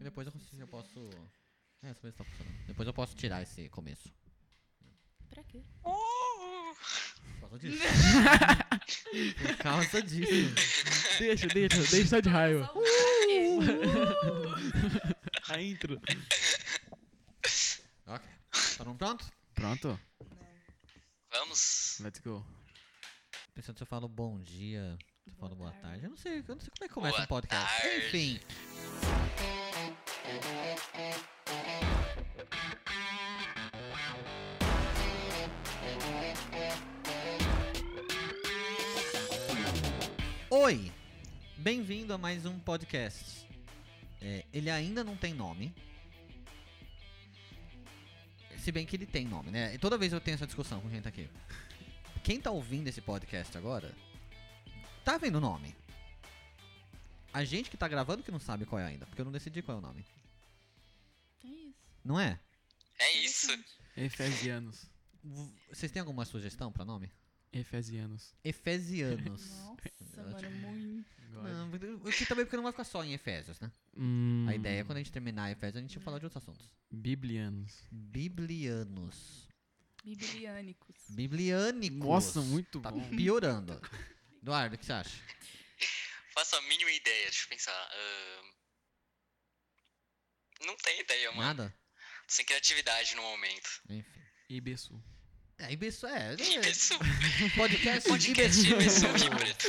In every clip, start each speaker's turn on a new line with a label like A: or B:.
A: Depois eu, consigo- eu posso. É, essa mesa tá funcionando. Depois eu posso tirar esse começo.
B: Pra quê?
C: Uh!
A: Por causa disso. Por causa disso.
D: Deixa, deixa, deixa só de raiva.
B: Salvo pra quê?
D: A intro.
A: Ok. Tá num pronto?
D: Pronto?
C: Vamos.
D: Let's go.
A: Pensando se eu falo bom dia, se eu falo boa tarde. Eu não sei, eu não sei como é que começa
C: Boa
A: um podcast.
C: tarde.
A: Enfim. Oi! Bem-vindo a mais um podcast. É, ele ainda não tem nome. Se bem que ele tem nome, né? E toda vez eu tenho essa discussão com quem tá aqui. Quem tá ouvindo esse podcast agora, tá vendo o nome. A gente que tá gravando que não sabe qual é ainda, porque eu não decidi qual é o nome.
B: É isso.
A: Não é?
C: É isso.
B: Interessante.
D: Efesianos.
A: V- Vocês têm alguma sugestão pra nome?
D: Efesianos.
A: Efesianos.
B: Nossa, mano, muito.
A: Não, o que também porque não vai ficar só em Efésios, né?
D: Hum,
A: A ideia é quando a gente terminar Efésios, a gente falar de outros assuntos.
D: Biblianos.
A: Biblianos.
B: Bibliânicos.
A: Bibliânicos.
D: Nossa, muito
A: tá
D: bom.
A: piorando. Eduardo, o que você acha?
C: Faço a mínima ideia, deixa eu pensar. Ahn, Não tem ideia, mano.
A: Nada?
C: Sem criatividade no momento.
A: Enfim.
D: Ibeçu.
A: É, Ibisu, é. é
C: Isso,
A: podcast
C: podcast de
A: Ibisu.
C: missão de preto.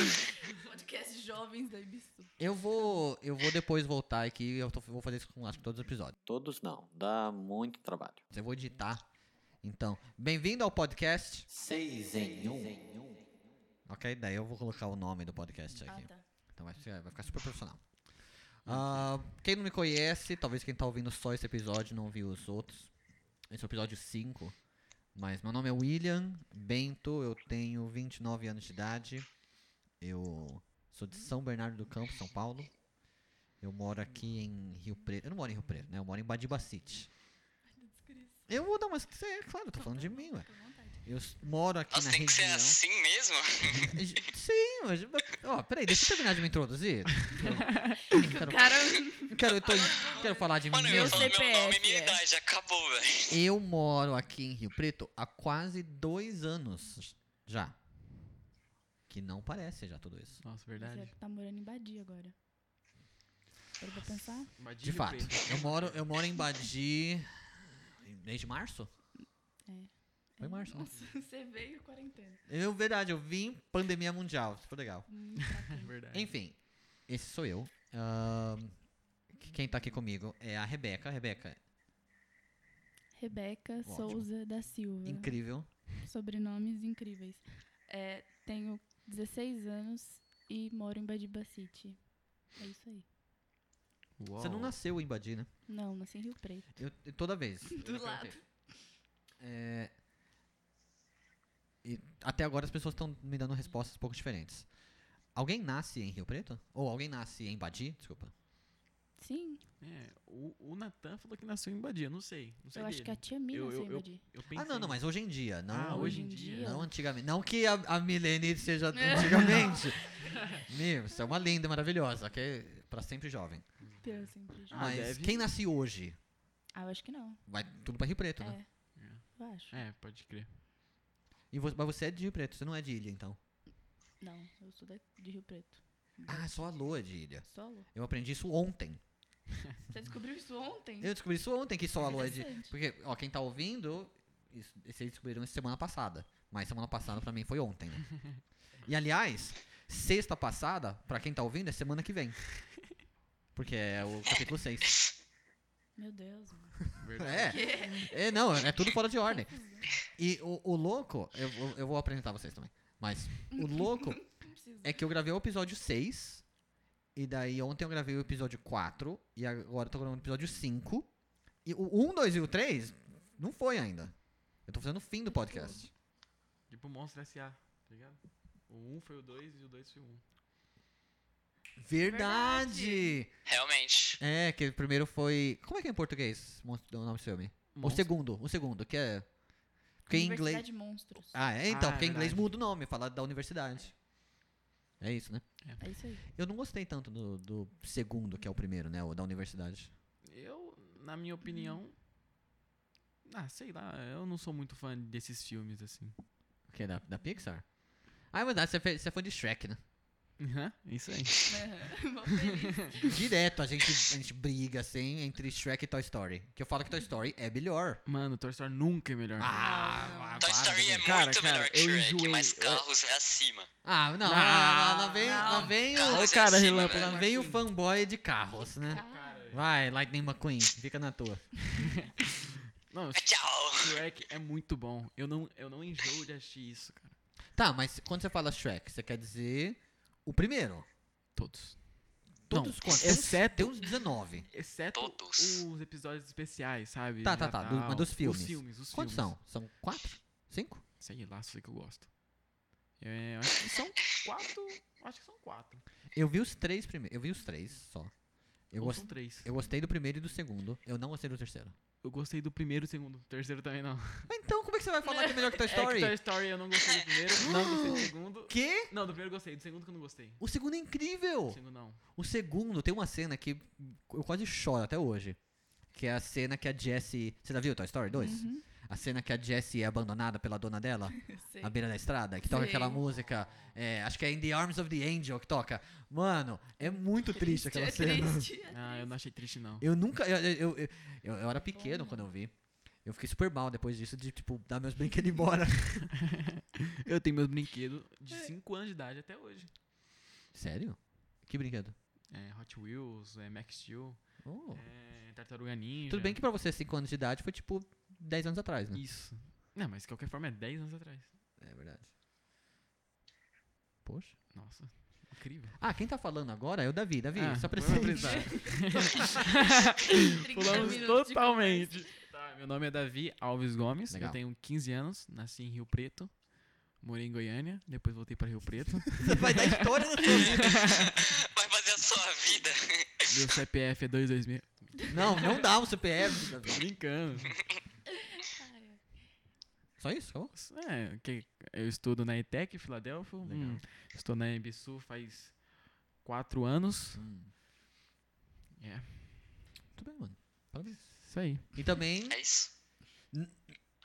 B: Podcast Jovens da Ibisu.
A: Eu vou, eu vou depois voltar aqui eu tô- vou fazer isso com acho que todos os episódios.
E: Todos não, dá muito trabalho.
A: Eu vou editar. Então, bem-vindo ao podcast.
E: Seis em um.
A: Ok, daí eu vou colocar o nome do podcast
B: Ah,
A: aqui.
B: tá.
A: Então vai, ser- vai ficar super profissional. Ah, quem não me conhece, talvez quem tá ouvindo só esse episódio não viu os outros. Esse é o episódio 5. Mas meu nome é William Bento, eu tenho 29 anos de idade. Eu sou de São Bernardo do Campo, São Paulo. Eu moro aqui em Rio Preto. Eu não moro em Rio Preto, né? Eu moro em Badibacite. Eu vou dar uma. É claro, eu tô falando de mim, ué.
B: Fica à vontade.
A: Eu s- moro aqui
C: Nossa,
A: na
C: tem que ser
A: região.
C: assim mesmo?
A: Sim, mas. mas- Ó, peraí, deixa eu terminar de me introduzir. Eu quero,
B: Cara,
A: eu quero, eu tô- eu quero falar de mim
C: Mano, eu ia
B: Meu
A: mesmo.
C: falar meu nome e minha
B: CPF, é.
C: idade, acabou, velho.
A: Eu moro aqui em Rio Preto há quase dois anos já. Que não parece já tudo isso.
D: Nossa,
B: você
D: verdade.
B: tá morando em Badia agora. Agora pra pensar?
A: De fato. Eu moro, eu moro em Badi. Desde março?
B: É.
A: Foi em março, né?
B: Nossa, você veio quarentena. Tá
A: Eu, verdade, eu vim pandemia mundial. Foi legal.
B: Muito bacana.
D: Verdade.
A: Enfim, esse sou eu. Ahn, que- quem tá aqui comigo é a Rebeca. Rebeca,
B: Rebeca
A: Ótimo.
B: Souza da Silva.
A: incrível.
B: Sobrenomes incríveis. É, tenho 16 anos e moro em Badiba City. É isso aí.
A: Você não
D: Uau.
A: nasceu em Badi, né?
B: Não, nasci em Rio Preto.
A: Eu, eu- toda vez. eu
B: Do
A: já
B: lado.
A: perguntei. É, e até agora as pessoas estão me dando respostas um pouco diferentes. Alguém nasce em Rio Preto? Ou alguém nasce em Badi? Desculpa. Ah,
B: Sim,
D: É, o, o Natan falou que nasceu em Badia, não sei. Não sei
B: eu acho que é- a
D: dele.
B: tia minha
D: Eu-
B: nasceu
D: eu-
B: em Badi.
D: Eu
A: Ah,
D: pensei
A: não, não,
D: nisso.
A: mas hoje em dia. Não,
D: Ah,
B: Hoje
D: hoje em
B: em
D: dia.
B: dia.
A: não antigamente. Não que a, a Milene seja antigamente. Meu, você é uma linda, maravilhosa, que é pra sempre jovem.
B: Eu sempre já.
D: Ah,
A: Mas
D: deve.
A: quem nasce hoje
B: Ah, eu acho que não.
A: vai tudo pra Rio Preto, né?
B: É. Eu acho.
D: É, pode crer.
A: E vo- mas você é de Rio Preto, você não é de Ilha, então.
B: Não, eu sou da- de Rio Preto.
A: Ah, só a Lua é de Ilha.
B: Solo?
A: Eu aprendi isso ontem.
B: Você descobriu isso ontem?
A: Eu descobri isso ontem, que só a Lua é de...
B: Interessante.
A: Porque, ó, quem tá ouvindo, isso, vocês descobriram isso semana passada. Mas semana passada pra mim foi ontem, né? E, aliás, sexta passada, pra quem tá ouvindo, é semana que vem. Porque é o capítulo 6.
B: Meu Deus, mano.
D: Verdade.
A: É, é, não, é tudo fora de ordem. E o, o louco, eu, vou- eu vou apresentar vocês também, mas o louco
B: Não precisa.
A: É que eu gravei o episódio 6. E daí ontem eu gravei o episódio 4. E agora eu tô gravando o episódio 5. E o 1, 2 e o 3 não foi ainda. Eu tô fazendo o fim do podcast. É.
D: Tipo Monstro S.A., tá ligado? O 1 foi o 2 e o 2 foi o 1.
A: Verdade!
C: Realmente.
A: É, que o primeiro foi. Como é que é em português? Monstro- O nome do filme? O segundo, o segundo, que é. Porque em inglês.
B: Universidade Monstros.
A: Ah, é então,
D: Ah,
A: porque em inglês
D: verdade.
A: muda o nome, fala da universidade. É isso, né?
B: É isso aí.
A: Eu não gostei tanto do, do segundo, que é o primeiro, né? O da universidade.
D: Eu na minha opinião. Ah, sei lá, eu não sou muito fã desses filmes, assim.
A: O que? Da, da Pixar? Ah, é verdade, você é fe- você é fã de Shrek, né?
D: Aham, Isso aí.
B: Mó feliz.
A: Direto a gente, a gente briga, assim, entre Shrek e Toy Story. Que eu falo que Toy Story é melhor.
D: Mano, Toy Story nunca é melhor.
A: Ah,
C: Toy
A: para,
C: Story é
A: Daniel.
D: Cara,
C: muito
D: cara,
C: melhor que
D: eu
C: Shrek,
D: enjoei.
C: mas
D: Eu-
C: Carros é acima.
A: Ah, não, não, não,
D: Ah,
A: não, lá vem, lá vem
C: Carros
A: o...
D: Ô, cara,
C: é acima,
D: relâmpago,
A: Lá
C: velho.
A: vem o fanboy de carros, né?
D: Cara,
A: Vai, Lightning McQueen, fica na tua.
D: não,
C: Tchau.
D: Shrek é muito bom. Eu não, eu não enjoo de assistir isso, cara.
A: Tá, mas quando você fala Shrek, você quer dizer o primeiro.
D: Todos.
A: Todos
D: não,
A: quantos? Tem uns-
D: exceto,
A: Tem uns 19.
D: exceto
C: Todos.
D: os episódios especiais, sabe?
A: Tá,
D: De
A: tá, tá, do-
D: Natal.
A: mas dos filmes.
D: Os filmes, os
A: Quantos
D: filmes.
A: são? São quatro? Cinco?
D: Sei lá, sei que eu gosto. É, eu acho que são quatro. Acho que são quatro.
A: Eu vi os três primeiro. Eu vi os três só. Eu,
D: Ou
A: gos-
D: são três.
A: eu gostei do primeiro e do segundo. Eu não gostei do terceiro.
D: Eu gostei do primeiro e segundo. Terceiro também não.
A: Mas Então, como é que você vai falar que é melhor que Toy
D: É que
A: Story?
D: Toy Story eu não gostei do primeiro, não gostei do segundo.
A: Quê?
D: Não, do primeiro eu gostei, do segundo que eu não gostei.
A: O segundo é incrível!
D: Do segundo não.
A: O segundo tem uma cena que eu quase choro até hoje. Que é a cena que a Jessie. Você já viu Toy Story 2?
B: Uhum,
A: A cena que a Jessie é abandonada pela dona dela,
B: eu sei.
A: à beira da estrada, que toca
B: Sei.
A: aquela música. é, acho que é In the Arms of the Angel que toca. Mano, é muito triste aquela
B: é
A: cena.
B: Triste.
D: Ah, eu não achei triste não.
A: Eu nunca. Eu, eu, eu, eu, eu era pequeno
B: Bom.
A: quando eu vi. Eu fiquei super mal depois disso, de, tipo, dar meus brinquedos embora.
D: Eu tenho meus brinquedos de
A: É.
D: 5 anos de idade até hoje.
A: Sério? Que brinquedo?
D: É, Hot Wheels, é Max Steel,
A: Oh.
D: é Tartaruga Ninja.
A: Tudo bem que pra você, 5 anos de idade, foi tipo 10 anos atrás, né?
D: Isso. Não, mas de qualquer forma é 10 anos atrás.
A: É verdade. Poxa.
D: Nossa, incrível.
A: Ah, quem tá falando agora é o Davi. Davi,
D: Ah,
A: só
D: foi
A: precisa.
D: apresentar. Pulamos
B: minutos de
D: totalmente. Tá, meu nome é Davi Alves Gomes,
A: Legal.
D: eu tenho 15 anos, nasci em Rio Preto, morei em Goiânia, depois voltei pra Rio Preto.
A: Você vai dar história na sua vida.
C: Vai fazer a sua vida.
D: Meu CPF é 226.
A: Não, não dá um CPF, Davi.
D: Tô brincando.
B: Ai,
A: Só isso? Oh, Acabou?
D: É, que eu estudo na ETEC, Filadélfia.
A: Legal.
D: hum, estou na Embisu faz 4 anos. É,
A: Tudo bem, mano. Parabéns.
D: isso aí.
A: E também,
C: É isso.
A: eu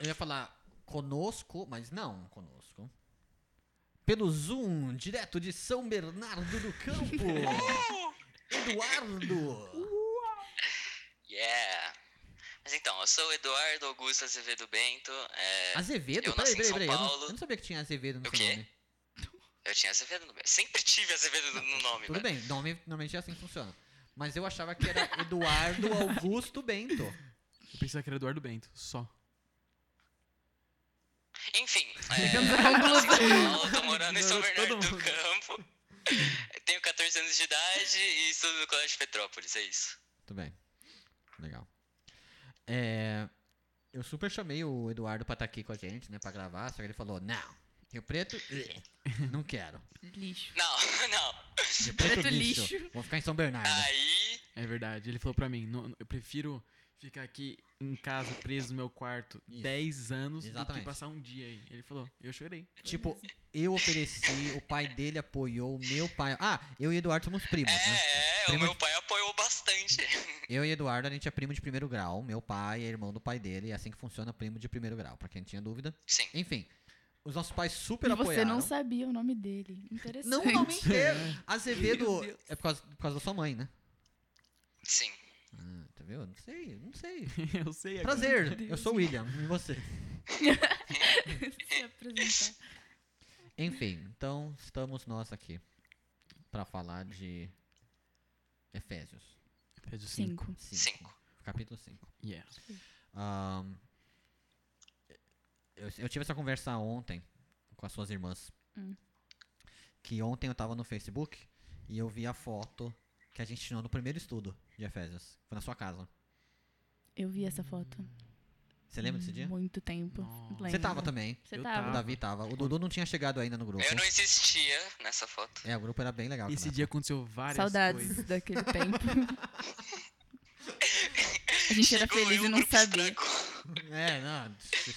A: ia falar conosco, mas não conosco. Pelo Zoom, direto de São Bernardo do Campo. Eduardo.
C: Yeah. Mas então, eu sou o Eduardo Augusto Azevedo Bento. é,
A: Azevedo?
C: Eu
A: Peraí, peraí,
C: nasci em São
A: peraí. Eu não,
C: Paulo.
A: eu não sabia que tinha Azevedo no
C: O
A: seu
C: quê?
A: nome.
C: Eu tinha Azevedo no nome. Sempre tive Azevedo no- no nome,
A: Tudo
C: velho.
A: bem, nome, normalmente é assim que funciona. Mas eu achava que era Eduardo Augusto Bento.
D: Eu pensava que era Eduardo Bento, só.
C: Enfim, é, nasci em São Paulo, tô morando em São Bernardo do Campo. Tenho 14 anos de idade e estudo no Colégio de Petrópolis, é isso.
A: Tudo bem. Legal. É, eu super chamei o Eduardo pra estar aqui com a gente, né? Pra gravar, só que ele falou, não. Rio Preto, eh, não quero.
B: Lixo.
C: Não, não.
A: Rio Preto,
B: Preto,
A: lixo.
B: lixo.
A: Vou ficar em São Bernardo.
C: Aí.
D: É verdade. Ele falou pra mim: "Não, não, eu prefiro ficar aqui em casa, preso no meu quarto,
A: Isso.
D: 10 anos, do
A: Exatamente.
D: que passar um dia aí. Ele falou: eu chorei.
A: Tipo, eu ofereci, o pai dele apoiou, o meu pai... Ah, eu e Eduardo somos primos, né?
C: É, é, o
A: Primo
C: meu pai apoiou bastante.
A: Eu e Eduardo, a gente é primo de primeiro grau. Meu pai é irmão do pai dele. É assim que funciona primo de primeiro grau, pra quem tinha dúvida.
C: Sim.
A: Enfim, os nossos pais super
B: E
A: apoiaram.
B: você não sabia o nome dele. Interessante.
A: Não, não, inteiro. Azevedo é por causa, por causa da sua mãe, né?
C: Sim.
A: Ah, tá vendo? Não sei, não sei.
D: eu sei agora.
A: Prazer,
B: Deus.
A: eu sou o William, e você?
B: Se apresentar.
A: Enfim, então estamos nós aqui pra falar de Efésios
D: Pede o cinco.
B: Cinco.
A: 5, capítulo 5.
D: Yeah.
A: eu, eu tive essa conversa ontem com as suas irmãs.
B: Hum.
A: Que ontem eu tava no Facebook e eu vi a foto que a gente tirou no primeiro estudo de Efésios. Foi na sua casa.
B: Eu vi essa foto.
A: Você lembra desse dia?
B: Hum, Muito tempo.
D: Nossa.
A: Você
B: Lembro.
A: tava também.
B: Você
D: Eu
A: O
D: tava.
B: tava.
A: Davi tava. O Dudu não tinha chegado ainda no grupo.
C: Eu não existia nessa foto.
A: É, o grupo era bem legal.
D: Esse
A: cara.
D: dia aconteceu várias
B: Saudades
D: coisas.
B: daquele tempo. A gente era
C: Chegou
B: feliz
C: eu,
B: e
C: o
B: não
C: um grupo
B: sabia.
C: estragou.
A: É, não.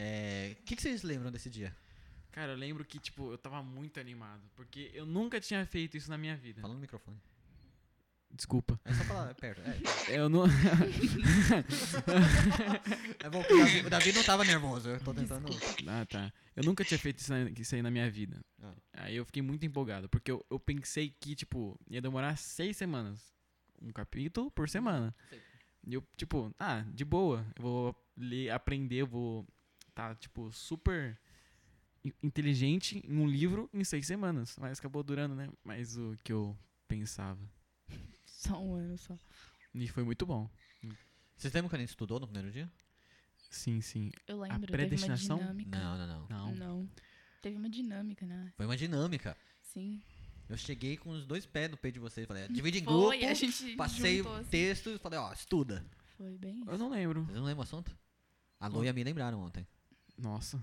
A: É, O que, que vocês lembram desse dia?
D: Cara, eu lembro que, tipo, eu tava muito animado. Porque eu nunca tinha feito isso na minha vida.
A: Fala no microfone.
D: Desculpa.
A: É só pra perto. É,
D: Eu não.
A: é bom que o Davi, o Davi não tava nervoso. Eu tô tentando.
D: Ah, tá. Eu nunca tinha feito isso, na- isso aí na minha vida.
A: Ah.
D: Aí eu fiquei muito empolgado, porque eu, eu pensei que, tipo, ia demorar seis semanas. Um capítulo por semana.
A: Sei.
D: E eu, tipo, ah, de boa. Eu vou ler, aprender, eu vou tá, tipo, super in- inteligente em um livro em seis semanas. Mas acabou durando, né? Mas o que eu pensava.
B: Só um ano só.
D: E foi muito bom.
A: Vocês lembram quando a gente estudou no primeiro dia?
D: Sim, sim.
B: Eu lembro,
D: predestinação?
B: teve uma dinâmica.
A: Não, não, não.
D: Não.
B: Não. Teve uma dinâmica, né?
A: Foi uma dinâmica.
B: Sim.
A: Eu cheguei com os dois pés no peito de vocês. Falei, divide em grupo.
B: Foi, a gente
A: Passei
B: juntou,
A: o
B: assim.
A: texto e falei, ó, estuda.
B: Foi bem
D: Eu
B: isso.
D: não lembro.
A: Vocês não lembram o assunto? A Lu e a Mi lembraram ontem.
D: Nossa.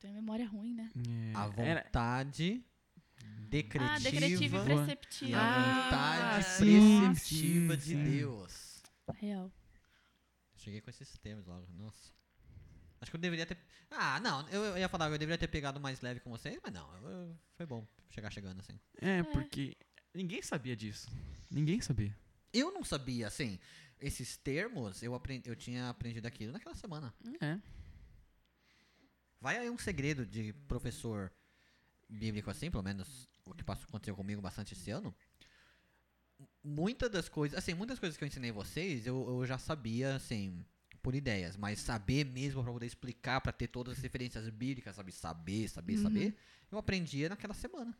B: Tem memória ruim, né?
D: É,
A: A
D: era-
A: vontade decretiva.
B: Ah, decretiva e
A: e
B: preceptiva. Ah,
A: a vontade
D: sim,
A: preceptiva
D: sim,
A: de
D: sim.
A: Deus.
B: Real.
A: Cheguei com esses termos logo, nossa. Acho que eu deveria ter. Ah, não, eu, eu ia falar, eu deveria ter pegado mais leve com vocês, mas não, eu- eu- foi bom chegar chegando assim.
D: É,
B: É.
D: porque ninguém sabia disso. Ninguém sabia.
A: Eu não sabia, assim, esses termos, eu, aprendi, eu tinha aprendido aquilo naquela semana.
D: É.
A: Vai aí um segredo de professor bíblico assim, pelo menos o que passou, aconteceu comigo bastante esse ano. Muitas das coisas, assim, muitas coisas que eu ensinei vocês, eu, eu já sabia, assim, por ideias, mas saber mesmo pra poder explicar, pra ter todas as referências bíblicas, sabe, saber, saber, saber, eu aprendia naquela semana.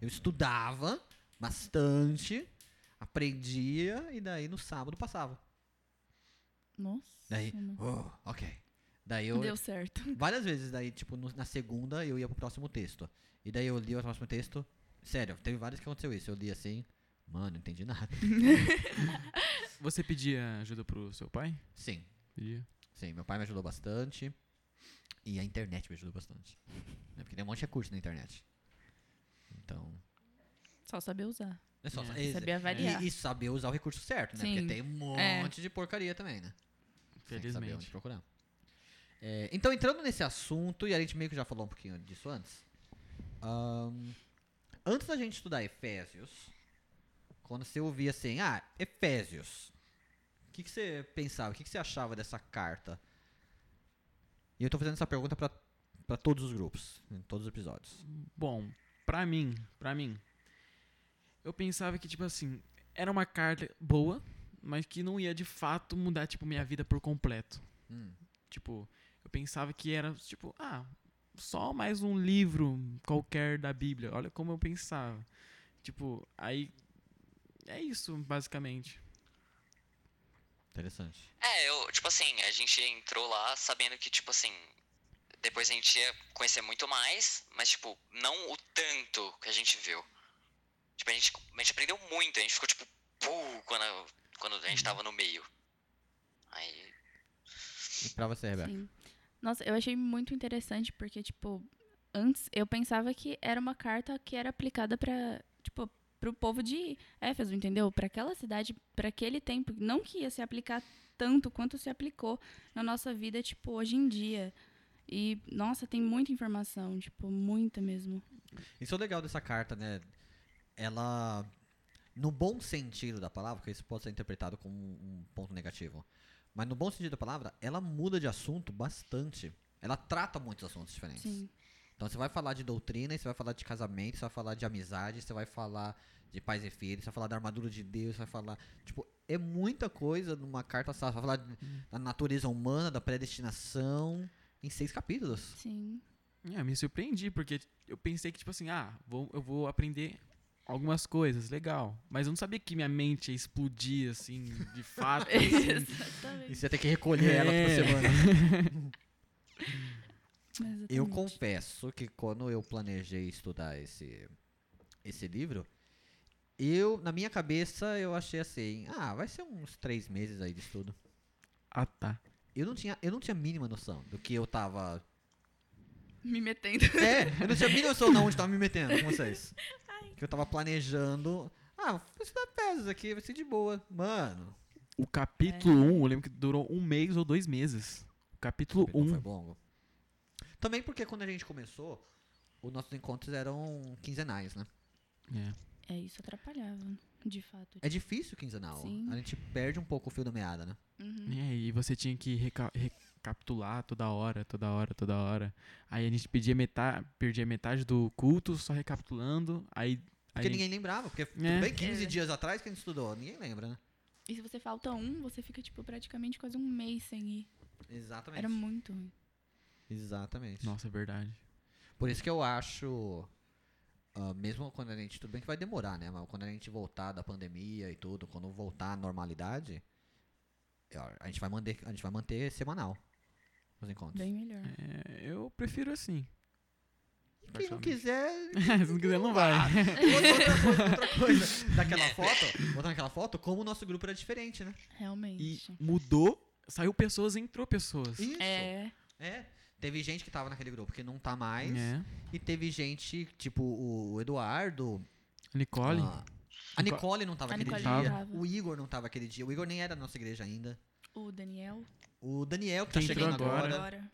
A: Eu estudava bastante, aprendia e daí no sábado passava.
B: Nossa.
A: Daí,
B: mano.
A: oh, ok. Daí eu,
B: Deu certo.
A: Várias vezes, daí, tipo, no- na segunda eu ia pro próximo texto. E daí eu li o próximo texto. Sério, teve vários que aconteceu isso. Eu li assim, mano, não entendi nada.
D: Você pedia ajuda pro seu pai?
A: Sim,
D: Pedia.
A: sim, meu pai me ajudou bastante. E a internet me ajudou bastante. É porque tem um monte de recurso na internet. Então.
B: Só saber usar.
A: É só
D: É,
A: é,
B: saber avaliar.
A: E, e saber usar o recurso certo, né? Porque
B: Sim,
A: tem um
B: é.
A: monte de porcaria também, né? Tem que saber onde
D: Felizmente.
A: procurar. É, então, entrando nesse assunto, e a gente meio que já falou um pouquinho disso antes. ahn, antes da gente estudar Efésios, quando você ouvia assim, ah, Efésios, o que, que você pensava, o que, que você achava dessa carta? E eu tô fazendo essa pergunta pra, pra todos os grupos, em todos os episódios.
D: Bom, pra mim, pra mim, eu pensava que, tipo assim, era uma carta boa, mas que não ia de fato mudar, tipo, minha vida por completo.
A: Hum.
D: Tipo, eu pensava que era, tipo, ah, só mais um livro qualquer da Bíblia. Olha como eu pensava. Tipo, aí. É isso, basicamente.
A: Interessante.
C: É, eu, tipo assim, a gente entrou lá sabendo que, tipo assim, depois a gente ia conhecer muito mais, mas, tipo, não o tanto que a gente viu. Tipo, a gente, a gente aprendeu muito, a gente ficou, tipo, puh, quando, quando a gente tava no meio. Aí,
A: E pra você, Rebeca?
B: Sim. Nossa, eu achei muito interessante porque, tipo, antes eu pensava que era uma carta que era aplicada para, tipo, pro povo de Éfeso, entendeu? Para aquela cidade, para aquele tempo, não que ia se aplicar tanto quanto se aplicou na nossa vida, tipo, hoje em dia. E nossa, tem muita informação, tipo, muita mesmo.
A: Isso é o legal dessa carta, né? Ela, no bom sentido da palavra, porque isso pode ser interpretado como um ponto negativo, mas no bom sentido da palavra, ela muda de assunto bastante. Ela trata muitos assuntos diferentes.
B: Sim.
A: Então você vai falar de doutrina, você vai falar de casamento, você vai falar de amizade, você vai falar de pais e filhos, você vai falar da armadura de Deus, você vai falar. Tipo, é muita coisa numa carta só. Você vai falar de- da natureza humana, da predestinação, em seis capítulos.
B: Sim.
D: É, me surpreendi, porque eu pensei que, tipo assim, ah, vou, eu vou aprender algumas coisas, legal. Mas eu não sabia que minha mente ia explodir, assim, de fato.
A: É
D: assim.
A: E
B: Exatamente.
A: você tem que recolher ela toda
D: É.
A: semana. Eu
B: Exatamente.
A: confesso que quando eu planejei estudar esse, esse livro, eu, na minha cabeça, eu achei assim, ah, vai ser uns três meses aí de estudo.
D: ah, tá.
A: Eu não tinha, eu não tinha a mínima noção do que eu tava...
B: me metendo.
A: É, eu não tinha a mínima noção de onde eu tava me metendo com vocês. Que eu tava planejando, ah, vou estudar peças aqui, vai ser de boa. Mano,
D: O capítulo
A: É.
D: 1, um, eu lembro que durou um mês ou dois meses. O capítulo
A: não
D: 1.
A: foi
D: Um.
A: longo. Também porque quando a gente começou, os nossos encontros eram quinzenais, né?
D: É.
B: É, isso atrapalhava. De fato.
A: É difícil quinzenal.
B: Sim.
A: A gente perde um pouco o fio da meada, né?
B: Uhum.
D: E aí você tinha que reca- recapitular toda hora, toda hora, toda hora. Aí a gente pedia metade, perdia metade do culto só recapitulando. Aí, aí
A: Porque ninguém lembrava. Porque tudo
D: É.
A: bem 15
B: É.
A: dias atrás que a gente estudou, ninguém lembra, né?
B: E se você falta um, você fica, tipo, praticamente quase um mês sem ir.
A: Exatamente.
B: Era muito ruim.
A: Exatamente.
D: Nossa, é verdade.
A: Por isso que eu acho, ah, mesmo quando a gente, tudo bem que vai demorar, né? Mas quando a gente voltar da pandemia e tudo, quando voltar à normalidade, eu- a gente vai manter, a gente vai manter semanal os encontros.
B: Bem melhor.
D: É, eu prefiro assim.
A: E quem não quiser,
D: Se não quiser, não vai.
A: outra coisa, outra coisa. Daquela foto, botar naquela foto, como o nosso grupo era diferente, né?
D: E
B: Realmente.
D: mudou, saiu pessoas, entrou pessoas.
A: Isso.
B: É.
A: É. Teve gente que tava naquele grupo que não tá mais.
D: É.
A: E teve gente, tipo, o o Eduardo.
D: Nicole.
A: ah, a Nicole não tava
B: A
A: aquele
B: Nicole
A: dia.
D: não
B: tava.
A: O Igor não tava aquele dia. O Igor nem era da nossa igreja ainda.
B: O Daniel.
A: O Daniel que tá
D: Que entrou
A: chegando
D: agora.
A: agora.
B: Agora.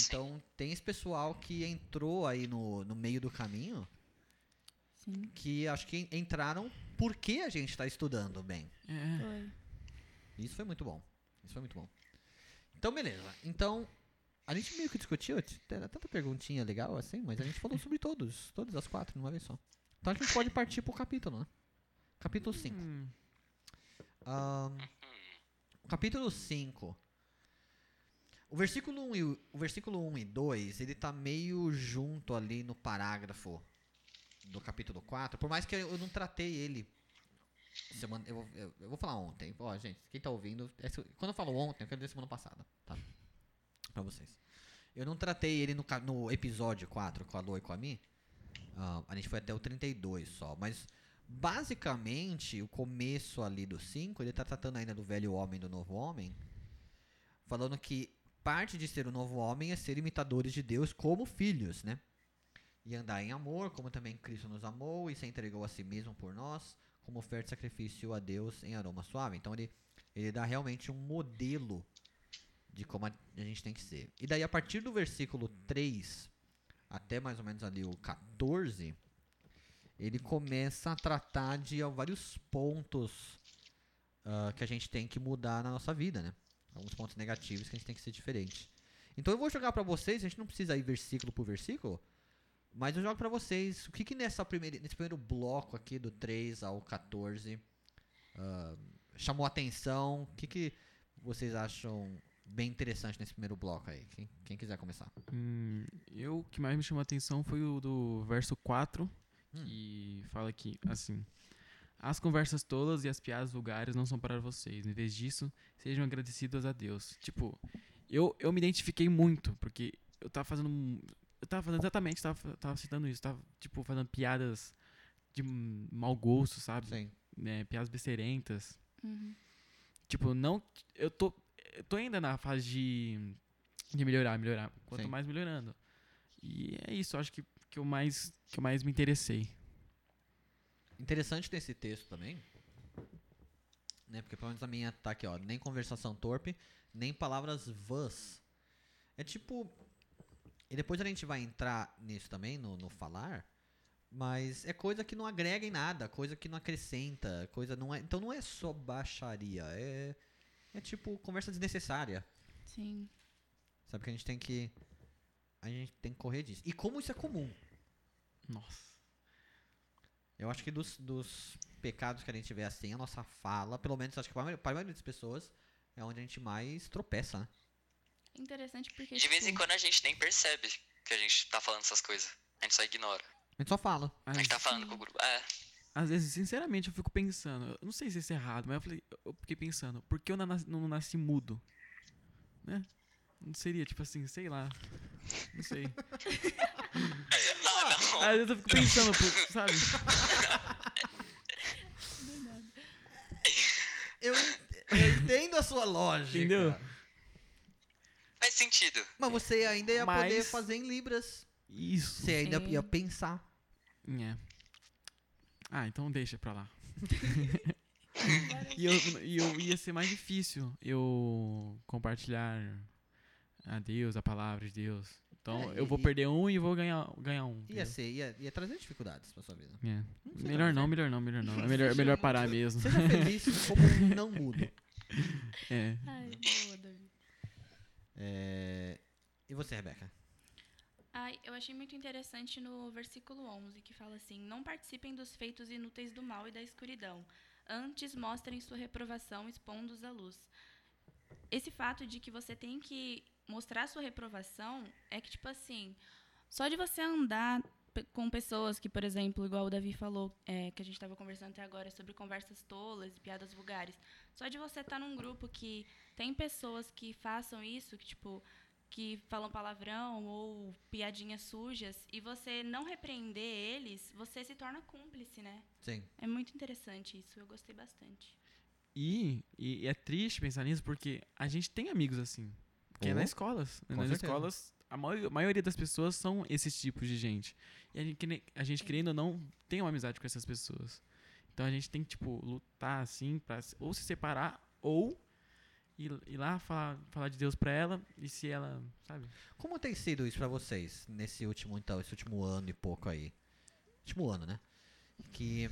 A: Então tem esse pessoal que entrou aí no, no meio do caminho
B: Sim,
A: que acho que en- entraram porque a gente tá estudando bem.
D: É.
B: foi.
A: Isso foi muito bom. Isso foi muito bom. Então, beleza. Então, a gente meio que discutiu, t- era tanta perguntinha legal assim, mas a gente falou sobre todos, todas as quatro, numa vez só. Então a gente pode partir pro capítulo, né? Capítulo 5.
D: Hum,
A: Capítulo 5. O versículo 1 e, o o versículo 1 e 2, ele tá meio junto ali no parágrafo do capítulo 4, por mais que eu não tratei ele semana, eu, vou- eu, eu vou falar ontem. Ó, gente, quem tá ouvindo, é se- quando eu falo ontem, eu quero dizer semana passada, tá? Pra vocês. Eu não tratei ele no, ca- no episódio 4 com a Lua e com a Mi. Ah, a gente foi até o 32 só, mas basicamente o começo ali do 5, ele tá tratando ainda do velho homem e do novo homem, falando que parte de ser o novo homem é ser imitadores de Deus como filhos, né? E andar em amor, como também Cristo nos amou e se entregou a si mesmo por nós, como oferta e sacrifício a Deus em aroma suave. Então ele, ele dá realmente um modelo de como a, a gente tem que ser. E daí a partir do versículo 3 até mais ou menos ali o 14, ele começa a tratar de ah, vários pontos ah, que a gente tem que mudar na nossa vida, né? Alguns pontos negativos que a gente tem que ser diferente. Então eu vou jogar pra vocês, a gente não precisa ir versículo por versículo, mas eu jogo pra vocês o que, que nessa primeira, nesse primeiro bloco aqui, do 3 ao 14, ah, chamou atenção, o que, que vocês acham bem interessante nesse primeiro bloco aí? Quem, quem quiser começar?
D: Hum, eu o que mais me chamou a atenção foi o do verso 4,
A: Hum.
D: que fala que assim: As conversas tolas e as piadas vulgares não são para vocês. Em vez disso, sejam agradecidos a Deus. Tipo, eu, eu me identifiquei muito, porque eu tava fazendo. um- Eu tava fazendo exatamente, tava, tava citando isso, tava, tipo, fazendo piadas de hum, mau gosto, sabe?
A: Sim.
D: Né, piadas besterentas.
B: Uhum.
D: Tipo, não. Eu tô. Eu tô ainda na fase de. De melhorar, melhorar. Quanto
A: Sim.
D: mais melhorando. E é isso, acho que, que eu mais. Que eu mais me interessei.
A: Interessante nesse texto também, né? Porque pelo menos a minha tá aqui, ó. Nem conversação torpe, nem palavras vãs. É tipo. E depois a gente vai entrar nisso também, no, no falar. Mas é coisa que não agrega em nada, coisa que não acrescenta, coisa não é. Então não é só baixaria, é. É tipo conversa desnecessária.
B: Sim.
A: Sabe que a gente tem que. A gente tem que correr disso. E como isso é comum.
D: Nossa.
A: Eu acho que dos, dos pecados que a gente vê assim, a nossa fala, pelo menos acho que para a maioria pra maioria das pessoas, é onde a gente mais tropeça, né?
B: É Interessante porque.
C: De vez em
B: tipo,
C: quando a gente nem percebe que a gente tá falando essas coisas. A gente só ignora.
A: A gente só fala.
D: Às,
C: A gente tá falando com o grupo. É,
D: às vezes, sinceramente, eu fico pensando. Eu não sei se isso é errado, mas eu falei. Eu fiquei pensando, por que eu na- nas- não, nasci mudo? Né? Não seria, tipo assim, sei lá. Não sei.
C: ah, não.
D: Às vezes eu fico pensando, pô, sabe?
A: Eu, eu entendo a sua lógica.
D: Entendeu?
C: Faz sentido.
A: Mas você ainda ia
D: Mas-
A: poder fazer em Libras.
D: Isso.
A: Você ainda
B: Sim.
A: ia pensar.
D: É. Ah, então deixa pra lá. e, eu, e eu ia ser mais difícil eu compartilhar a Deus, a palavra de Deus. Então
A: É,
D: eu vou
A: e-
D: perder um e vou ganhar, ganhar um.
A: Ia,
D: entendeu?
A: ser, ia, ia trazer dificuldades pra sua vida.
D: É.
A: sei, talvez,
D: Melhor não,
A: né?
D: melhor não, melhor não. É melhor, é melhor parar mesmo.
A: Seja feliz como um não mudo.
D: É.
B: Ai, boa, Davi.
A: É, E você, Rebeca?
B: Ai, eu achei muito interessante no versículo 11, que fala assim: Não participem dos feitos inúteis do mal e da escuridão. Antes mostrem sua reprovação, expondo-os à luz. Esse fato de que você tem que mostrar sua reprovação é que, tipo assim, só de você andar pe- com pessoas que, por exemplo, igual o Davi falou, é, que a gente estava conversando até agora sobre conversas tolas e piadas vulgares, só de você estar num grupo que tem pessoas que façam isso, que, tipo, que falam palavrão ou piadinhas sujas, e você não repreender eles, você se torna cúmplice, né?
A: Sim.
B: É muito interessante isso, eu gostei bastante.
D: E, e é triste pensar nisso porque a gente tem amigos assim. Que é
A: Oh,
D: nas escolas. né,
A: com
D: Nas
A: certeza.
D: escolas, a maior- maioria das pessoas são esses tipos de gente. E a gente, que nem- a gente, querendo ou não, tem uma amizade com essas pessoas. Então a gente tem que, tipo, lutar assim pra se- ou se separar ou ir, ir lá falar, falar de Deus pra ela e se ela, sabe?
A: Como tem sido isso pra vocês nesse último, então, esse último ano e pouco aí? Último ano, né? Que.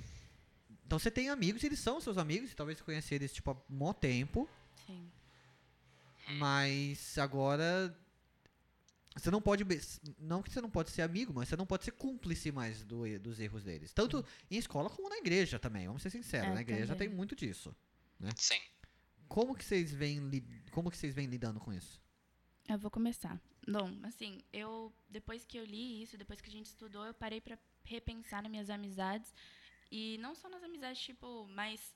A: Então você tem amigos, eles são seus amigos, e talvez conhecer eles tipo há mó tempo,
B: Sim.
A: mas agora você não pode be- não que você não pode ser amigo, mas você não pode ser cúmplice mais do e- dos erros deles. Tanto em escola como na igreja também, vamos ser sinceros,
B: É,
A: na igreja
B: também.
A: tem muito disso.
C: Sim.
A: Como que vocês vêm li- como que vocês vêm lidando com isso?
B: Eu vou começar. Bom, assim, eu depois que eu li isso, depois que a gente estudou, eu parei pra repensar nas minhas amizades e não só nas amizades tipo, mas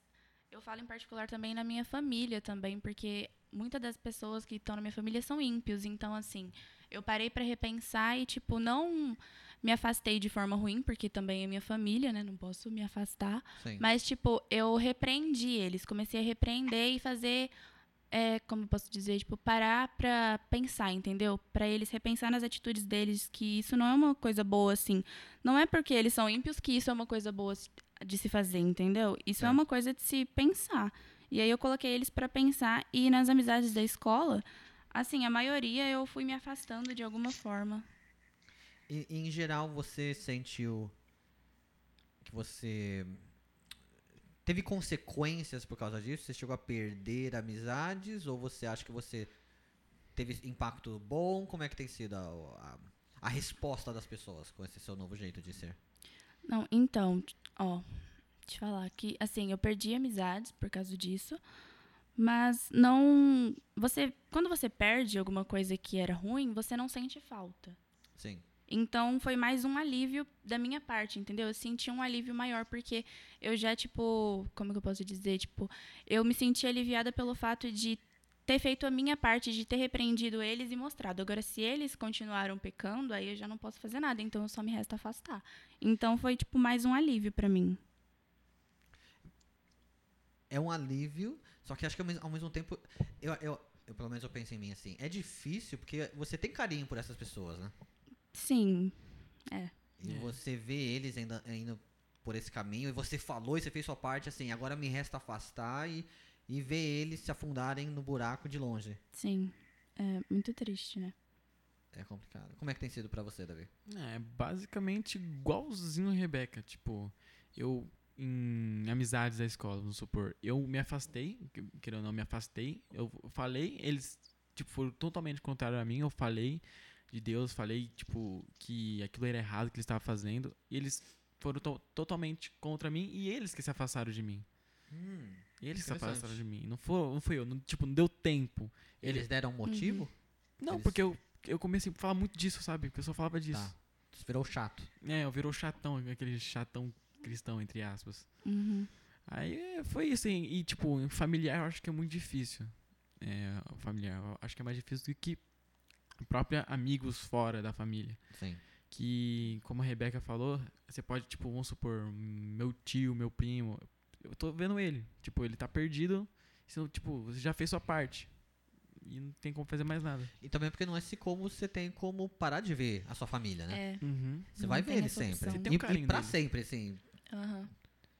B: eu falo em particular também na minha família também, porque muitas das pessoas que estão na minha família são ímpios, então assim, eu parei pra repensar e tipo não me afastei de forma ruim, porque também é minha família, né? Não posso me afastar,
A: Sim.
B: mas, tipo, eu repreendi eles. Comecei a repreender e fazer. É, como eu posso dizer? Tipo, parar pra pensar, entendeu? Pra eles repensar nas atitudes deles, que isso não é uma coisa boa, assim. Não é porque eles são ímpios que isso é uma coisa boa s- de se fazer, entendeu? Isso é,
A: Certo.
B: uma coisa de se pensar. E aí eu coloquei eles pra pensar. E nas amizades da escola, assim, a maioria eu fui me afastando de alguma forma.
A: E, e, em geral, você sentiu que você teve consequências por causa disso? Você chegou a perder amizades ou você acha que você teve impacto bom? Como é que tem sido a, a, a resposta das pessoas com esse seu novo jeito de ser?
B: Não, então, t- ó, te falar que, assim, eu perdi amizades por causa disso, mas não. Você, quando você perde alguma coisa que era ruim, você não sente falta.
A: Sim.
B: Então foi mais um alívio da minha parte, entendeu? Eu senti um alívio maior porque eu já tipo, como que eu posso dizer, tipo, eu me senti aliviada pelo fato de ter feito a minha parte, de ter repreendido eles e mostrado. Agora se eles continuaram pecando, aí eu já não posso fazer nada, então só me resta afastar. Então foi tipo mais um alívio pra mim.
A: É um alívio, só que acho que ao mes- ao mesmo, tempo. Eu, eu, eu, pelo menos eu penso em mim assim. É difícil porque você tem carinho por essas pessoas, né?
B: Sim.
A: E
D: É.
A: você vê eles ainda indo por esse caminho, e você falou e você fez sua parte, assim, agora me resta afastar e, e ver eles se afundarem no buraco de longe.
B: Sim. É muito triste, né?
A: É complicado. Como é que tem sido pra você, Davi?
D: É, basicamente igualzinho a Rebeca. Tipo, eu em amizades da escola, vamos supor, eu me afastei, que- querendo ou não, me afastei. Eu falei, eles tipo foram totalmente contrário a mim. Eu falei de Deus, falei tipo que aquilo era errado que eles estavam fazendo. E eles foram to- totalmente contra mim e eles que se afastaram de mim. Hum. Eles se
A: Interessante.
D: afastaram de mim. Não foi, não foi eu, não, tipo, não deu tempo.
A: eles deram um motivo?
D: Uhum. Não,
A: Eles-
D: porque eu eu comecei a falar muito disso, sabe? Porque eu só falava disso.
A: Tá. Isso virou chato.
D: É, eu virou chatão, aquele chatão cristão, entre aspas.
B: Uhum.
D: Aí é, foi isso, hein? e tipo, em familiar eu acho que é muito difícil. É, o familiar, eu acho que é mais difícil do que própria amigos fora da família.
A: Sim.
D: Que, como a Rebeca falou, você pode, tipo, vamos supor, meu tio, meu primo, eu tô vendo ele, tipo, ele tá perdido, senão, tipo, você já fez sua parte. E não tem como fazer mais nada.
A: E também porque não é se como você tem como parar de ver a sua família, né?
B: É.
D: Uhum.
A: Você
B: não
A: vai
B: tem
A: ver eles
B: essa
A: sempre.
B: opção. Você
D: tem um
A: E- e,
D: carinho
A: pra
D: deles.
A: sempre, assim.
B: Aham.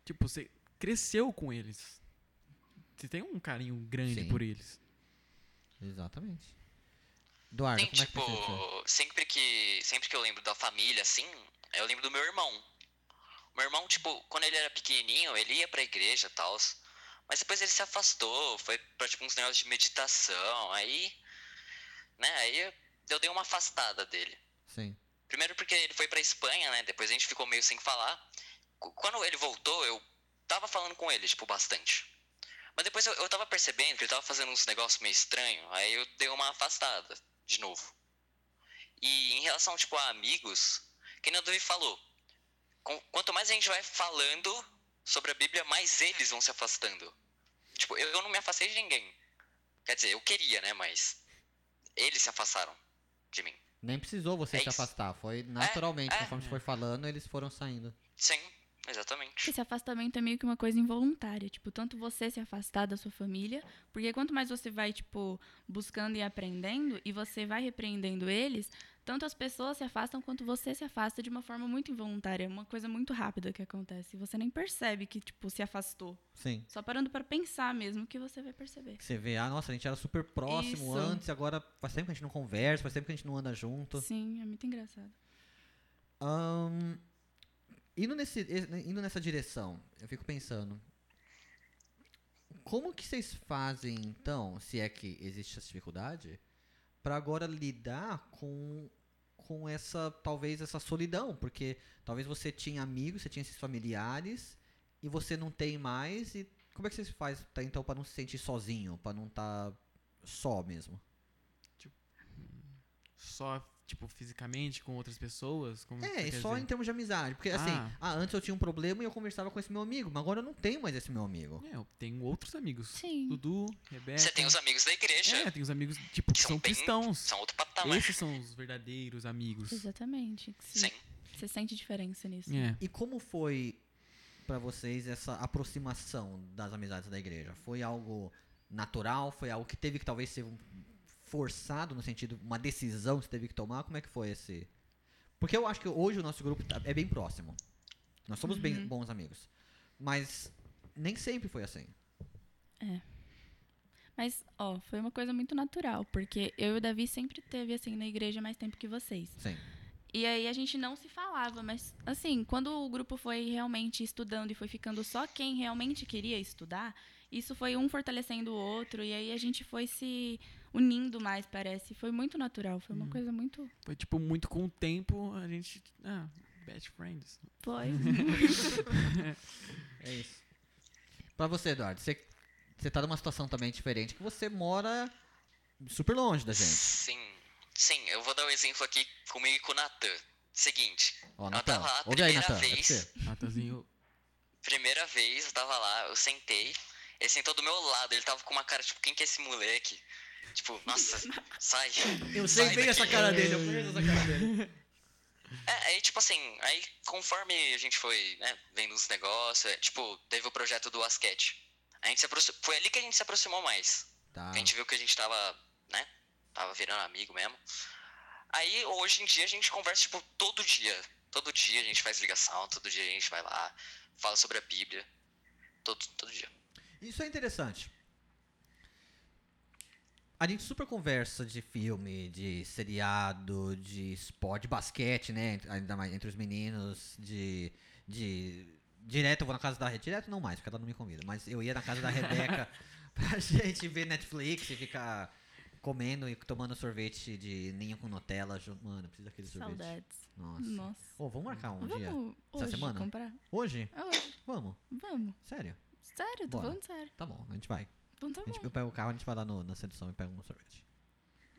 D: Tipo, você cresceu com eles. Você tem um carinho grande
A: Sim.
D: por eles.
A: Exatamente. Eduardo,
C: Tem,
A: como é que
C: tipo,
A: precisa ser?
C: sempre que, sempre que eu lembro da família, assim, eu lembro do meu irmão. Meu irmão, tipo, quando ele era pequenininho, ele ia pra igreja e tal. Mas depois ele se afastou, foi pra, tipo, uns negócios de meditação. Aí, né, aí eu- eu dei uma afastada dele.
A: Sim.
C: Primeiro porque ele foi pra Espanha, né? Depois a gente ficou meio sem falar. Qu- Quando ele voltou, eu tava falando com ele, tipo, bastante. Mas depois eu, eu tava percebendo que ele tava fazendo uns negócios meio estranhos, aí eu dei uma afastada, de novo. E em relação, tipo, a amigos, quem não Duvi falou, com- quanto mais a gente vai falando sobre a Bíblia, mais eles vão se afastando. Tipo, eu, eu não me afastei de ninguém. Quer dizer, eu queria, né? Mas eles se afastaram de mim.
A: Nem precisou você
C: É
A: se
C: isso.
A: afastar. Foi naturalmente,
C: é.
A: conforme você foi falando, eles foram saindo.
C: Sim, exatamente.
B: Esse afastamento é meio que uma coisa involuntária, tipo, tanto você se afastar da sua família, porque quanto mais você vai, tipo, buscando e aprendendo, e você vai repreendendo eles, tanto as pessoas se afastam quanto você se afasta de uma forma muito involuntária, é uma coisa muito rápida que acontece. E você nem percebe que, tipo, se afastou.
A: Sim.
B: Só parando pra pensar mesmo que você vai perceber.
A: Você vê, ah, nossa, a gente era super
B: Isso.
A: próximo antes, agora faz tempo que a gente não conversa, faz tempo que a gente não anda junto.
B: Sim, é muito engraçado.
A: Ahn, indo, nesse, e- né, indo nessa direção, eu fico pensando. Como que vocês fazem, então, se é que existe essa dificuldade, pra agora lidar com, com essa, talvez, essa solidão? Porque talvez você tinha amigos, você tinha esses familiares, e você não tem mais, e como é que vocês fazem, tá, então, pra não se sentir sozinho, pra não estar só mesmo?
D: Só, tipo, fisicamente com outras pessoas? Como
A: É,
D: Hum, você
A: e
D: quer
A: só em
D: dizer?
A: termos de amizade. Porque assim,
D: Ah.
A: ah, antes eu tinha um problema e eu conversava com esse meu amigo, mas agora eu não tenho mais esse meu amigo.
D: É, eu tenho outros amigos.
B: Sim.
D: Dudu, Rebeca.
C: Você tem os amigos da igreja,
D: É, tem os amigos, tipo, que
C: que
D: são
C: bem-
D: cristãos.
C: São outro patamar.
D: Esses são os verdadeiros amigos.
B: Exatamente. que se-
C: Sim.
B: Você sente diferença nisso.
D: É.
A: E como foi pra vocês essa aproximação das amizades da igreja? Foi algo natural? Foi algo que teve que talvez ser um- forçado no sentido uma decisão que você teve que tomar? Como é que foi esse? Porque eu acho que hoje o nosso grupo tá- é bem próximo. Nós somos bem bons amigos, mas nem sempre foi assim.
B: Mas, ó, foi uma coisa muito natural, porque eu e o Davi sempre teve, assim, na igreja mais tempo que vocês.
A: Sim.
B: E aí a gente não se falava, mas assim, quando o grupo foi realmente estudando e foi ficando só quem realmente queria estudar, isso foi um fortalecendo o outro e aí a gente foi se unindo mais, parece. Foi muito natural, foi uma coisa muito
D: Foi, tipo, muito com o tempo, a gente... Ah, best friends.
B: foi.
A: É isso. Pra você, Eduardo, você, você tá numa situação também diferente, que você mora super longe da gente.
C: Sim. Sim, eu vou dar um exemplo aqui comigo e com o Natan. Seguinte,
A: Ó,
C: Eu
A: Natan,
C: tava tá lá a
A: ouve aí,
C: primeira
A: Natan. é
C: vez.
A: você.
D: Natanzinho,
C: primeira vez eu tava lá, eu sentei, ele sentou do meu lado, ele tava com uma cara, tipo, quem que é esse moleque? Tipo, nossa, sai.
A: Eu
C: sei bem essa cara
A: dele, eu conheço essa cara dele.
C: É, aí, tipo assim, aí conforme a gente foi, né, vendo os negócios, é, tipo, teve o projeto do Asquete. A gente se aproxi- Foi ali que a gente se aproximou mais.
A: Tá.
C: A gente viu que a gente tava, né? Tava virando amigo mesmo. Aí, hoje em dia, a gente conversa, tipo, todo dia. Todo dia a gente faz ligação, todo dia a gente vai lá, fala sobre a Bíblia. Todo, todo dia.
A: Isso é interessante. A gente super conversa de filme, de seriado, de esporte, de basquete, né? Ainda mais entre os meninos, de. de direto eu vou na casa da Rebeca. Direto não mais, porque ela não me convida. Mas eu ia na casa da Rebeca pra gente ver Netflix e ficar comendo e tomando sorvete de ninho com Nutella. junto. Mano, precisa daquele sorvete.
B: Saudades.
A: Nossa.
B: Nossa.
A: Ô, vamos marcar um dia?
B: Vamos
A: Essa
B: hoje
A: semana?
B: comprar?
A: Hoje?
B: É hoje,
A: Vamos.
B: Vamos.
A: Sério?
B: Sério, tô
A: Bora.
B: falando sério.
A: Tá bom, a gente vai.
B: Então tá
A: A gente,
B: bom.
A: eu pego o carro, a gente vai lá no- na sedução e pega um sorvete.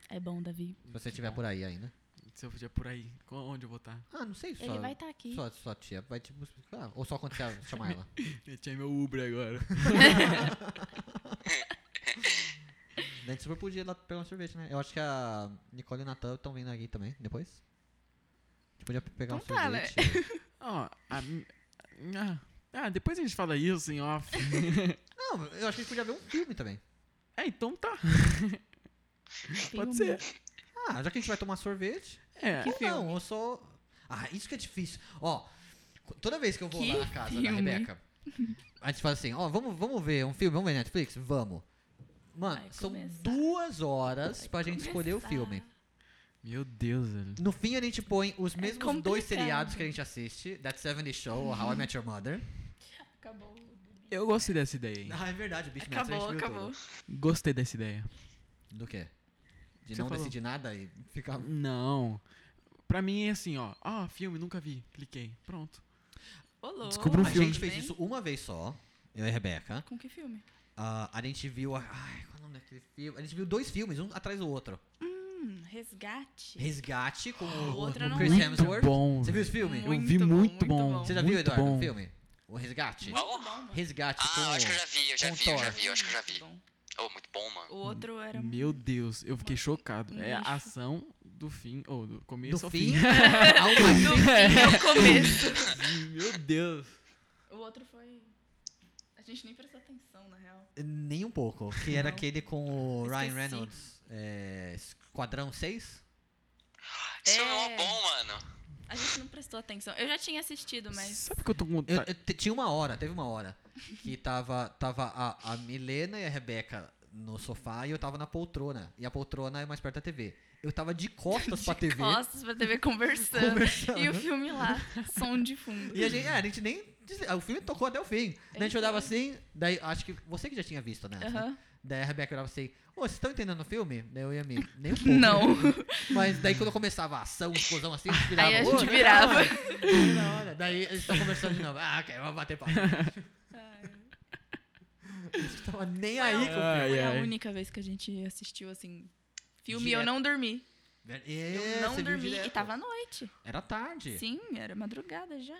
B: É bom, Davi.
A: Se você estiver por aí ainda.
D: se eu fizer por aí, co- onde eu vou tá? estar?
A: né? Ah, não sei, só,
B: Ele vai estar aqui.
A: só, só a tia vai te buscar. Ou só quando você chamar ela.
D: Eu tinha meu Uber agora.
A: A gente super podia ir lá pegar um sorvete, né? Eu acho que a Nicole e o Natan estão vindo aqui também, depois. A gente podia pegar um
B: Então tá, né?
A: sorvete.
D: Ó, a mi- ah, ah, depois a gente fala isso em off.
A: Não, eu acho que a gente podia ver um filme também.
D: é, então tá.
B: Filme. um
D: Pode ser.
A: Ah, já que a gente vai tomar sorvete.
D: É,
A: Que não, eu sou. Ah, isso que é difícil. Ó, toda vez que eu vou
B: Que
A: lá na casa da
B: filme?
A: Rebeca, a gente fala assim: ó, vamos, vamos ver um filme, vamos ver Netflix? Vamos. Mano,
B: Vai
A: são
B: começar.
A: duas horas pra Tipo, gente escolher o
B: começar.
A: filme. Né?
D: Meu Deus, velho.
A: No fim, a gente põe os mesmos dois
B: É complicado.
A: seriados que a gente assiste: That 70 Show ou How I Met Your Mother.
B: Acabou.
D: Eu gostei dessa ideia, hein?
A: Ah, é verdade, o Beach Master a
B: Acabou,
A: gente viu
B: acabou.
D: Gostei dessa ideia.
A: tudo. Do quê? De
D: Você
A: não
D: falou.
A: decidir nada e ficar.
D: Não. Pra mim é assim, ó. Ah, filme, nunca vi. Cliquei. Pronto.
B: Olô,
D: Descubra um
A: a
D: filme.
A: gente fez
B: Bem?
A: isso uma vez só, eu e a Rebeca.
B: Com que filme?
A: Ah, a gente viu. a- Ai, qual é o nome daquele filme? A gente viu dois filmes, um atrás do outro:
B: Hum, Resgate.
A: Resgate com o,
B: Ah, O outro eu
A: com o
B: não
A: Chris
B: lembro.
D: muito
A: Hemsworth.
D: bom.
A: Você viu
D: velho.
A: esse filme?
D: Eu vi muito bom.
A: Você já viu,
D: Muito
A: Eduardo,
D: bom.
A: o filme? O Resgate?
B: Muito
C: Qual?
B: bom, mano.
A: Resgate com.
C: Ah, acho que eu já vi, eu já
A: com
C: vi, eu já
A: Tipo um Thor.
C: vi, eu acho que eu já vi.
B: Muito bom.
C: Oh, muito bom, mano.
B: O outro era.
D: Meu Deus, eu fiquei chocado. É a
B: Lixo.
D: ação do fim, ou do começo
A: Do
D: ao
A: fim.
D: fim.
A: ao fim.
B: Do fim ao começo.
D: Meu Deus.
B: O outro foi. A gente nem prestou atenção, na real.
A: Nem um pouco. Que era
B: Não.
A: aquele com o Ryan
B: Esqueci.
A: Reynolds. É, Esquadrão 6?
C: Esse filme é mó
B: É.
C: bom, mano.
B: A gente não prestou atenção. Eu já tinha assistido, mas.
D: Sabe que eu tô com
A: Eu,
D: vontade?
A: eu te- tinha uma hora, teve uma hora. Que tava, tava a, a Milena e a Rebeca no sofá e eu tava na poltrona. E a poltrona é mais perto da TV. Eu tava de costas pra TV.
B: Costas pra TV conversando.
A: Conversando.
B: E o filme lá, som de fundo.
A: E a gente, é, a gente nem. desli- O filme tocou até o fim. Daí a gente
B: Então.
A: olhava assim, daí acho que você que já tinha visto, né?
B: Aham.
A: Daí a Rebeca olhava assim, ô, vocês estão entendendo o filme? Daí eu ia me. Nem um pouco.
B: Não.
A: Mas daí quando começava a ação, explosão assim, a gente virava.
B: Aí a
A: "Ô,
B: gente
A: que
B: virava.
A: da hora, que da hora." Daí a gente tá conversando de novo. Ah, ok, vamos bater pau. Tava nem aí com o
D: Ai,
B: Foi a
D: ai.
B: única vez que a gente assistiu, assim, filme e eu
A: Direto.
B: não dormi.
A: filme.
B: Eu
A: É, você
B: não
A: viu
B: dormi e
A: direto.
B: tava à noite.
A: Era tarde.
B: Sim, era madrugada já.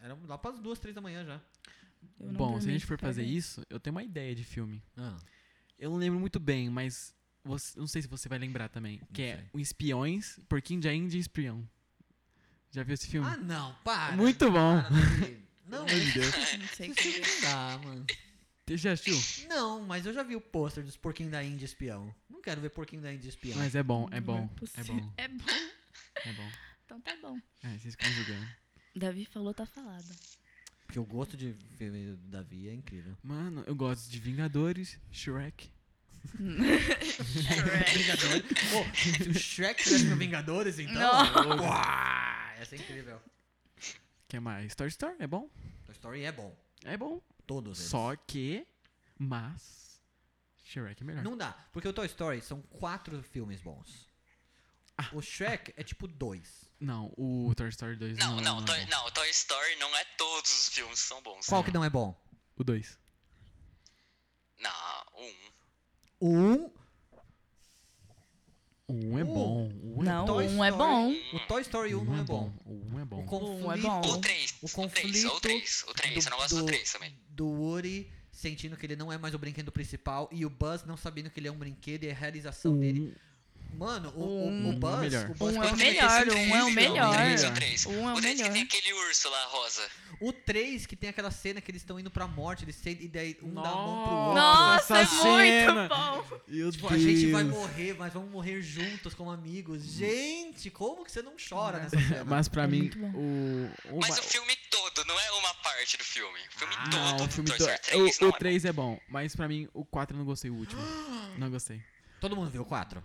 A: Era lá pras duas, três da manhã já.
B: Eu não
D: Bom, se a
B: dormi,
D: gente for fazer
B: parabéns.
D: isso, eu tenho uma ideia de filme. Eu não lembro muito bem, mas você, não sei se você vai lembrar também. Que
A: sei.
D: é o Espiões, Porquinho de Índia e Espião. Já viu esse filme? É
A: Ah, não, para.
D: muito bom.
A: Para, Davi. Não,
B: Não
D: é
B: sei
A: esse filme
B: se...
A: não dá, mano.
D: Você já assistiu?
A: Não, mas eu já vi o pôster dos porquinhos da Índia espião. Não quero ver porquinho da Índia espião.
D: Mas é bom, é
B: Não
D: bom. É
B: possível.
D: bom,
B: É bom.
D: é bom.
B: Então tá bom.
D: É, vocês ficam julgando.
B: Davi falou, tá falado.
A: Porque o gosto de filme do Davi é incrível.
D: Mano, eu gosto de Vingadores, Shrek.
A: Vingadores. Pô, se o Shrek tivesse no Vingadores, então.
B: Não.
A: Uá, essa é incrível.
D: Que mais? Toy Story é bom?
A: Toy Story é bom.
D: É bom.
A: Todos eles.
D: Só que, mas Shrek é melhor.
A: Não dá. Porque o Toy Story são quatro filmes bons. O Shrek é tipo dois.
D: Não, o Toy Story 2 não,
C: Não, não,
D: é
C: Toy,
D: bom.
C: não, Toy Story não é todos os filmes que são bons.
A: Qual que não é bom?
D: O 2.
C: Não, um.
A: O um.
D: O 1 é
A: O-
D: bom. O 1 é
B: Não,
D: bom.
A: Uh, Toy
B: um é
A: Story.
B: bom.
A: O Toy Story 1
D: O
A: não
D: um
A: é bom.
D: O 1 é
A: O
D: bom.
A: conflito.
B: Um é bom.
C: Ou três.
A: O
C: ou três,
A: conflito
C: ou três, ou três. Eu não gosto do três também.
A: Do Woody sentindo que ele não é mais o brinquedo principal e o Buzz não sabendo que ele é um brinquedo e a realização
D: O
A: dele.
D: um-
A: Mano, o, o-
D: Um
A: o
D: é
A: Buzz.
D: melhor.
A: o Buzz tá
B: Um é
A: quando
B: o
A: foi
B: melhor,
A: crescer,
B: um é o
A: não,
B: melhor.
A: não,
C: Três,
A: não.
C: o três.
B: Um é o
C: o três que
B: melhor.
C: tem aquele urso lá, rosa.
A: O 3 que tem aquela cena que eles estão indo pra morte, eles sentem, e daí um dá a mão pro outro.
B: Nossa, é
D: essa cena.
B: muito bom.
D: Meu
A: Tipo, a gente vai
D: Deus.
A: morrer, mas vamos morrer juntos como amigos. Gente, como que você não chora nessa cena?
D: Mas pra
B: É
D: mim,
B: muito bom.
D: o. o
C: Mas
D: ma-
C: o filme todo, não é uma parte do filme. O filme
A: Ah,
D: Não,
C: todo
D: o
C: do
D: filme
C: Toy
D: todo.
C: Story 3 não
D: O
C: é
D: 3 é bom, mas pra mim o 4 eu não gostei, o último. Não gostei.
A: Todo mundo viu o 4?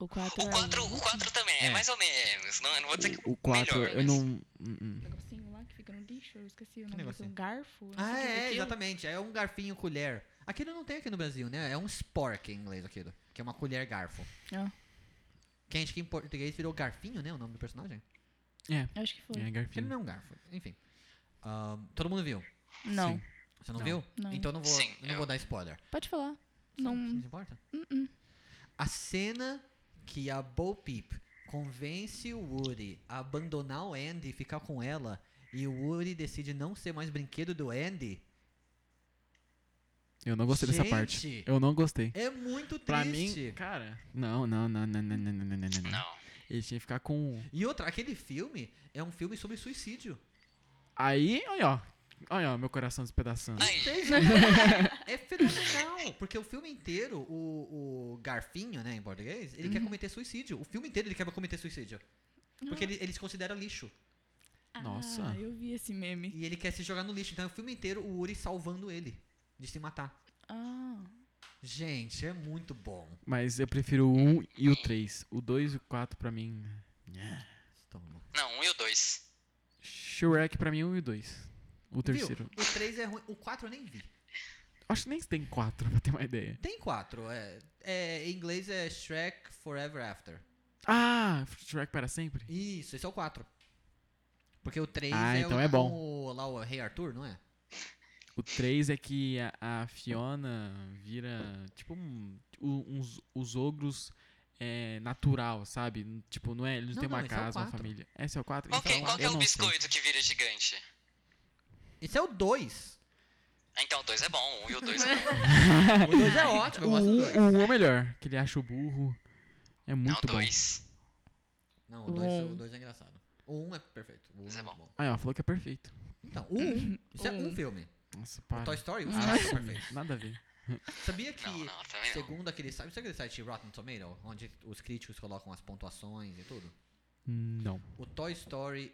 B: O é um 4
C: O 4, o 4 também, é.
A: É.
C: mais ou menos. Não, eu não vou dizer que
D: O 4
C: melhor,
D: eu
C: mas-
D: não. Hum, hum.
B: negocinho lá que fica no lixo, eu esqueci o nome
A: negocinho?
B: um garfo. não sei o
A: Ah,
B: que
A: é,
B: daquilo.
A: exatamente. É um garfinho colher. Aquilo não tem aqui no Brasil, né? É um spork em inglês aquilo. Que é uma colher garfo.
B: Ah,
A: Que acho que em português virou garfinho, né? O nome do personagem.
B: acho que foi.
A: Porque
D: É,
A: ele
D: Garfield.
A: não é um garfo. Enfim. Ahn, todo mundo viu.
B: Não.
D: Sim.
A: Você não,
D: Não.
A: viu?
B: Não.
A: Então eu não vou,
C: Sim,
A: eu não
C: eu-
A: vou dar spoiler.
B: Pode falar.
A: Você
B: Não. Uh-uh.
A: você se importa? A cena que a Bo Peep convence o Woody a abandonar o Andy e ficar com ela, e o Woody decide não ser mais brinquedo do Andy,
D: Eu não gostei dessa parte.
A: Gente!
D: Eu não gostei.
A: é muito
D: Pra
A: triste.
D: mim, cara. Não, não, não, não, não, não, não, não, não, não.
C: Não.
D: Ele tinha que ficar com. um.
A: E outra, aquele filme é um filme sobre suicídio.
D: Aí, olha, ó. Olha, ó, meu coração despedaçando.
C: Aí,
A: É fenomenal, porque o filme inteiro, o, o Garfinho, né, em português, ele quer cometer suicídio. O filme inteiro ele quer cometer suicídio. Porque ele, ele se considera lixo.
D: Nossa.
B: Ah, eu vi esse meme.
A: E ele quer se jogar no lixo. Então é o filme inteiro o Uri salvando ele de se matar.
B: Ah.
A: Gente, é muito bom.
D: Mas eu prefiro o 1 e o 3. O 2 e o 4 pra mim. nhé. Tá
A: Estão loucos.
C: Não, um e o dois.
D: Shrek pra mim é o 1 e o 2. O
A: Viu?
D: terceiro.
A: O 3 é ruim. O 4 eu nem vi.
D: Acho que nem tem 4 pra ter uma ideia.
A: Tem 4. É, é, em inglês é Shrek Forever After.
D: Ah, Shrek para sempre?
A: Isso, esse é o 4. Porque o 3
D: Ah,
A: é,
D: então
A: o,
D: é bom.
A: o- lá o Rei Arthur, não é?
D: O 3 é que a, a Fiona vira, tipo, um- o- uns, os ogros é, natural, sabe? Tipo, não é,
A: Não,
D: eles não têm
A: não,
D: uma
A: esse é o
D: casa, uma
A: quatro.
D: família. Esse é o 4?
C: Qual que,
D: então,
C: qual que é
D: eu
C: o
D: não sei.
C: biscoito que vira gigante?
A: Esse é o 2.
C: Ah, Então, o dois é bom, um e o dois é bom.
A: O 2 é ótimo, eu
D: O
A: gosto do 2.
D: 1 é o melhor, que ele acha o burro. É
C: Não,
D: muito bom.
C: dois.
A: Não, o 2 é,
B: Um.
A: o dois é engraçado. O 1 um é perfeito. O 1 um é,
C: Esse é
A: muito bom.
D: Aí, ó, falou que é perfeito.
A: Então, o 1. Um, isso é um
B: Um.
A: filme.
D: Nossa,
A: O Toy
D: para.
A: Story, o 1
D: Ah,
A: é
D: sim,
A: perfeito.
D: nada a ver.
A: Sabia que,
C: Não, não, também não.
A: segundo aquele site, sabe aquele site Rotten Tomato, onde os críticos colocam as pontuações e tudo?
D: Não.
A: O Toy Story,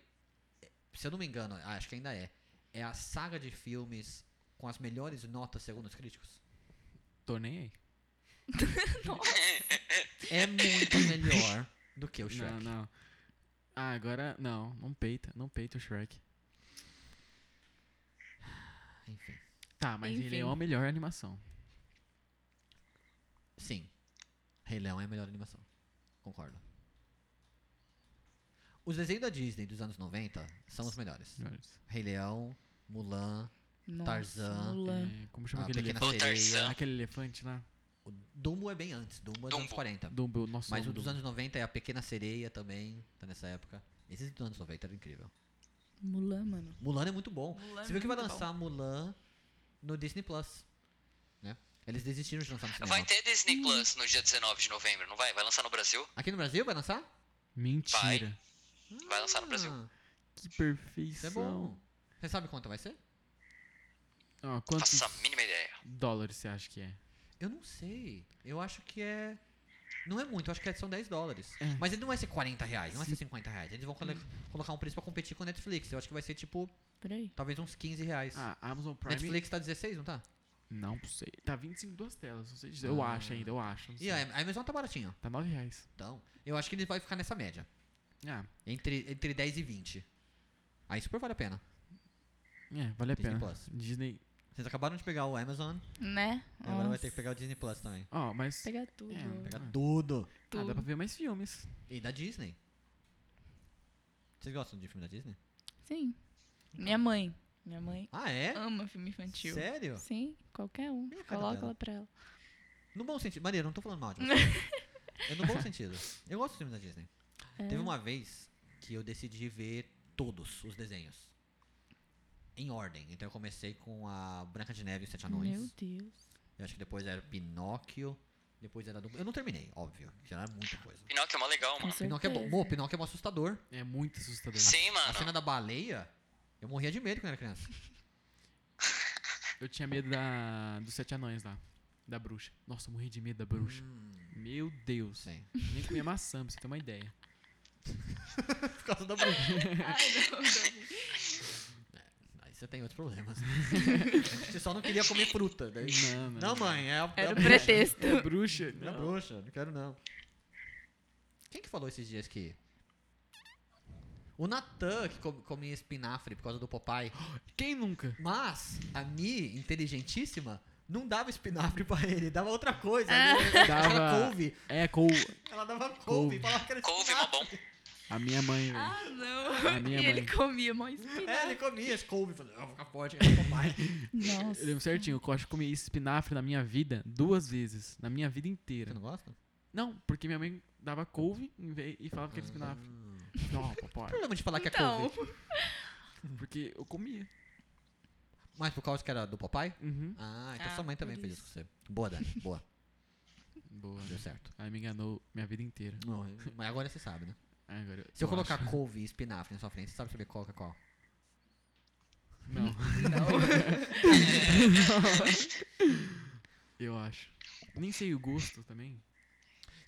A: se eu não me engano, acho que ainda é, é a saga de filmes com as melhores notas segundo os críticos.
D: Tô nem aí.
A: É muito melhor do que o Shrek.
D: Não, não. Ah, agora. Não, não peita. Não peita o Shrek.
A: Enfim,
D: Tá, mas ele é
B: Enfim.
D: a melhor animação.
A: sim. Rei Leão é a melhor animação. Concordo. Os desenhos da Disney dos anos 90 são os melhores. Rei Leão, Mulan,
B: Nossa,
A: Tarzan,
B: Mulan.
D: É, como chama
A: a
D: aquele
A: Ah, Pequena
D: elefante?
C: elefante.
A: Sereia.
C: Tarzan.
D: Aquele elefante lá?
A: O Dumbo é bem antes, Dumbo é dos anos
C: Dumbo.
A: 40.
D: Dumbo, nossa.
A: Mas
D: amo
A: o dos
D: Dumbo.
A: anos 90 é a Pequena Sereia também, tá nessa época. Esses dos anos 90 eram incrível.
B: Mulan, mano.
A: Mulan é muito bom.
B: Mulan é
A: Você viu que vai
B: muito bom.
A: lançar Mulan no Disney Plus, né? Eles desistiram de lançar no cinema.
C: Vai ter Disney Plus no dia 19 de novembro, não vai? Vai lançar no Brasil?
A: Aqui no Brasil vai lançar?
D: Mentira.
C: Vai lançar
D: Hum,
C: no Brasil.
A: Ah,
D: Que
A: Isso
D: perfeição.
A: é bom. Você sabe quanto vai ser?
D: Ó, quantos
C: Faço a mínima ideia.
D: dólares você acha que é?
A: Eu não sei. Eu acho que é... Não é muito, eu acho que são 10 dólares.
D: É.
A: Mas ele não vai ser 40 reais, não vai ser 50 reais. Eles vão cole- colocar um preço pra competir com o Netflix. Eu acho que vai ser, tipo,
B: Peraí.
A: talvez uns 15 reais.
D: Ah, Amazon Prime.
A: Netflix tá 16, não tá?
D: Não sei. Tá 25 duas telas. Não sei dizer. Eu
A: Ah.
D: acho ainda, eu acho. não
A: E
D: sei.
A: a a Amazon tá baratinho.
D: Tá 9 reais.
A: Então, eu acho que ele vai ficar nessa média.
D: Ah,
A: Entre, entre 10 e 20. Aí super vale a pena.
D: é, vale a
A: Disney
D: pena.
A: Plus.
D: Disney.
A: Vocês acabaram de pegar o Amazon,
B: Né?
A: agora vai
B: Nossa.
A: ter que pegar o Disney Plus também.
D: Ó, mas.
B: Pegar tudo.
D: É,
A: Pega
D: Ah.
A: tudo.
D: Ah, dá
B: tudo.
D: pra ver mais filmes.
A: E da Disney. Vocês gostam de filme da Disney?
B: Sim. Minha mãe. Minha mãe
A: Ah, é?
B: ama filme infantil.
A: Sério?
B: Sim, qualquer um.
A: E a cara
B: Coloca
A: dela?
B: ela pra ela.
A: No bom sentido. Maria, eu não tô falando mal de você. é no bom sentido. Eu gosto de filmes da Disney.
B: É.
A: Teve um uma vez que eu decidi ver todos os desenhos. Em ordem. Então eu comecei com a Branca de Neve e os Sete Anões.
B: Meu Deus.
A: Eu acho que depois era Pinóquio. Depois era do. Eu não terminei, óbvio. que Já era muita coisa.
C: Pinóquio é mó legal,
B: Com
C: mano.
A: Pinóquio é bom.
B: certeza.
A: Mô, Pinóquio é mó assustador.
D: É muito assustador.
C: Sim,
A: A cena
C: mano.
A: da baleia, eu morria de medo quando era criança.
D: Eu tinha medo da, dos sete anões lá. Da bruxa. Nossa, eu morri de medo da bruxa.
A: Hum.
D: Meu Deus.
A: Sim.
D: Nem comia maçã, pra você ter uma ideia.
A: Por causa da baleia.
B: Ai, não, não.
A: Aí você tem outros problemas. você só não queria comer fruta. Daí...
D: Não, não.
A: Não, mãe, é a, é
B: Era
A: a
B: o
A: bruxa.
B: pretexto.
D: É bruxa.
A: É a
D: Não.
A: bruxa, não quero não. Quem que falou esses dias que. O Natan que com- comia espinafre por causa do Popeye.
D: Quem nunca?
A: Mas a Mi, inteligentíssima, não dava espinafre pra ele, dava outra coisa.
B: É.
A: Né?
D: Dava-
A: Ela couve.
D: É, com
A: Ela dava couve,
D: Couve.
A: falava que era
C: Couve é mó
A: espinafre.
C: bom.
D: a minha mãe, velho.
B: Ah,
D: A
B: não.
D: minha
B: E ele
D: mãe.
B: comia mó espinha.
A: É, ele comia as couve, falava, eu vou ficar forte, é eu vou mais.
D: Eu
B: Nossa.
D: lembro certinho, eu acho que comi espinafre na minha vida duas vezes. Na minha vida
A: Você
D: inteira.
A: não gosta?
D: Não, porque minha mãe dava couve em vez- e falava que era espinafre. Não,
A: O
D: papai.
A: Ah, problema de falar que é
B: Então,
A: couve.
D: Porque eu comia.
A: Mas por causa que era do papai?
D: Uhum.
A: Ah, então
B: Ah,
A: sua mãe também
B: por
A: fez isso com você. Boa, Dani, boa.
D: Boa.
A: Deu certo.
D: Aí me enganou minha vida inteira.
A: Não, mas agora você sabe, né?
D: Aí Agora,
A: Se eu colocar
D: acho-
A: couve e espinafre na sua frente, você sabe saber qual que é qual.
D: Não. Eu acho. Nem sei o gosto também.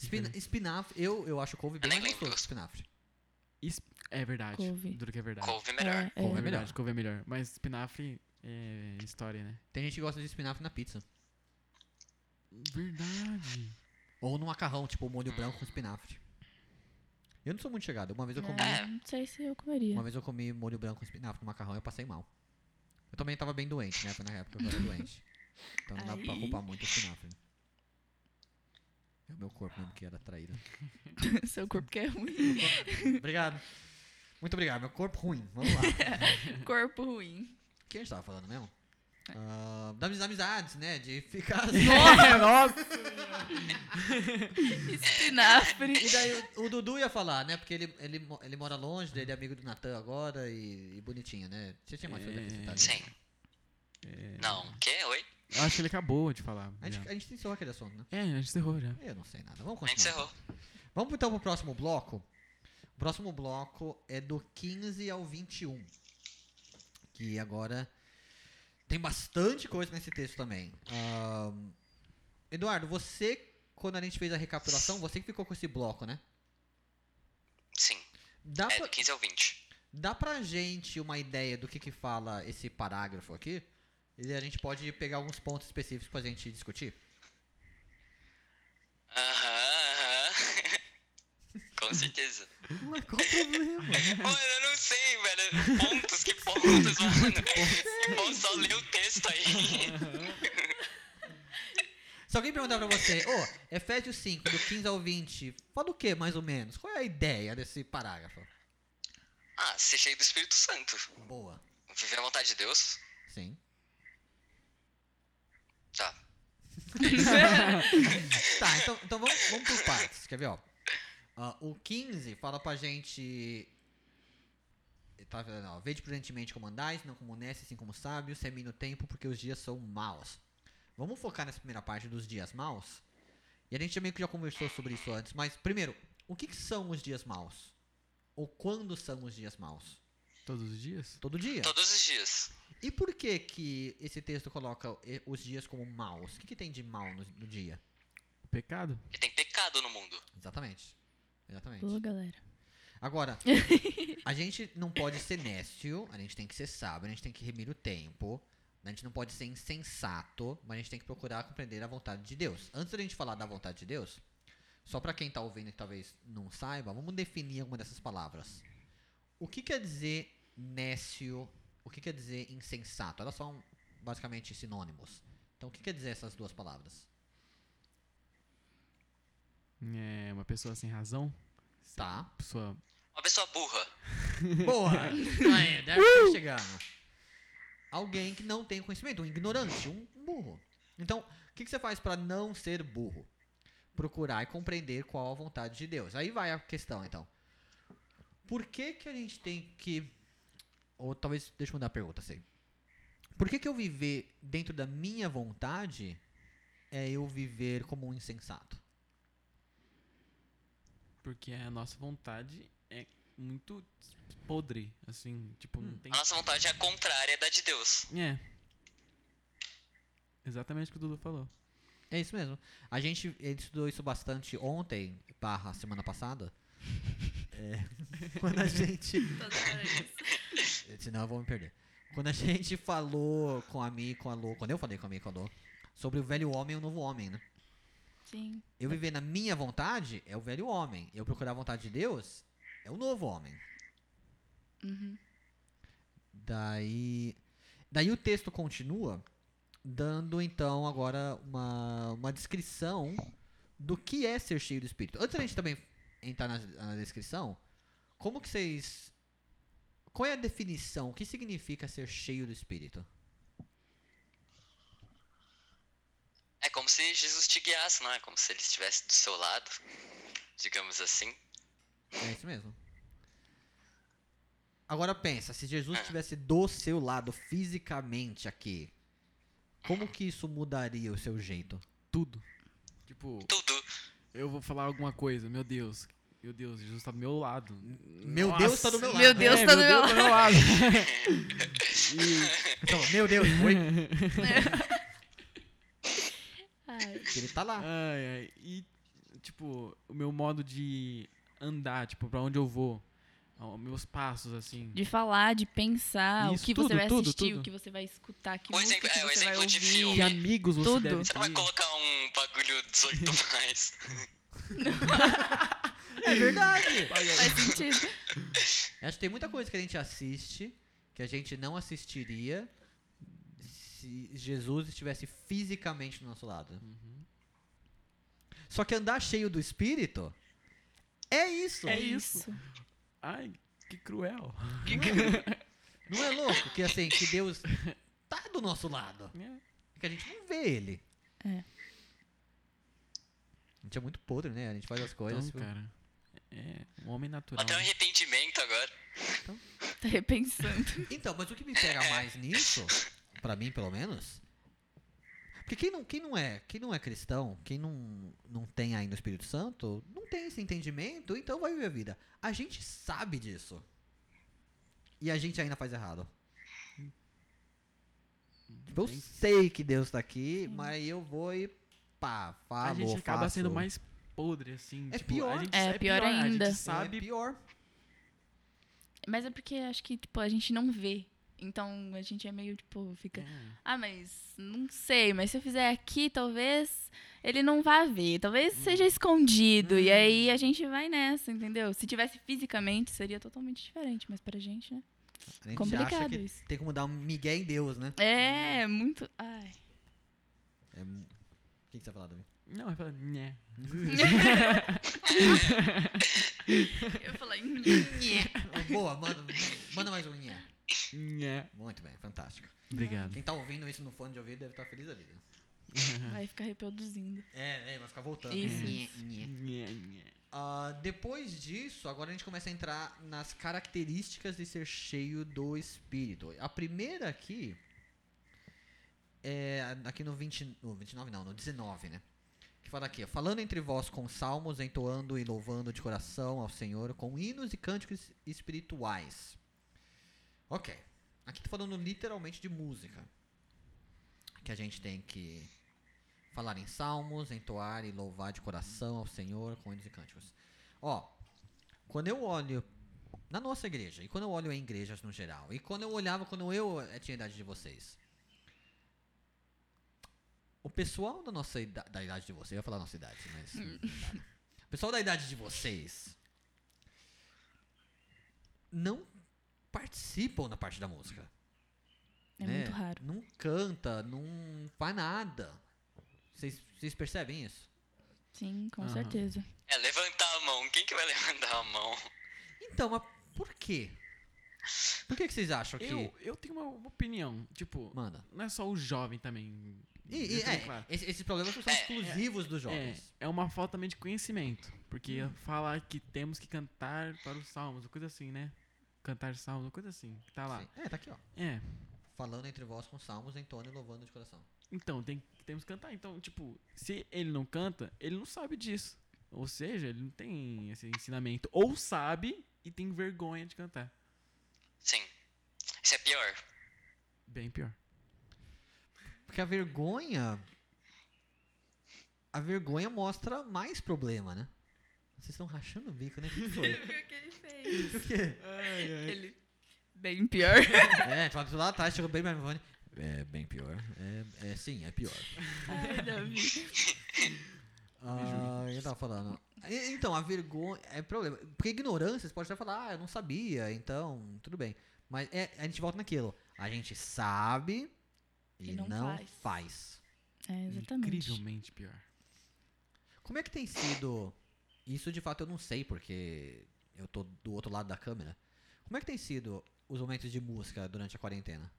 A: Espina- espinafre, eu, eu acho couve bem
C: nem
A: mais
C: lembro.
A: gostoso que espinafre.
D: Esp- É verdade.
B: Couve.
D: Duro que é verdade.
C: Couve é melhor.
B: É, é.
D: Couve é,
A: É
D: melhor.
A: melhor.
D: Couve é melhor. Mas espinafre é história, né?
A: Tem gente que gosta de espinafre na pizza.
D: Verdade.
A: Ou no macarrão, tipo molho branco com espinafre. Eu não sou muito chegado. Uma vez eu comi,
B: É, não sei se eu comeria.
A: uma vez eu comi molho branco com espinafre no macarrão e eu passei mal. Eu também tava bem doente, né? Foi na época que eu era doente. Então não dá pra
B: Aí.
A: culpar muito o espinafre. É o meu corpo mesmo que era traído.
B: Seu corpo que é ruim.
A: obrigado. Muito obrigado. Meu corpo ruim. Vamos lá.
B: corpo ruim.
A: O que a gente tava falando mesmo? Ah, das amizades, né? De ficar.
D: Nossa!
B: Espinafre.
A: E daí o, o Dudu ia falar, né? Porque ele, ele, mo- ele mora longe, daí ele é amigo do Natan agora e, e bonitinho, né? Você tinha mais coisa pra
D: É.
A: citar, né?
C: Sim. Não, o quê? Oi?
D: Eu acho que ele acabou de falar.
A: A gente,
D: já.
A: a gente encerrou aquele assunto, né?
D: É, a gente encerrou já.
A: Eu não sei nada. Vamos
C: A gente
A: continuar.
C: encerrou.
A: Vamos então pro próximo bloco. O próximo bloco é do 15 ao 21. Que agora tem bastante coisa nesse texto também. Ahn, Eduardo, você, quando a gente fez a recapitulação, você que ficou com esse bloco, né?
C: Sim.
A: Dá
C: É,
A: pra,
C: do 15 ao 20.
A: Dá pra gente uma ideia do que que fala esse parágrafo aqui? E a gente pode pegar alguns pontos específicos pra gente discutir?
C: Aham, aham. Com certeza.
A: Mas qual o problema?
C: Mano, eu não sei, velho. Pontos, que pontos, mano. Que bom só ler o texto aí.
A: Se alguém perguntar pra você, ô, Efésios 5, do 15 ao 20, fala o que mais ou menos? Qual é a ideia desse parágrafo?
C: Ah, ser cheio do Espírito Santo.
A: Boa.
C: Viver a vontade de Deus.
A: Sim.
C: Tá.
A: Tá, então, então vamos, vamos por partes. Quer ver, ó? Ah, o 15 fala pra gente. Tá, vendo, ó, Vede prudentemente como andais, não como nesse, assim como sábios, semine o tempo, porque os dias são maus. Vamos focar nessa primeira parte dos dias maus? E a gente já meio que já conversou sobre isso antes, mas primeiro, o que, que são os dias maus? Ou quando são os dias maus?
D: Todos os dias?
A: Todo dia.
C: Todos os dias.
A: E por que que esse texto coloca eh, os dias como maus? O que, que tem de mal no, no dia?
D: O pecado?
C: Porque tem pecado no mundo.
A: Exatamente. Exatamente.
B: Boa, galera.
A: Agora, a gente não pode ser nécio, a gente tem que ser sábio, a gente tem que remir o tempo, a gente não pode ser insensato, mas a gente tem que procurar compreender a vontade de Deus. Antes da gente falar da vontade de Deus, só pra quem tá ouvindo e talvez não saiba, vamos definir alguma dessas palavras. O que quer dizer nécio? O que quer dizer insensato? Elas são basicamente sinônimos. Então, o que quer dizer essas duas palavras?
D: É uma pessoa sem razão?
A: Tá.
D: Pessoa.
C: Uma pessoa burra.
A: Boa! Aí, é, deve estar chegando. Alguém que não tem conhecimento, um ignorante, um burro. Então, o que, que você faz pra não ser burro? Procurar e compreender qual a vontade de Deus. Aí vai a questão, então. Por que que a gente tem que... Ou talvez, deixa eu mudar a pergunta, sei. Por que que eu viver dentro da minha vontade é eu viver como um insensato?
D: Porque a nossa vontade é muito podre, assim. Tipo,
A: Hum.
D: não tem.
C: A nossa vontade é a contrária da de Deus.
D: É. Exatamente o que o Dudu falou.
A: É isso mesmo. A gente ele estudou isso bastante ontem, barra semana passada. É, quando a gente. Senão eu vou me perder. Quando a gente falou com a Mi e com a Lô, quando eu falei com a Mi e com a Lô, sobre o velho homem e o novo homem, né?
B: Sim.
A: Eu viver na minha vontade é o velho homem. Eu procurar a vontade de Deus é o novo homem. Daí. Daí o texto continua dando então agora uma, uma descrição do que é ser cheio do espírito. Antes da gente também entrar na, na descrição, como que vocês. Qual é a definição? O que significa ser cheio do espírito?
C: É como se Jesus te guiasse, não é? Como se ele estivesse do seu lado, digamos assim.
A: É isso mesmo. Agora pensa, se Jesus estivesse do seu lado fisicamente aqui, como que isso mudaria o seu jeito?
D: Tudo. Tipo,
C: Tudo.
D: eu vou falar alguma coisa, meu Deus. Meu Deus, Jesus tá do meu lado.
A: Meu Deus tá do meu lado.
B: Meu Deus tá do meu
D: É, Deus lado.
A: Então, meu Deus, oi,
B: Ai,
A: que ele tá lá.
D: Ai, ai. E, tipo, o meu modo de andar, tipo, pra onde eu vou. Ó, Meus passos, assim.
B: de falar, de pensar,
D: Isso,
B: o que
D: tudo,
B: você vai
D: tudo,
B: assistir,
D: tudo.
B: o que você vai escutar, que
C: O
B: música
C: exemplo-
B: que
C: é, o
B: você vai
C: exemplo de
B: ouvir.
D: Que
C: filme.
D: amigos você
B: Tudo.
D: deve
C: Você não vai
D: ter.
C: colocar um um bagulho 18 mais.
A: É verdade.
B: Faz sentido.
A: Acho que tem muita coisa que a gente assiste que a gente não assistiria se Jesus estivesse fisicamente do nosso lado. Só que andar cheio do espírito é isso.
D: É isso. Ai, que cruel.
A: Não é louco que assim, que Deus tá do nosso lado. É que a gente não vê ele.
B: É.
A: A gente é muito podre, né? A gente faz as coisas.
D: Então,
A: tipo,
D: cara. É um homem natural.
C: Até um arrependimento agora.
B: Tá repensando.
A: Então, mas o que me pega mais nisso, pra mim pelo menos, porque quem não, quem não é, quem não é cristão, quem não, não tem ainda o Espírito Santo, não tem esse entendimento, então vai viver a vida. A gente sabe disso. E a gente ainda faz errado. Tipo, eu sei que Deus tá aqui, mas eu vou e pá, falo,
D: a gente acaba
A: faço.
D: sendo mais podre, assim.
A: É
D: tipo,
A: pior.
D: A gente,
B: É, pior
D: A
B: ainda.
D: gente sabe.
A: É pior.
B: Mas é porque acho que, tipo, a gente não vê. Então a gente é meio, tipo, fica.
D: É.
B: Ah, mas não sei, mas se eu fizer aqui, talvez ele não vá ver. Talvez seja escondido. E aí a gente vai nessa, entendeu? Se tivesse fisicamente, seria totalmente diferente, mas pra gente, né?
A: A gente acha
B: Complicado
A: que
B: isso.
A: tem como dar um migué em Deus, né?
B: É, muito. Ai.
A: É mu- O que, que você vai falar, Davi?
D: Não, eu falo, né.
B: Eu falei. "Nhe".
A: Boa, manda, manda mais um nhé.
D: Né.
A: Muito bem, fantástico.
D: Obrigado.
A: Quem tá ouvindo isso no fone de ouvido deve estar feliz ali. Né?
B: Vai ficar reproduzindo.
A: É, é, vai ficar voltando.
B: Isso,
A: Nhé,
B: isso.
A: nhé.
D: Né, né.
A: Ah, depois disso, agora a gente começa a entrar nas características de ser cheio do espírito. A primeira aqui é aqui no 20, no 29 não, no 19, né? Que fala aqui, ó, falando entre vós com salmos, entoando e louvando de coração ao Senhor com hinos e cânticos espirituais. OK. Aqui tô falando literalmente de música. Que a gente tem que falar em salmos, entoar e louvar de coração ao Senhor com hinos e cânticos. Ó, quando eu olho na nossa igreja, e quando eu olho em igrejas no geral, e quando eu olhava quando eu eh, tinha a idade de vocês, o pessoal da nossa ida- da idade de vocês, eu ia falar nossa idade, mas. o pessoal da idade de vocês não participam na parte da música
B: É
A: né?
B: muito raro.
A: Não canta, não faz nada. Vocês vocês percebem isso?
B: Sim, com
D: Aham.
B: certeza.
C: É, levantar a mão. Quem que vai levantar a mão?
A: Então, mas por quê? Por que, que vocês acham que.
D: Eu, eu tenho uma uma opinião. Tipo,
A: Manda.
D: não é só o jovem também.
A: E- e,
D: deixa eu
A: é,
D: bem claro.
A: esse- esses problemas não são exclusivos dos jovens. Hum.
D: É, é uma falta também de conhecimento. Porque fala que temos que cantar para os salmos, uma coisa assim, né? Cantar salmos, uma coisa assim. que Tá lá.
A: Sim. É, tá aqui, ó.
D: É.
A: Falando entre vós com salmos, entoando e louvando de coração.
D: Então, tem, temos que cantar. Então, tipo, se ele não canta, ele não sabe disso. Ou seja, ele não tem esse ensinamento. Ou sabe e tem vergonha de cantar.
C: Sim. Isso é pior.
D: Bem pior.
A: Porque a vergonha. A vergonha mostra mais problema, né? Vocês estão rachando o bico, né? O que foi?
B: que ele fez?
A: O quê?
B: Ele. Bem pior.
A: É, fala lá atrás, chegou bem mais longe. É bem pior. É, é sim, é pior.
B: Ai, Davi.
A: Ah, eu tava falando. E- Então, a vergonha é problema. Porque ignorância, você pode até falar, ah, eu não sabia, então, tudo bem. Mas é, a gente volta naquilo. A gente sabe e,
B: E
A: não,
B: não
A: faz.
B: faz. É, exatamente.
D: Incrivelmente pior.
A: Como é que tem sido. Isso de fato eu não sei, porque eu tô do outro lado da câmera. Como é que tem sido os momentos de música durante a quarentena?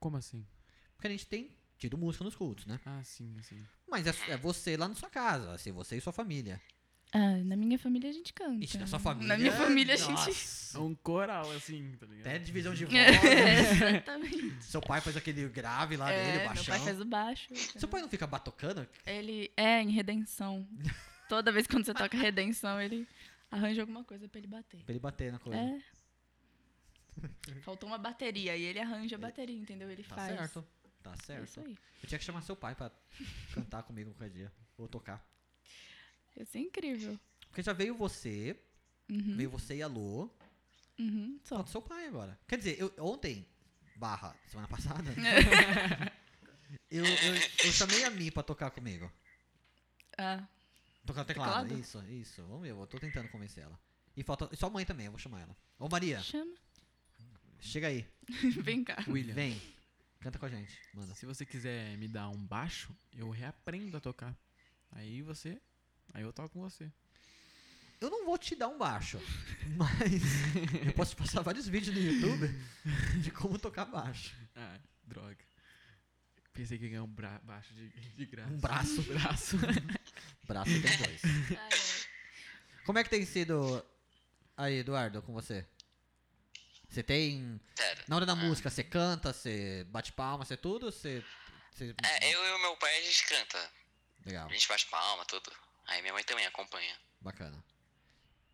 D: Como assim?
A: Porque a gente tem tido música nos cultos, né?
D: Ah, sim, assim.
A: Mas é, é você lá na sua casa, assim, você e sua família.
B: Ah, na minha família a gente canta.
A: Ixi, na sua família.
B: Na minha família a
A: nossa,
B: gente.
D: É um coral, assim, tá ligado?
A: Até divisão de
B: É,
A: voz.
B: exatamente.
A: Seu pai faz aquele grave lá
B: É,
A: dele,
B: meu
A: baixão.
B: pai faz o baixo.
A: Seu pai não fica batucando?
B: Ele é em redenção. Toda vez quando você toca redenção, ele arranja alguma coisa pra ele bater.
A: Pra ele bater na Tá coisa.
B: É. Faltou uma bateria e ele arranja a bateria, entendeu? Ele
A: tá
B: faz.
A: certo. Tá
B: É isso
A: certo.
B: aí.
A: Eu tinha que chamar seu pai pra cantar comigo qualquer dia. Ou tocar.
B: Isso é incrível.
A: Porque já veio você,
B: Uhum,
A: veio você e a Lô.
B: uhum, só.
A: Falta seu pai agora. Quer dizer, eu, ontem, barra, semana passada, Eu, eu, eu chamei a Mi pra tocar comigo.
B: Ah,
A: Tocar teclado.
B: Teclado?
A: Isso, isso. Vamos ver, eu tô tentando convencer ela. E falta. E sua mãe também, eu vou chamar ela. Ô Maria,
B: chama.
A: chega aí.
B: Vem cá.
D: William,
A: Vem. Canta com a gente. Manda.
D: se você quiser me dar um baixo, eu reaprendo a tocar. Aí você. Aí eu toco com você.
A: Eu não vou te dar um baixo, mas eu posso passar vários vídeos no YouTube de como tocar baixo.
D: Ah, droga. Pensei que ia ganhar um bra baixo de, de graça.
A: Um braço.
D: Um braço.
A: Braço tem dois.
B: Ai, ai.
A: Como é que tem sido aí, Eduardo, com você? Você tem.
C: Pera.
A: Na hora da música, você canta, você bate palma, você é tudo? Você. você-
C: É, eu e o meu pai, a gente canta.
A: Legal,
C: A gente bate palma, tudo. Aí minha mãe também acompanha.
A: bacana.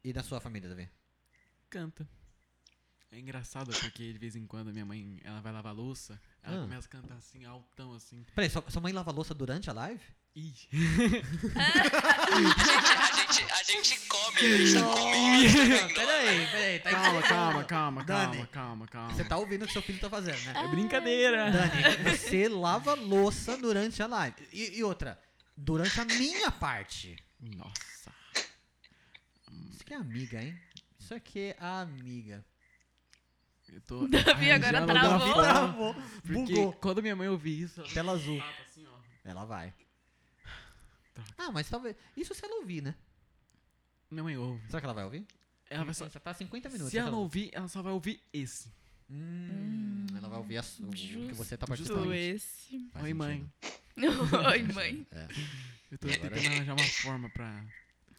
A: E da sua família, Davi?
D: canta. É engraçado porque de vez em quando minha mãe ela vai lavar a louça, ela
A: Ah.
D: começa a cantar assim, altão assim.
A: Peraí, sua, sua mãe lava a louça durante a live?
D: Ih,
C: A gente, a gente, a gente come, a gente tá comendo.
A: peraí, peraí. Tá
D: calma, calma, calma,
A: Dani.
D: calma, calma, calma.
A: Você tá ouvindo o que seu filho tá fazendo, né?
D: É brincadeira.
A: Dani, você lava a louça durante a live. E, e outra, durante a minha parte.
D: Nossa.
A: Isso aqui é amiga, hein? Isso aqui é a amiga.
D: Eu tô
B: Davi agora
D: arranjando da
B: travou.
D: forma,
A: Travou,
D: Porque
A: bugou.
D: quando minha mãe ouvir isso, ela
A: Tela azul.
D: tapa assim, ó.
A: Ela vai.
D: Droga.
A: Ah, mas talvez. Isso se ela ouvir, né?
D: Minha mãe ouve.
A: Será que ela vai ouvir?
D: Ela vai É só...
A: Já tá 50 minutos.
D: Se ela
A: será que
D: não ouvir, ela só vai ouvir esse.
A: Hum, ela vai ouvir a su- o que você tá
D: justo
A: participando.
B: esse.
A: Faz
D: Oi, mãe.
A: sentido.
B: Oi, mãe.
A: É.
D: Eu tô
A: Agora-
D: tentando arranjar é uma forma pra.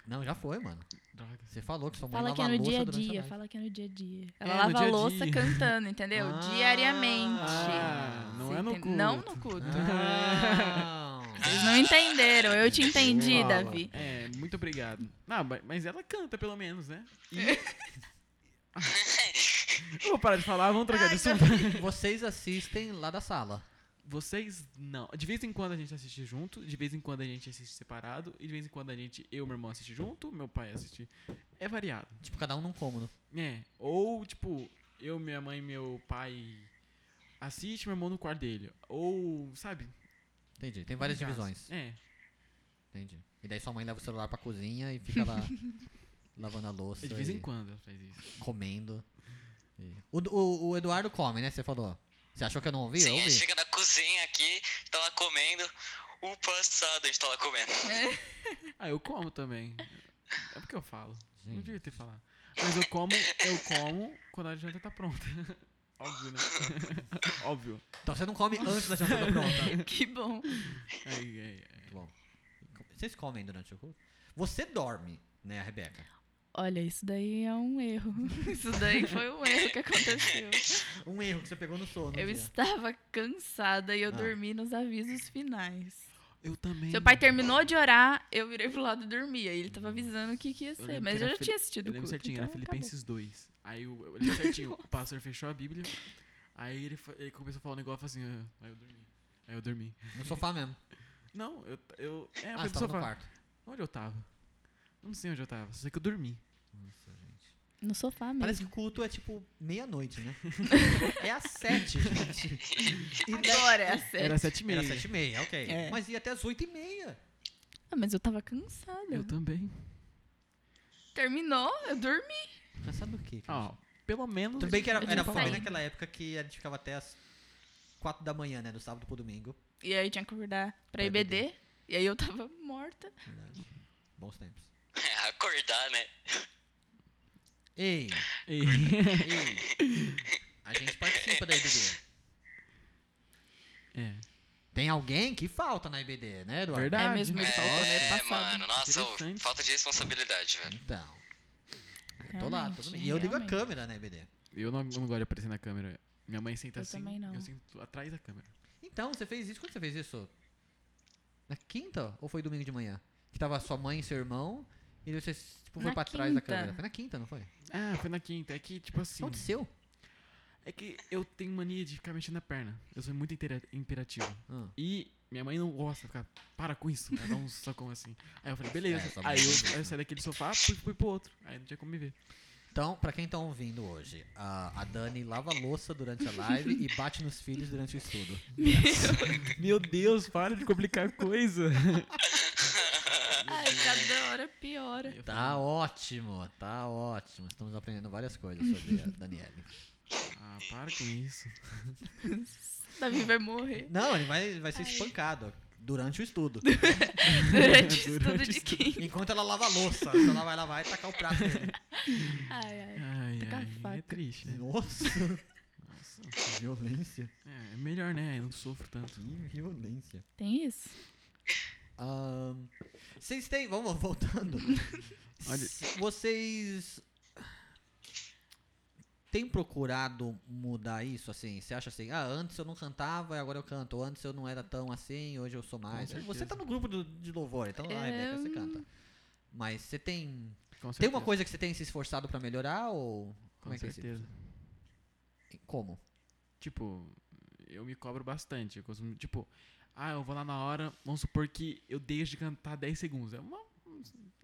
A: Não, já foi, mano.
D: Droga.
A: Você falou que sua mãe
B: Fala que
A: lava
B: é
A: a
B: no
A: louça
B: dia a
A: durante
B: dia,
A: a live.
B: fala que é no dia a dia. Ela
D: É, no
B: lava
D: dia
B: a
D: a
B: louça
D: dia.
B: cantando, entendeu?
A: Ah.
B: Diariamente.
D: Ah, não
B: Você
D: é no
B: entende-
D: culto.
B: Não no culto.
A: Não.
D: Ah.
B: Vocês não entenderam, eu te entendi,
D: Fala.
B: Davi.
D: É, muito obrigado. Não, ba- mas ela canta pelo menos, né? E...
A: É.
D: Eu vou parar de falar, vamos trocar de assunto.
A: Vocês assistem lá da sala.
D: Vocês não. De vez em quando a gente assiste junto, de vez em quando a gente assiste separado, e de vez em quando a gente, eu e meu irmão assiste junto, meu pai assiste. É variado.
A: Tipo, cada um num cômodo.
D: É. Ou, tipo, eu, minha mãe e meu pai assiste meu irmão no quarto dele. Ou, sabe?
A: Entendi. Tem várias
D: em casa.
A: divisões.
D: É.
A: Entendi. E daí sua mãe leva o celular pra cozinha e fica lá lavando a louça.
D: De vez
A: e
D: em quando ela faz isso.
A: Comendo. E- O, o- o Eduardo come, né? Você falou. Você achou que eu não ouvi? eu
C: Sim, a gente
A: ouvi.
C: chega na cozinha aqui, tá lá comendo. O passado a gente tá lá comendo.
D: Ah, eu como também. É porque eu falo. Não
A: Gente.
D: devia ter falado. Mas eu como, eu como quando a janta tá pronta. Óbvio, né? Óbvio.
A: Então você não come antes da janta tá pronta.
B: Que bom.
D: Ai, ai, ai.
A: Muito bom. Vocês comem durante o culto? Você dorme, né, a Rebeca?
B: Olha, isso daí é um erro. Isso daí foi um erro que aconteceu.
A: Um erro que você pegou no sono.
B: Eu
A: um dia.
B: estava cansada e eu
A: Ah.
B: dormi nos avisos finais.
D: Eu também.
B: Seu pai terminou de orar, eu virei pro lado e dormi. Aí ele tava avisando o que, que ia ser.
D: lembro
B: Mas
D: que
B: eu
D: era
B: já
D: Fili-
B: tinha assistido
D: Eu
B: o
D: lembro
B: culto.
D: certinho, era
B: então
D: Filipenses 2. Aí eu, eu lembro certinho, o pastor fechou a Bíblia. Aí ele, fa- ele começou a falar um negócio falou assim. "Ah", Aí eu dormi. Aí eu dormi.
A: No sofá mesmo.
D: Não, eu. t- eu é,
A: ah,
D: foi
A: você
D: do
A: tava no
D: sofá.
A: quarto.
D: Onde eu tava? Não sei onde eu tava, só sei que eu dormi.
B: acabou. No sofá mesmo.
A: Parece que o culto é tipo meia-noite, né? é às sete, gente. E daí-
B: Agora é a série.
D: Era sete e meia.
A: Era sete e meia, ok.
B: É.
A: Mas ia até as oito e meia.
B: Ah, mas eu tava cansada.
A: né?
D: Eu também.
B: Terminou, eu dormi.
A: Cansado do quê? cara?
D: Ó, pelo menos.
A: Tudo bem que era,
B: Eu
A: era né?
B: tinha
A: bem
B: saído.
A: naquela época que a gente ficava até as quatro da manhã, né? Do sábado pro domingo.
B: E aí tinha que acordar pra
A: Pra
B: IBD. E aí eu tava morta. É
A: Verdade. Bons tempos.
C: Acordar, né?
A: Ei,
D: Ei.
A: ei. A gente participa da IBD.
D: É.
A: Tem alguém que falta na IBD, né, Eduardo?
D: Verdade.
B: É mesmo, ele
D: Nossa.
B: faltou, né?
C: É,
B: Passado.
C: mano, nossa, ô,
D: Interessante.
C: falta de responsabilidade, velho.
A: Então. Eu tô lá, tô
B: Realmente,
A: bem. E eu ligo a
B: realmente.
A: câmera na IBD.
D: Eu não, não gosto de aparecer na câmera. Minha mãe senta
B: Eu
D: assim.
B: também não.
D: Eu sinto atrás da câmera.
A: Então, você fez isso? Quando você fez isso? Na quinta? Ou foi domingo de manhã? Que tava sua mãe e seu irmão. E você tipo, foi
B: Na
A: pra trás da
B: quinta.
A: câmera. Foi na quinta, não foi? O que
D: Ah, foi na quinta. É que, tipo assim.
A: aconteceu?
D: É que eu tenho mania de ficar mexendo a perna. Eu sou muito intera- imperativo.
A: Ah.
D: E minha mãe não gosta, fica, para com isso. Ela dá um socão assim. Aí eu falei, beleza.
A: É, sua mãe
D: aí,
A: não gosta,
D: eu, aí
A: né?
D: eu saí daquele sofá, fui, fui pro outro. Aí não tinha como me ver.
A: Então, pra quem tá ouvindo hoje, a, a Dani lava a louça durante a live e bate nos filhos durante o estudo.
D: Meu Deus, para de complicar a coisa.
B: Ai, cada hora piora.
A: Tá ótimo, tá ótimo. Estamos aprendendo várias coisas sobre a Daniele.
D: Ah, para com isso.
B: Davi vai morrer.
A: Não, ele vai, vai ser espancado durante o estudo.
B: Durante o estudo
D: Durante o
B: de
D: estudo.
B: quem?
A: Enquanto ela lava a louça, Se ela vai lavar e tacar o prato nele.
B: Ai, ai.
D: Ai,
B: Tacar
D: ai, é
B: faca.
D: triste, né?
A: Nossa,
D: Nossa.
A: que violência.
D: É, é melhor, né? Eu não sofro tanto.
A: Que violência.
B: Tem isso?
A: Ahn, vocês têm. Vamos voltando.
D: Olha-
A: S- Vocês. têm procurado mudar isso, assim? Você acha assim, ah, antes eu não cantava e agora eu canto. ou Antes eu não era tão assim, hoje eu sou mais.
D: certeza.
A: Você tá no grupo do- de louvor, então lá,
B: É,
A: Rebeca, você
B: hum.
A: canta. Mas você tem.
D: Com
A: Tem uma
D: certeza.
A: coisa que você tem se esforçado pra melhorar ou.
D: Com
A: Como é que é
D: certeza.
A: isso? Como?
D: Tipo, eu me cobro bastante. Eu costumo, tipo, ah, eu vou lá na hora, vamos supor que eu deixo de cantar 10 segundos. É uma.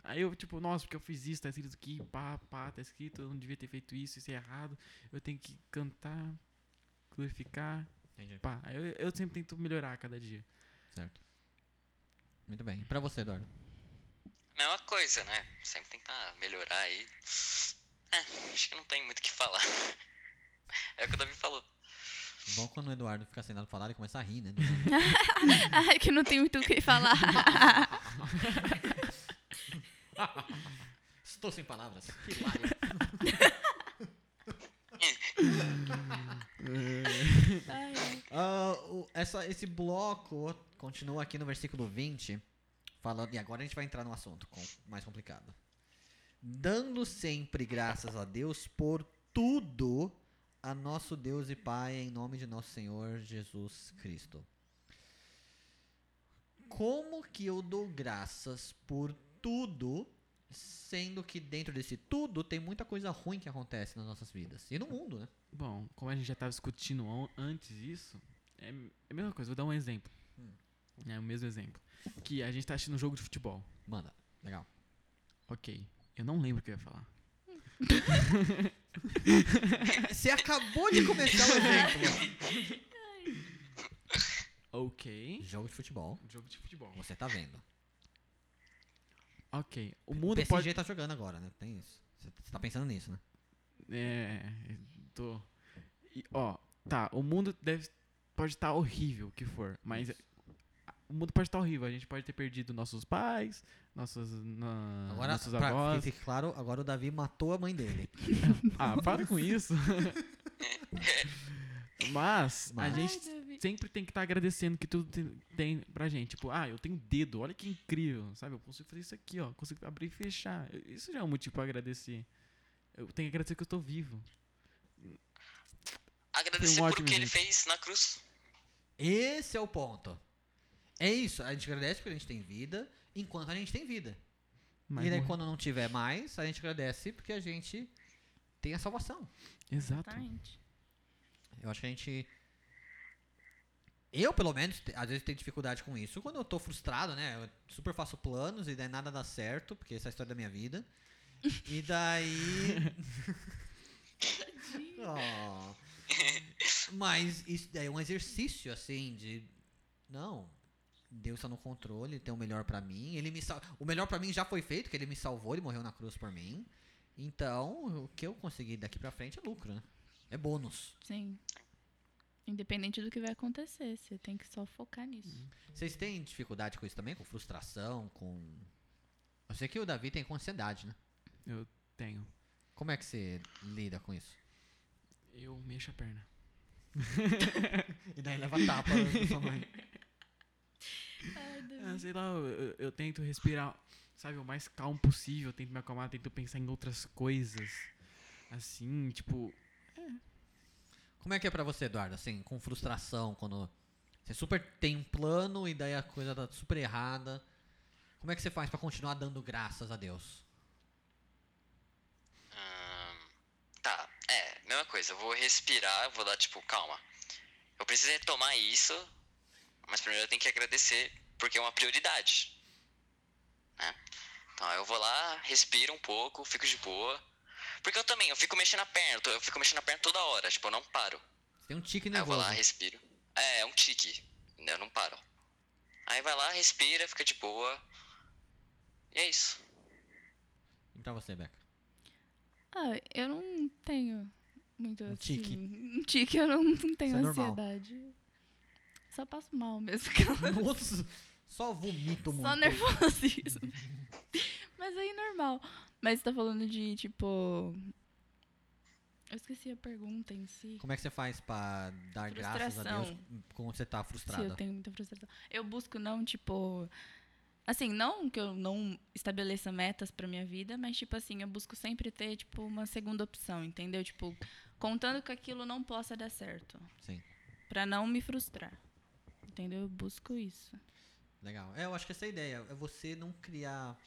D: Aí eu, tipo, nossa, porque eu fiz isso, tá escrito aqui, pá, pá, tá escrito, eu não devia ter feito isso, isso é errado. Eu tenho que cantar, glorificar,
A: Entendi.
D: pá. Aí eu, eu sempre tento melhorar a cada dia.
A: Certo. Muito bem. E pra você, Eduardo?
C: Mesma coisa, né? Sempre tentar melhorar aí. É, acho que não tem muito o que falar. É o que o Davi falou.
A: É Bom quando o Eduardo fica sem nada pra falar e começa a rir, né?
B: Ai, que não tem muito o que falar.
A: Estou sem palavras. Que lábio.
B: Ai, ai.
A: Ah, o- essa, esse bloco continua aqui no versículo 20, falando, e agora a gente vai entrar num assunto com- mais complicado. Dando sempre graças a Deus por tudo a nosso Deus e Pai, em nome de nosso Senhor Jesus Cristo. Como que eu dou graças por tudo, sendo que dentro desse tudo tem muita coisa ruim que acontece nas nossas vidas? E no mundo, né?
D: Bom, como a gente já estava discutindo on- antes isso, é é a mesma coisa, vou dar um exemplo. É o mesmo exemplo. Que a gente tá assistindo um jogo de futebol.
A: Manda. Legal.
D: Ok. Eu não lembro o que eu ia falar.
A: Você acabou de começar o exemplo.
D: Ok.
A: Jogo de futebol.
D: Um Jogo de futebol.
A: Você tá vendo.
D: Ok. O
A: O
D: mundo
A: PSG
D: pode.
A: tá jogando agora, né? Tem isso. Você você tá pensando nisso, né?
D: É. Tô. E, ó, tá. O mundo deve... pode estar horrível, o que for. Mas a- o mundo pode estar horrível. A gente pode ter perdido nossos pais, nossos, na-
A: Agora,
D: nossos
A: pra
D: avós.
A: que fique claro, agora o Davi matou a mãe dele.
D: Ah, para com isso. Mas, a
A: Mas-
D: gente
B: Ai, Davi.
D: sempre tem que estar agradecendo que tudo tem, tem pra gente. Tipo, ah, eu tenho um dedo, olha que incrível, sabe? Eu consigo fazer isso aqui, ó. Consigo abrir e fechar. Eu- Isso já é um motivo pra agradecer. Eu tenho que agradecer que eu tô vivo.
C: Agradecer por o
D: ótimo
C: que ele
D: exemplo.
C: fez na cruz.
A: Esse é o ponto. É isso. A gente agradece porque a gente tem vida, enquanto a gente tem vida.
D: Mas é.
A: e daí,
D: morre-
A: quando não tiver mais, a gente agradece porque a gente tem a salvação.
B: Tá
D: Exato.
B: Exatamente.
A: Eu acho que a gente. Eu, pelo menos, te- às vezes tenho dificuldade com isso. Quando eu tô frustrado, né? Eu super faço planos e daí nada dá certo, porque essa é a história da minha vida. E daí. Oh. Mas isso daí é um exercício, assim, de. Não. Deus tá no controle, ele tem o melhor pra mim. Ele me sal... O melhor pra mim já foi feito, que ele me salvou, ele morreu na cruz por mim. Então, o que eu conseguir daqui pra frente é lucro, né? É bônus.
B: Sim. Independente do que vai acontecer, você tem que só focar nisso.
A: Vocês têm dificuldade com isso também? Com frustração, com... Eu sei que o Davi tem com ansiedade, né?
D: Eu tenho.
A: Como é que você lida com isso?
D: Eu mexo a perna.
A: E daí leva tapa da sua mãe.
B: Ai, Davi.
D: Ah, sei lá, eu, eu- eu tento respirar, sabe, o mais calmo possível, eu tento me acalmar, tento pensar em outras coisas. Assim, tipo,
A: Como é que é pra você, Eduardo, assim, com frustração, quando você super tem um plano e daí a coisa tá super errada. Como é que você faz pra continuar dando graças a Deus?
C: Ahn, tá, é, mesma coisa. Eu vou respirar, eu vou dar tipo, calma. Eu preciso retomar isso, mas primeiro eu tenho que agradecer, porque é uma prioridade. Né? Então eu vou lá, respiro um pouco, fico de boa. Porque eu também, eu fico mexendo a perna, eu fico mexendo a perna toda hora, tipo, eu não paro.
A: Você tem um tique
C: Aí eu vou
A: nervoso.
C: lá, respiro. É, é um tique. Eu não paro. Aí vai lá, respira, fica de boa. E é isso.
A: E pra você, Beca?
B: Ah, eu não tenho muito
A: Um
B: assim,
A: tique.
B: Um tique, eu não, não tenho
A: é normal.
B: ansiedade. Só passo mal mesmo. que eu-
A: Nossa, só vomito muito.
B: Só nervosismo. Mas aí normal. Mas você tá falando de tipo. Eu esqueci a pergunta em si.
A: Como é que você faz pra dar graças a Deus quando você tá
B: Se eu
A: frustrada?
B: tenho muita frustração. Eu busco não, tipo. Assim, não que eu não estabeleça metas pra minha vida, mas, tipo assim, eu busco sempre ter, tipo, uma segunda opção, entendeu? Tipo, contando que aquilo não possa dar certo.
A: Sim.
B: Pra não me frustrar. Entendeu? Eu busco isso.
A: Legal. É, eu acho que essa é a ideia. É você não criar.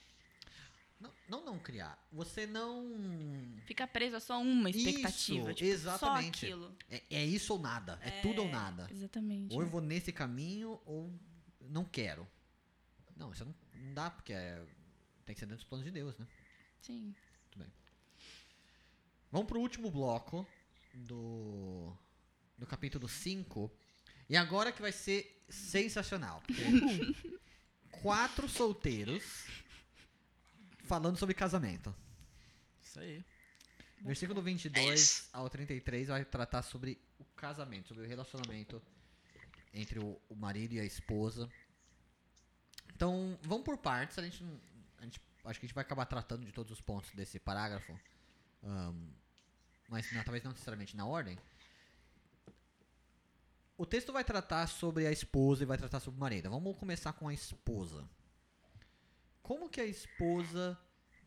A: Não, não, não criar. Você não.
B: Ficar preso a só uma expectativa.
A: Isso,
B: tipo,
A: exatamente.
B: Só aquilo.
A: É, é isso ou nada. É, tudo ou nada.
B: Exatamente.
A: Ou eu vou nesse caminho ou não quero. Não, isso não, não dá, porque é- tem que ser dentro dos planos de Deus, né?
B: Sim.
A: Vamos pro último bloco do, do capítulo 5. E agora que vai ser sensacional. Porque quatro solteiros falando sobre casamento.
D: Isso aí.
A: Versículo
C: É
A: 22
C: isso.
A: ao 33 vai tratar sobre o casamento, sobre o relacionamento entre o, o marido e a esposa. Então, vamos por partes. A gente, não- a gente- acho que a gente vai acabar tratando de todos os pontos desse parágrafo. Ahn, mas não- talvez não necessariamente na ordem. O texto vai tratar sobre a esposa e vai tratar sobre o marido. Vamos começar com a esposa. Como que a esposa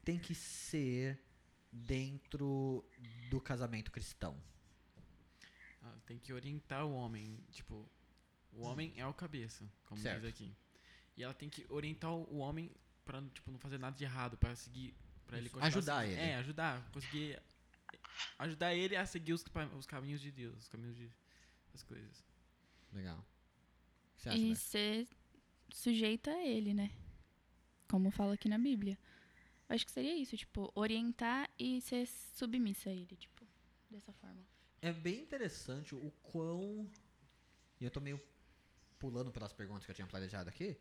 A: tem que ser dentro do casamento cristão.
D: Ah, tem que orientar o homem. Tipo, o homem é o cabeça, como
A: Certo.
D: diz aqui. E ela tem que orientar o homem pra tipo, não fazer nada de errado, pra seguir. Pra ele
A: Isso,
D: continuar
A: ajudar
D: seguindo-
A: ele.
D: É, ajudar. Conseguir. Ajudar ele a seguir os, pa- os caminhos de Deus, os caminhos de. as coisas.
A: Legal. O que você acha, né?
B: E
A: Beca?
B: ser sujeita a ele, né? Como fala aqui na Bíblia. Eu acho que seria isso, tipo, orientar e ser submissa a ele, tipo, dessa forma.
A: É bem interessante o quão. E eu tô meio pulando pelas perguntas que eu tinha planejado aqui.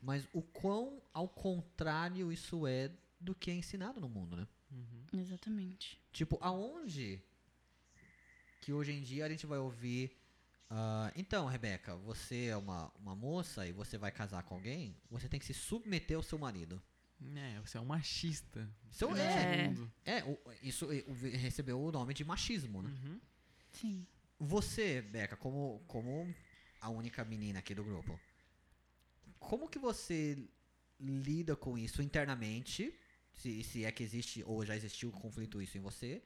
A: Mas o quão ao contrário isso é do que é ensinado no mundo, né?
D: Uhum.
B: Exatamente.
A: Tipo, aonde que hoje em dia a gente vai ouvir. ah, então, Rebeca, você é uma, uma moça e você vai casar com alguém, você tem que se submeter ao seu marido.
D: É, você é um machista.
A: Seu, é,
B: É.
D: Segundo.
A: é o- isso eh, o- recebeu o nome de machismo, né?
D: Uhum.
B: Sim.
A: Você, Beca, como, como a única menina aqui do grupo, como que você lida com isso internamente? Se, se é que existe ou já existiu um conflito isso em você?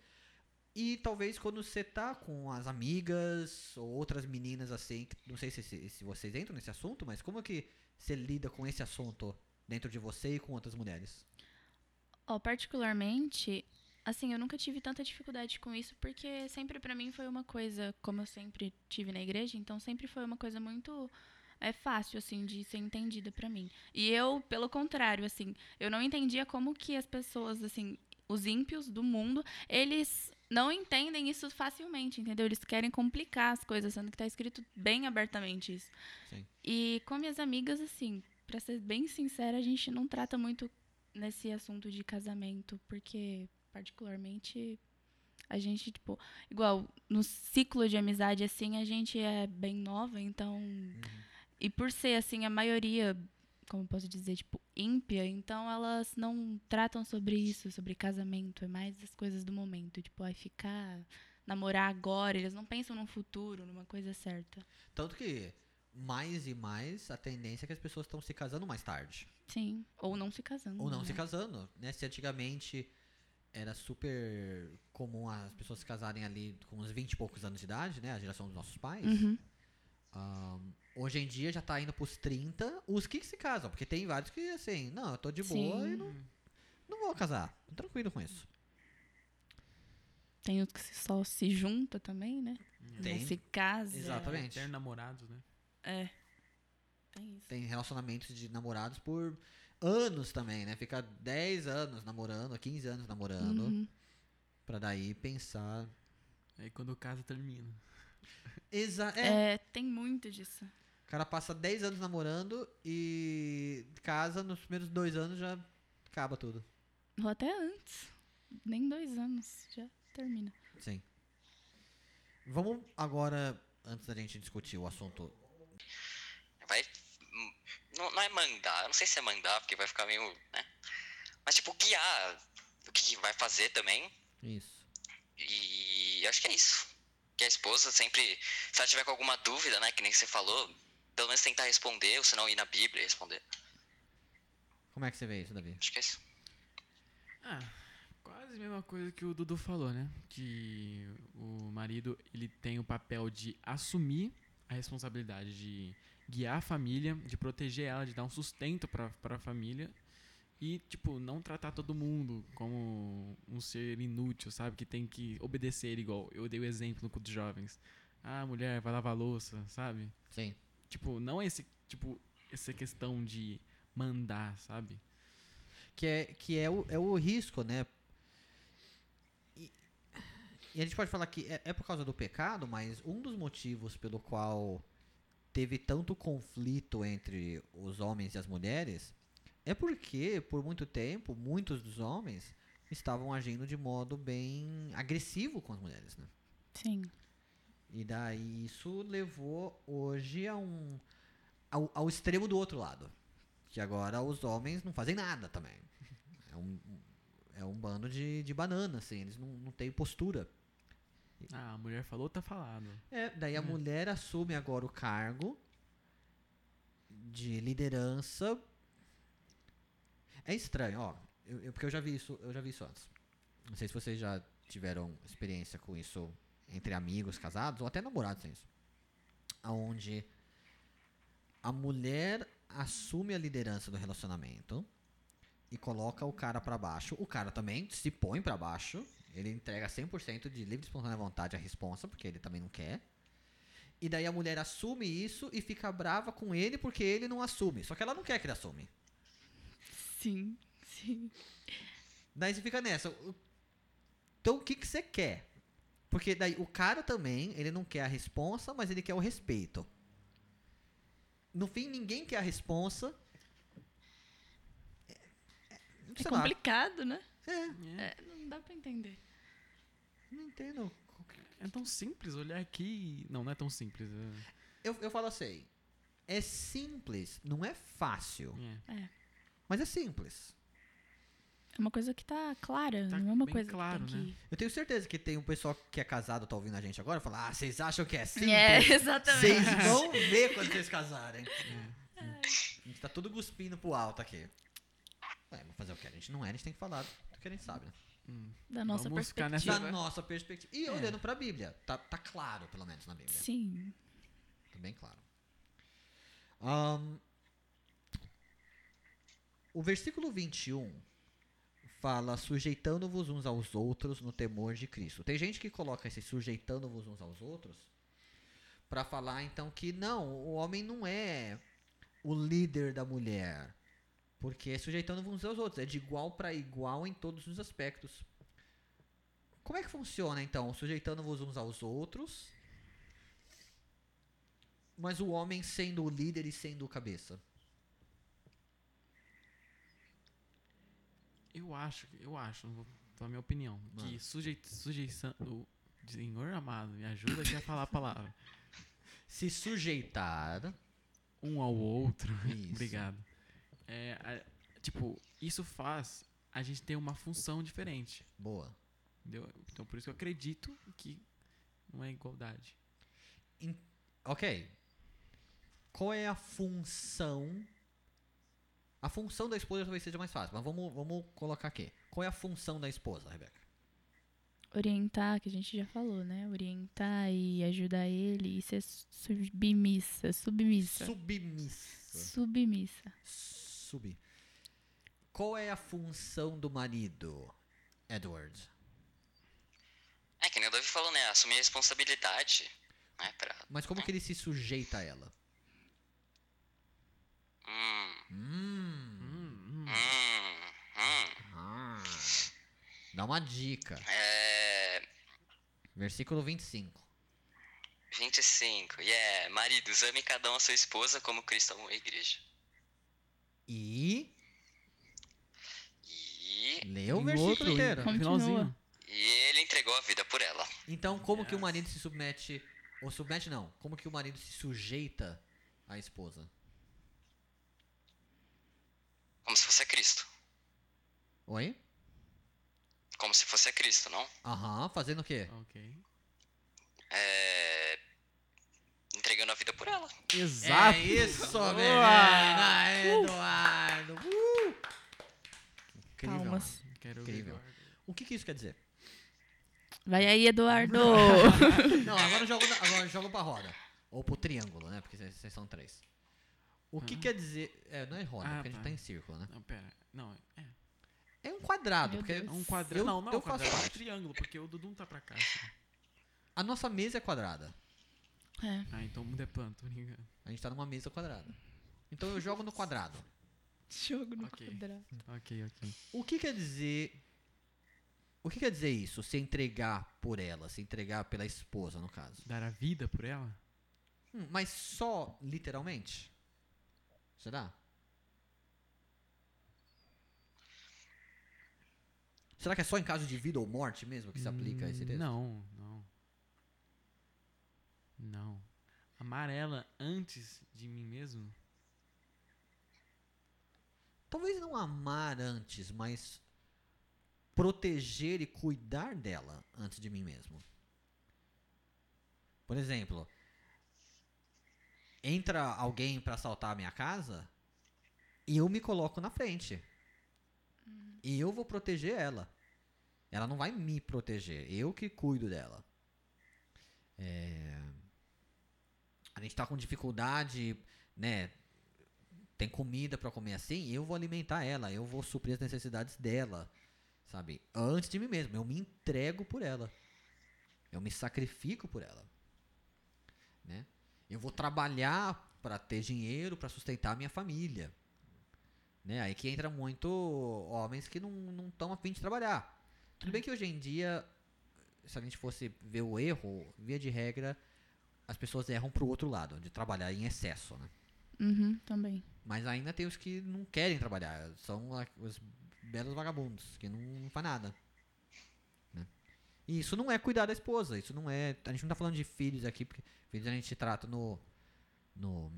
A: E talvez quando você tá com as amigas ou outras meninas assim, que- não sei se, se, se vocês entram nesse assunto, mas como que você lida com esse assunto dentro de você e com outras mulheres?
B: Ó, particularmente, assim, eu nunca tive tanta dificuldade com isso, porque sempre pra mim foi uma coisa, como eu sempre tive na igreja, então sempre foi uma coisa muito é fácil assim de ser entendida pra mim. E eu, pelo contrário, assim, eu não entendia como que as pessoas assim, os ímpios do mundo, eles não entendem isso facilmente, entendeu? Eles querem complicar as coisas, sendo que tá escrito bem abertamente isso.
A: Sim.
B: E com minhas amigas, assim, pra ser bem sincera, a gente não trata muito nesse assunto de casamento, porque, particularmente, a gente, tipo, igual no ciclo de amizade, assim, a gente é bem nova, então. E por ser, assim, a maioria, como eu posso dizer, tipo, ímpia, então elas não tratam sobre isso, sobre casamento, é mais as coisas do momento, tipo, ai, ficar. Namorar agora, eles não pensam no futuro, numa coisa certa.
A: Tanto que mais e mais a tendência é que as pessoas estão se casando mais tarde.
B: Sim. Ou não se casando.
A: Ou não se
B: né?
A: casando, né? Se antigamente era super comum as pessoas se casarem ali com uns 20 e poucos anos de idade, né? A geração dos nossos pais.
B: Uhum.
A: Ahn, hoje em dia já tá indo pros 30, os que, que se casam, porque tem vários que assim, não, eu tô de boa e
B: Sim.
A: não, não vou casar. Tô tranquilo com isso.
B: Tem outros que só se junta também, né?
A: Tem.
B: Não se casa.
A: Exatamente.
D: Eterno namorado, né?
B: É. Tem É isso.
A: Tem relacionamentos de namorados por anos também, né? Fica 10 anos namorando, 15 anos namorando.
B: Uhum.
A: Pra daí pensar.
D: Aí quando o caso termina.
A: Exa é.
B: É, tem muito disso.
A: O cara passa 10 anos namorando e casa, nos primeiros dois anos já acaba tudo.
B: Ou até antes. Nem dois anos, já termina.
A: Sim. Vamos agora, antes da gente discutir o assunto.
C: Vai. Não, não é mandar, eu não sei se é mandar, porque vai ficar meio. né? Mas, tipo, guiar o que que vai fazer também.
A: Isso.
C: E eu acho que é isso. Que a esposa sempre, se ela tiver com alguma dúvida, né, que nem você falou, pelo menos tentar responder, ou se não ir na Bíblia e responder.
A: Como é que você vê isso, Davi?
C: Acho que é isso.
D: Ah, quase a mesma coisa que o Dudu falou, né? Que o marido, ele tem o papel de assumir a responsabilidade de guiar a família, de proteger ela, de dar um sustento pra, pra família e, tipo, não tratar todo mundo como um ser inútil, sabe? Que tem que obedecer igual. Eu dei o exemplo no culto de jovens. Ah, mulher, vai lavar a louça, sabe?
A: Sim.
D: Tipo, não esse, tipo, essa questão de mandar, sabe?
A: Que é, que é, o, é o risco, né? E, e a gente pode falar que é, é por causa do pecado, mas um dos motivos pelo qual teve tanto conflito entre os homens e as mulheres é porque, por muito tempo, muitos dos homens estavam agindo de modo bem agressivo com as mulheres, né?
B: Sim.
A: E daí isso levou hoje a um ao, ao extremo do outro lado, que agora os homens não fazem nada também. É um, é um bando de, de banana, assim, eles não, não têm postura.
D: Ah, a mulher falou, tá falado.
A: É, daí a mulher assume agora o cargo de liderança. É estranho, ó. eu- eu- porque eu já vi isso, eu já vi isso antes. Não sei se vocês já tiveram experiência com isso entre amigos, casados ou até namorados, tem isso. Aonde a mulher assume a liderança do relacionamento e coloca o cara pra baixo. O cara também se põe pra baixo. Ele entrega 100% de livre e espontânea vontade a responsa, porque ele também não quer. E daí a mulher assume isso e fica brava com ele porque ele não assume. Só que ela não quer que ele assume.
B: Sim, sim.
A: Daí você fica nessa. o- Então o que, que você quer? Porque daí o cara também, ele não quer a responsa, mas ele quer o respeito. No fim, ninguém quer a responsa. É- é-
B: É
A: sei lá.
B: complicado, né?
A: É,
B: É, não dá pra entender.
A: não entendo.
D: É tão simples olhar aqui. e- Não, não é tão simples. é-
A: Eu, eu falo assim. É simples, não é fácil,
D: é.
A: mas é simples.
B: É uma coisa que tá clara,
D: Tá
B: não é uma
D: bem
B: coisa
D: claro,
B: que tem
D: né?
B: que...
A: Eu tenho certeza que tem um pessoal que é casado, tá ouvindo a gente agora, e fala, ah, vocês acham que é simples?
B: É, exatamente.
A: Vocês vão ver quando vocês casarem. Hum, A gente tá tudo cuspindo pro alto aqui. Ué, vou fazer o que a gente não é, a gente tem que falar do que a gente sabe, né?
D: Hum.
B: Da nossa
D: Vamos ficar nessa-
A: Da
B: perspectiva.
D: Sim.
A: nossa perspectiva. E olhando pra Bíblia. Tá, tá claro, pelo menos, na Bíblia.
B: Sim.
A: Tá bem claro. Ahn, o versículo 21 fala sujeitando-vos uns aos outros no temor de Cristo. Tem gente que coloca esse sujeitando-vos uns aos outros pra falar então que não, o homem não é o líder da mulher, porque é sujeitando-vos uns aos outros, é de igual pra igual em todos os aspectos. Como é que funciona então, sujeitando-vos uns aos outros? Mas o homem sendo o líder e sendo o cabeça.
D: Eu acho, eu acho, vou dar minha opinião.
A: Mano.
D: Que sujei, sujeição. O Senhor amado, me ajuda aqui a falar a palavra.
A: Se sujeitar.
D: Um ao outro.
A: Isso.
D: Obrigado. É, a- tipo, isso faz a gente ter uma função diferente.
A: Boa.
D: Entendeu? Então por isso que eu acredito que não é igualdade.
A: Ok. Qual é a função? A função da esposa talvez seja mais fácil, mas vamos, vamos colocar aqui. Qual é a função da esposa, Rebeca?
B: Orientar, que a gente já falou, né? Orientar e ajudar ele e ser submissa, submissa.
A: Submissa.
B: Submissa.
A: Sub. Qual é a função do marido, Edward?
C: É, que nem o Davi falou, né? Assumir a responsabilidade, né? Pra.
A: Mas como que ele se sujeita a ela?
C: Hum.
A: Hum.
D: Hum, hum.
C: Hum. Hum.
A: Ah. Dá uma dica.
C: É.
A: Versículo 25.
C: 25. Yeah. Maridos, ame cada um a sua esposa como Cristo amou a igreja.
A: E.
C: E,
A: Lê É o
D: Em
A: versículo
D: outro, em-
A: inteiro.
D: no finalzinho.
B: Continua.
C: e ele entregou a vida por ela.
A: Então, como que o marido se submete. Ou submete não. Como que o marido se sujeita à esposa?
C: Como se fosse a Cristo.
A: Oi?
C: Como se fosse a Cristo, não?
A: Aham, fazendo o quê?
D: Ok.
C: É. Entregando a vida por ela.
D: Exato.
A: É isso,
D: Boa!
A: menina! Eduardo! Uh! Incrível.
B: Palmas.
D: É, Quero ver
A: Incrível.
D: agora.
A: O que, que isso quer dizer?
B: Vai aí, Eduardo.
A: Não, agora eu jogo, na- agora eu jogo pra roda. Ou pro triângulo, né? Porque vocês vocês são três. O que
D: Ah.
A: quer dizer. É, não é roda,
D: Ah,
A: porque a gente
D: tá.
A: tá em círculo, né?
D: Não, pera. Não, é.
A: É um quadrado,
B: Meu
A: porque
B: Deus.
D: É um quadrado.
A: Eu-
D: não, não é
A: eu
D: um quadrado.
A: faço
D: É um
A: parte.
D: triângulo, porque o Dudu não tá pra cá. assim.
A: a nossa mesa é quadrada.
B: É.
D: Ah, então o mundo é plano, tô brincando.
A: A gente tá numa mesa quadrada. Então eu jogo no quadrado.
B: Jogo no
D: Ok.
B: quadrado.
D: Ok, ok.
A: O que quer dizer. O que quer dizer isso? Se entregar por ela, se entregar pela esposa, no caso.
D: Dar a vida por ela?
A: Hum, mas só literalmente? Será? Será que é só em caso de vida ou morte mesmo que se aplica esse texto?
D: Hum, Não, não. Não. Amar ela antes de mim mesmo?
A: Talvez não amar antes, mas proteger e cuidar dela antes de mim mesmo. Por exemplo, entra alguém pra assaltar a minha casa e eu me coloco na frente. E eu vou proteger ela. Ela não vai me proteger, eu que cuido dela. É, A gente tá com dificuldade, né? tem comida pra comer assim, eu vou alimentar ela, eu vou suprir as necessidades dela, sabe? Antes de mim mesmo, eu me entrego por ela. Eu me sacrifico por ela. Né? Eu vou trabalhar pra ter dinheiro pra sustentar a minha família. Né? Aí que entra muito homens que não não estão afim de trabalhar. Tudo bem que hoje em dia, se a gente fosse ver o erro, via de regra, as pessoas erram pro outro lado, de trabalhar em excesso, né?
B: Uhum, também.
A: Mas ainda tem os que não querem trabalhar. São a- os belos vagabundos, que não, não faz nada. né? E isso não é cuidar da esposa. Isso não é. A gente não tá falando de filhos aqui, porque filhos a gente trata no. No,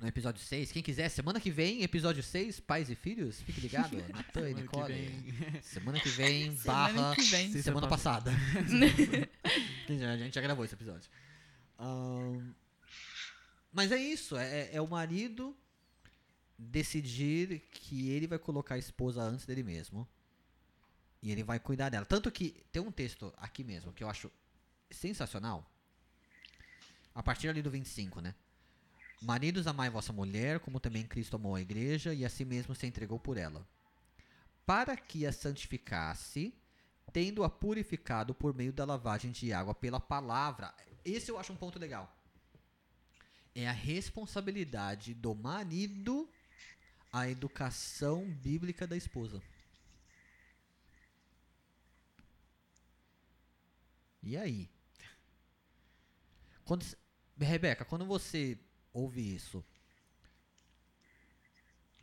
A: no episódio 6. Quem quiser, semana que vem, episódio 6, pais e filhos, fique ligado. Natan e
D: Semana que
A: Nicole.
D: vem.
A: Semana que vem,
B: Semana
A: barra.
B: que vem.
A: Semana,
D: Sexta
A: passada. Quer dizer, a gente já gravou esse episódio. Ahn, mas é isso. É, é- é o marido decidir que ele vai colocar a esposa antes dele mesmo. E ele vai cuidar dela. Tanto que tem um texto aqui mesmo que eu acho sensacional. A partir ali do 25, né? Maridos, amai vossa mulher, como também Cristo amou a igreja e a si mesmo se entregou por ela. Para que a santificasse, tendo-a purificado por meio da lavagem de água pela palavra. Esse eu acho um ponto legal. É a responsabilidade do marido a educação bíblica da esposa. E aí? Quando, c- Rebeca, quando você ouve isso,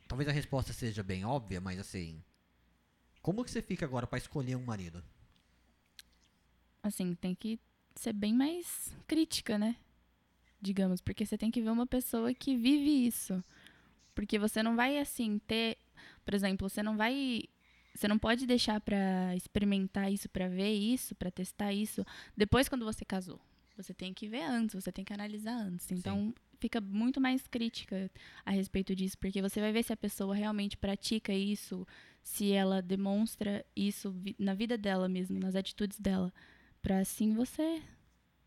A: talvez a resposta seja bem óbvia, mas assim, como que você fica agora pra escolher um marido?
B: assim, tem que ser bem mais crítica, né? Digamos, porque você tem que ver uma pessoa que vive isso. Porque você não vai assim ter, por exemplo, você não vai você não pode deixar pra experimentar isso, pra ver isso, pra testar isso depois quando você casou. Você tem que ver antes, você tem que analisar antes. Então fica muito mais crítica a respeito disso, porque você vai ver se a pessoa realmente pratica isso, se ela demonstra isso vi- na vida dela mesmo, nas atitudes dela. Pra assim você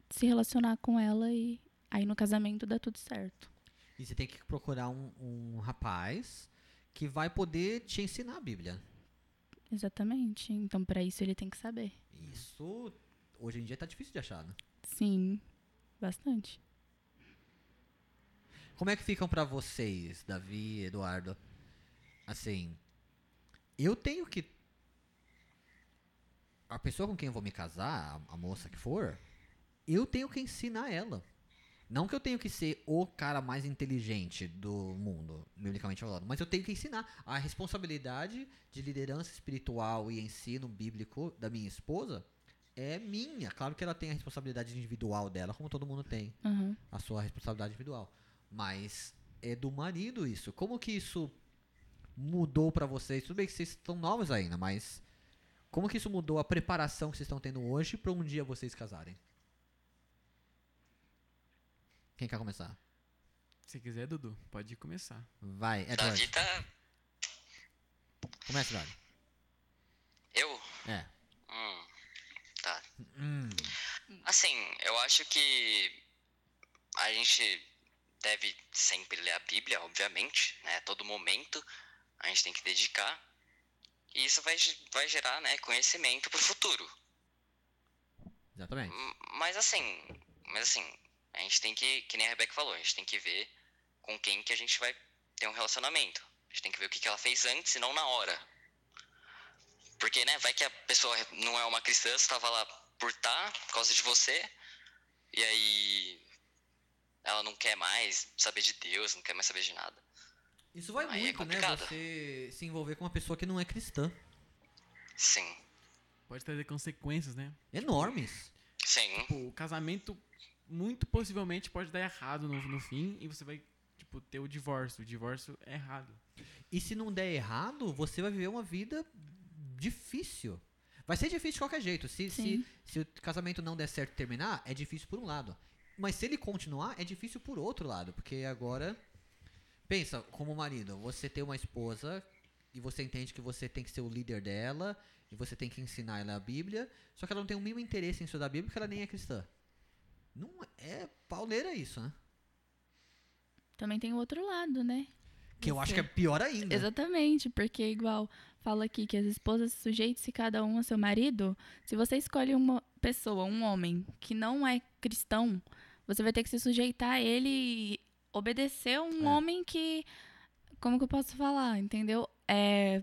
B: se relacionar com ela e aí no casamento dá tudo certo.
A: E você tem que procurar um, um rapaz que vai poder te ensinar a Bíblia.
B: Exatamente. Então pra isso ele tem que saber.
A: Isso hoje em dia tá difícil de achar, né?
B: Sim, bastante.
A: Como é que ficam pra vocês, Davi, Eduardo? Assim, eu tenho que a pessoa com quem eu vou me casar, a, a moça que for, eu tenho que ensinar ela. Não que eu tenho que ser o cara mais inteligente do mundo, biblicamente falando, mas eu tenho que ensinar. A responsabilidade de liderança espiritual e ensino bíblico da minha esposa é minha. Claro que ela tem a responsabilidade individual dela, como todo mundo tem
B: Aham.
A: a sua responsabilidade individual. Mas é do marido isso. Como que isso mudou pra vocês? Tudo bem que vocês estão novos ainda, mas como que isso mudou a preparação que vocês estão tendo hoje pra um dia vocês casarem? Quem quer começar?
D: Se quiser, Dudu, pode começar.
A: Vai,
C: Davi
A: Edward.
C: tá.
A: Começa, Eduardo.
C: Eu?
A: É.
C: Hum. Tá.
A: Hum,
C: Assim, eu acho que a gente deve sempre ler a Bíblia, obviamente, né? A todo momento a gente tem que dedicar. E isso vai, ge- vai gerar, né, conhecimento pro futuro.
A: exatamente.
C: M- Mas assim, mas assim, a gente tem que, que nem a Rebeca falou, a gente tem que ver com quem que a gente vai ter um relacionamento. A gente tem que ver o que, que ela fez antes e não na hora. Porque, né, vai que a pessoa não é uma cristã, você tava lá por tá, por causa de você, e aí ela não quer mais saber de Deus, não quer mais saber de nada.
A: Isso vai
C: Aí é
A: muito, né?
C: complicado.
A: Você se envolver com uma pessoa que não é cristã.
C: Sim,
D: Pode trazer consequências, né?
A: Enormes.
C: sim,
D: Tipo, o casamento muito possivelmente pode dar errado no, no fim e você vai, tipo, ter o divórcio. O divórcio é errado.
A: E se não der errado, você vai viver uma vida difícil. Vai ser difícil de qualquer jeito. Se, se,
B: Sim.
A: se o casamento não der certo e terminar, é difícil por um lado. Mas se ele continuar, é difícil por outro lado. Porque agora. Pensa, como marido, você tem uma esposa e você entende que você tem que ser o líder dela e você tem que ensinar ela a Bíblia, só que ela não tem o mínimo interesse em estudar a Bíblia porque ela nem é cristã. Não é pauleira isso, né?
B: Também tem o outro lado, né?
A: Que eu acho
B: Você-
A: que é pior ainda.
B: Exatamente, porque é igual fala aqui que as esposas sujeitem-se cada um a seu marido. Se você escolhe uma pessoa, um homem, que não é cristão, você vai ter que se sujeitar a ele e obedecer a um
A: É.
B: homem que. Como que eu posso falar? Entendeu? É,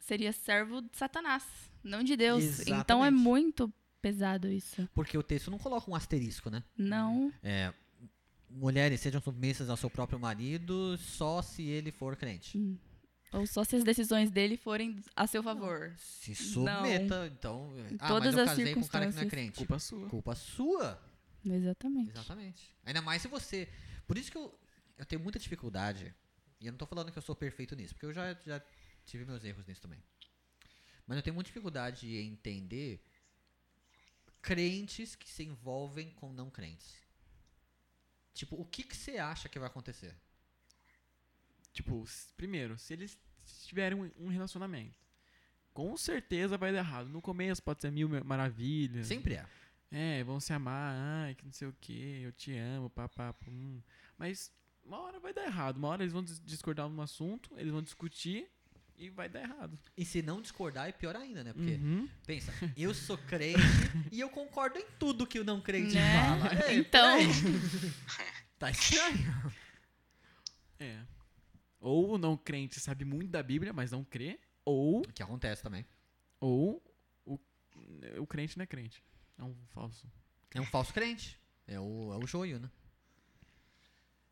B: seria servo de Satanás, não de Deus. Então é
A: Exatamente.
B: muito pesado isso.
A: Porque o texto não coloca um asterisco, né?
B: Não.
A: É, mulheres sejam submissas ao seu próprio marido só se ele for crente. É.
B: Ou só se as decisões dele forem a seu favor.
A: Se submeta, então.
B: Em
A: Ah,
B: todas
A: mas eu
B: as
A: casei com um cara que não é
B: circunstâncias.
A: crente. Culpa,
D: Culpa sua.
A: sua.
B: Exatamente.
A: Exatamente. Ainda mais se você. Por isso que eu, eu tenho muita dificuldade. E eu não tô falando que eu sou perfeito nisso, porque eu já, já tive meus erros nisso também. Mas eu tenho muita dificuldade em entender crentes que se envolvem com não crentes. Tipo, o que, que você acha que vai acontecer?
D: Tipo, s- primeiro, se eles tiverem um- um relacionamento, com certeza vai dar errado. No começo pode ser mil ma- maravilhas.
A: Sempre é.
D: É, vão se amar, ai, que não sei o que, eu te amo, papá, pum. Mas uma hora vai dar errado, uma hora eles vão dis- discordar num assunto, eles vão discutir e vai dar errado.
A: E se não discordar, é pior ainda, né? Porque,
D: Uhum.
A: pensa, eu sou crente e eu concordo em tudo que o não crente
B: Né?
A: fala. É,
B: Então.
A: peraí. tá estranho.
D: É. Ou o não crente sabe muito da Bíblia, mas não crê, ou,
A: O que acontece também.
D: ou o, o crente não é crente. É um falso.
A: É um falso crente. É o, é o joio, né?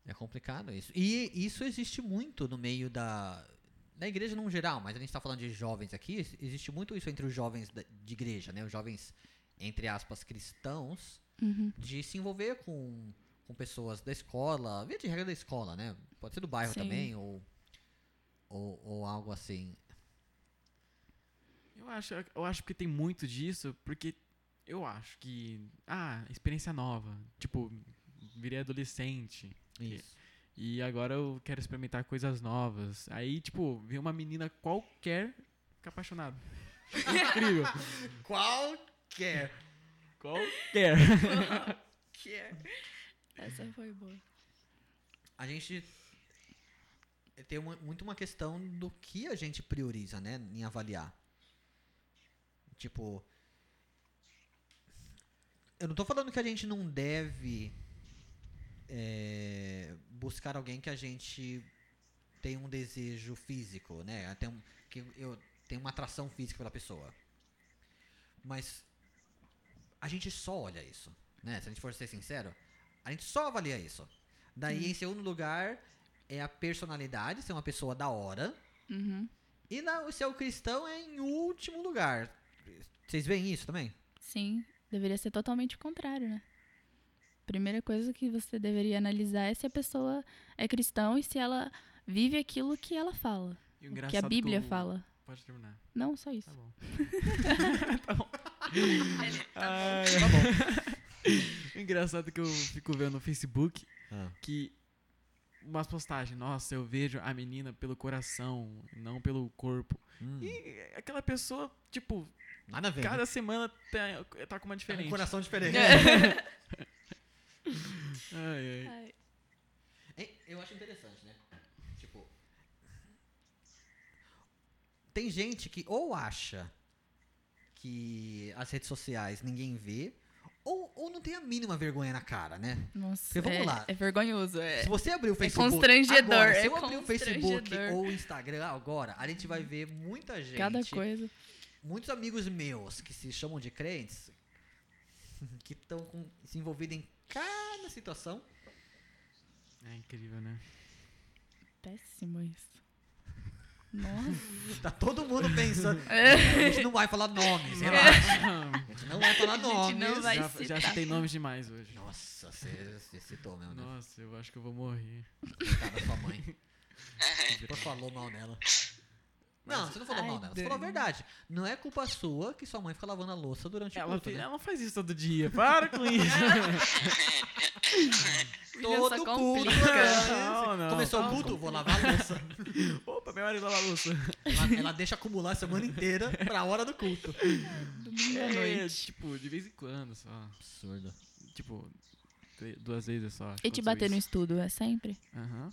A: É complicado isso. E isso existe muito no meio da. Na igreja num geral, mas a gente tá falando de jovens aqui, ex- existe muito isso entre os jovens da- de igreja, né? Os jovens, entre aspas, cristãos,
B: Uhum.
A: de se envolver com, com pessoas da escola, via de regra da escola, né? Pode ser do bairro
B: Sim.
A: também, ou, ou, ou algo assim.
D: Eu acho, eu acho que tem muito disso, porque eu acho que. Ah, experiência nova. Tipo, virei adolescente.
A: Isso.
D: E agora eu quero experimentar coisas novas. Aí, tipo, vê uma menina qualquer fica apaixonado. Incrível.
A: Qualquer.
D: qualquer.
B: Essa foi boa.
A: A gente tem uma- muito uma questão do que a gente prioriza, né? Em avaliar. Tipo. Eu não tô falando que a gente não deve é, buscar alguém que a gente tem um desejo físico, né? Tem um- que eu tenho uma atração física pela pessoa. Mas a gente só olha isso, né? Se a gente for ser sincero, a gente só avalia isso. Daí, em segundo lugar, é a personalidade, ser uma pessoa da hora.
B: Uhum.
A: E na, o seu cristão é em último lugar. Vocês veem isso também?
B: Sim, deveria ser totalmente o contrário, né? Primeira coisa que você deveria analisar é se a pessoa é cristão e se ela vive aquilo que ela fala, o que
D: E o
B: a
D: engraçado
B: Bíblia
D: o-
B: fala.
D: Pode terminar.
B: Não, só isso.
D: Tá bom.
C: Tá
D: Ai, ai. Engraçado que eu fico vendo no Facebook
A: Ah.
D: que umas postagens, nossa, eu vejo a menina pelo coração, não pelo corpo. E aquela pessoa, tipo,
A: nada a ver. né?
D: cada semana tá, tá com
A: Tem
D: uma
A: um
D: diferente.
A: coração diferente.
B: É.
D: Ai, ai.
A: É, Eu acho interessante, né? Tipo. Tem gente que ou acha que as redes sociais ninguém vê, ou, ou não tem a mínima vergonha na cara, né?
B: Nossa,
A: Porque vamos
B: é,
A: lá.
B: é vergonhoso. É.
A: Se você abrir o Facebook.
B: constrangedor,
A: agora, se
B: é
A: eu abrir o Facebook
B: constrangedor.
A: ou o Instagram agora, a gente vai ver muita gente.
B: Cada coisa.
A: Muitos amigos meus que se chamam de crentes, que estão se envolvidos em cada situação.
D: É incrível, né?
B: Péssimo isso. Nossa.
A: Tá todo mundo pensando.
B: É.
A: A gente não vai falar nomes, relaxa. A gente não vai falar
B: gente não
A: nomes.
B: vai
D: já, já
B: citar.
D: citei nomes demais hoje.
A: Nossa, você você citou meu, né?
D: Nossa, eu acho que eu vou morrer.
A: Coitada da sua mãe. Você falou mal dela. Não, você não falou
B: Ai,
A: mal dela. Você
B: Dani.
A: falou a verdade. Não é culpa sua que sua mãe fica lavando a louça durante o
D: Ela,
A: culto,
D: fe-
A: né?
D: ela não faz isso todo dia. Para com isso.
B: Criança
A: Todo culto.
B: complica.
D: Não, não.
A: Começou o
D: Calma.
A: culto, vou lavar a louça.
D: Opa, meu marido lava a louça.
A: Ela, ela deixa acumular a semana inteira pra hora do culto.
B: Domingo à
D: É,
B: noite.
D: tipo, de vez em quando só.
A: Absurdo.
D: Tipo, tre- duas vezes só.
B: E te bater no
D: isso.
B: estudo, é sempre?
D: Aham.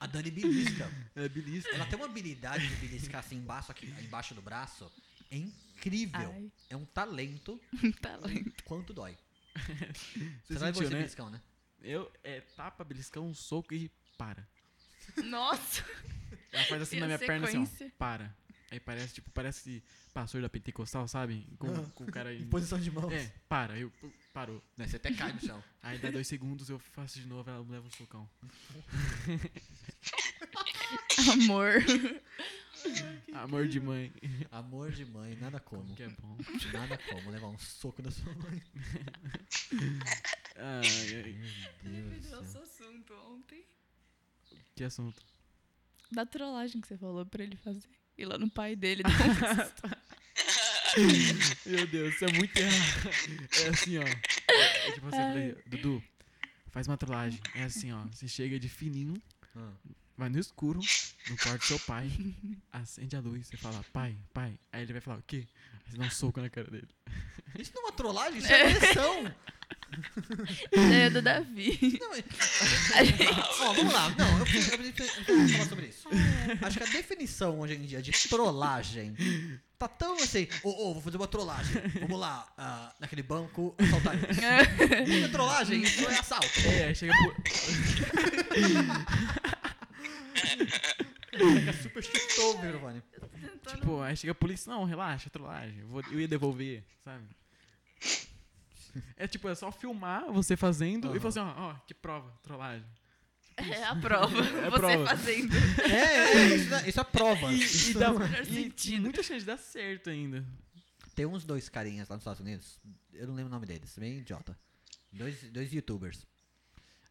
A: A Dani belisca.
D: É belíssimo.
A: Ela tem uma habilidade de beliscar assim embaixo, aqui, embaixo do braço. É incrível.
B: Ai.
A: É um talento
B: Tá lento.
A: quanto dói.
D: Você
A: Você sabe
D: sentiu,
A: você
D: né?
A: beliscão, né?
D: Eu é tapa, beliscão, soco e para.
B: Nossa.
D: Ela faz assim
B: E
D: na
B: a
D: minha perna assim, ó,
B: sequência?
D: para. Aí parece, tipo, parece pastor da Pentecostal, sabe? Com, com o cara aí.
A: posição de mãos.
D: É, para. Aí Eu pum, parou.
A: Né, você até cai no chão.
D: Aí dá dois segundos, eu faço de novo, ela leva um socão.
B: Amor.
D: Amor
B: é?
D: de mãe.
A: Amor de mãe, nada como.
D: Que é bom.
A: Nada como levar um soco da sua mãe.
D: Ai, ai.
A: Meu Deus.
B: nosso assunto ontem.
D: Que assunto.
B: Da trollagem que você falou pra ele fazer. E lá no pai dele. dar um susto.
D: Meu Deus, isso é muito errado. É assim, ó. É tipo assim, eu falei, Dudu, faz uma trollagem. É assim, ó. Você chega de fininho,
A: Ah.
D: vai no escuro, no quarto do seu pai, acende a luz, você fala, pai, pai. Aí ele vai falar, o quê? Aí você dá um soco na cara dele.
A: Isso não é uma trollagem, isso é agressão.
B: Ideia do Davi.
A: Não, é- Ó, vamos lá. Não, eu preciso, eu preciso- eu preciso falar sobre isso. Acho que a definição hoje em dia de trollagem tá tão assim. Ô, ô, vou fazer uma trollagem. Vamos lá, ah, naquele banco, assaltar isso. Isso é trollagem, isso é assalto.
D: É, aí chega pro.
A: É super chutou, Giovanni.
D: Tipo, aí chega a polícia, não, relaxa, trollagem. Eu, vou- eu ia devolver, sabe? É tipo, é só filmar você fazendo
A: Aham.
D: e falar assim, ó, ó, que prova, trollagem.
B: É a prova.
D: a
B: você
D: prova.
B: fazendo.
A: É, é, isso, é- isso é prova.
D: E, e
A: Isso
D: dá um
A: não é-
B: menor
D: e
B: sentido.
D: muita chance de dar certo ainda.
A: Tem uns dois carinhas lá nos Estados Unidos, eu não lembro o nome deles, bem idiota. Dois, dois youtubers.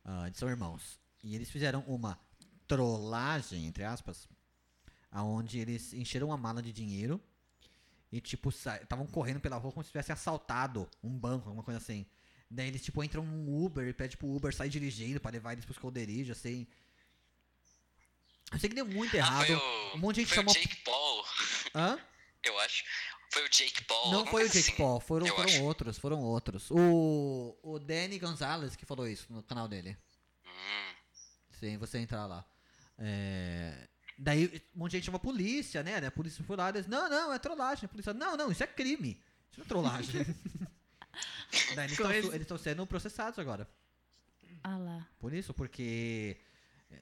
A: Ah, eles são irmãos. E eles fizeram uma trollagem, entre aspas, aonde eles encheram uma mala de dinheiro e, tipo, estavam correndo pela rua como se tivessem assaltado um banco, alguma coisa assim. Daí eles, tipo, entram num Uber e pedem pro Uber sair dirigindo pra levar eles pro esconderijo, assim. Eu sei que deu muito
C: Ah,
A: errado.
C: foi o,
A: um monte de gente
C: foi o
A: chamou.
C: Jake Paul,
A: Hã?
C: eu acho. Foi o Jake
A: Não
C: Paul. alguma
A: foi o
C: coisa
A: Jake
C: assim.
A: Paul, foram,
C: eu
A: foram
C: acho.
A: outros, foram outros. O, o Danny Gonzalez que falou isso no canal dele.
C: Hum,
A: Se você entrar lá. É, Daí um monte de gente chama a polícia, né? A polícia foi lá e disse, não, não, é trollagem. A polícia, não, não, isso é crime. Isso não é trollagem. Daí eles tão
B: Coisa.
A: su- eles estão sendo processados agora.
B: Ah lá.
A: Por isso, porque...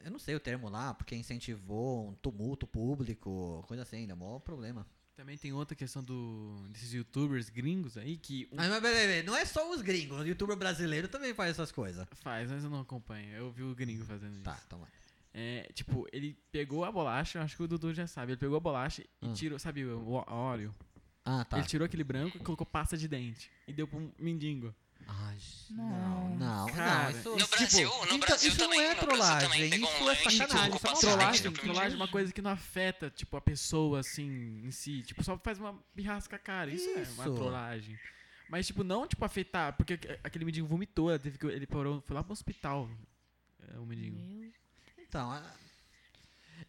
A: Eu não sei o termo lá, porque incentivou um tumulto público, coisa assim, deu maior problema.
D: Também tem outra questão do, desses youtubers gringos aí que um
A: Mas, mas peraí, peraí, não é só os gringos, o youtuber brasileiro também faz essas coisas.
D: faz, mas eu não acompanho. Eu vi o gringo fazendo
A: Tá,
D: isso.
A: então vai.
D: É, tipo, ele pegou a bolacha, eu acho que o Dudu já sabe. Ele pegou a bolacha
A: Ah.
D: e tirou, sabe, o o- a óleo.
A: Ah, tá.
D: Ele tirou aquele branco e colocou pasta de dente. E deu pra um mendigo.
A: Ai, não,
B: Nossa.
A: não, não.
D: Cara,
A: Isso,
C: No
A: tipo,
C: Brasil, no
A: então,
C: Brasil
A: isso
C: também,
A: não é
C: no Brasil
A: trollagem,
C: também pegou um
A: isso é
C: lanche,
B: Tipo,
C: tipo.
A: sacanagem,
C: colocou
A: isso é uma trollagem.
C: pasta de dente
D: Trollagem,
C: do primeiro
D: trollagem é uma coisa que não afeta, tipo, a pessoa, assim, em si. Tipo, só faz uma birrasca a cara. Isso, é uma
A: Isso.
D: trollagem. Mas, tipo, não, tipo, afetar. Porque aqu- aquele mendigo vomitou, ela teve que, ele parou, foi lá pro hospital. é, O mendigo.
B: Meu.
A: Então, a-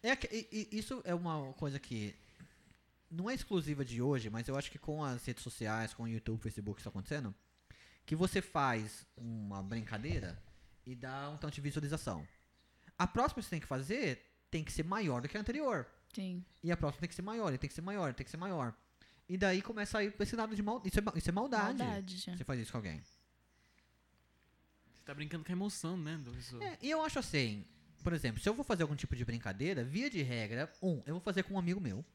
A: é, que- e- e- isso é uma coisa que não é exclusiva de hoje, mas eu acho que com as redes sociais, com o YouTube, Facebook, isso tá acontecendo, que você faz uma brincadeira e dá um tanto de visualização. A próxima que você tem que fazer tem que ser maior do que a anterior.
B: Sim.
A: E a próxima tem que ser maior, e tem que ser maior, e tem que ser maior. E daí começa a ir pra esse lado de mal... isso, é, ma- isso é maldade.
B: Maldade já.
A: Você faz isso com alguém.
D: Você tá brincando com a emoção, né? Da pessoa.
A: É, e eu acho assim, por exemplo, se eu vou fazer algum tipo de brincadeira, via de regra, um, eu vou fazer com um amigo meu.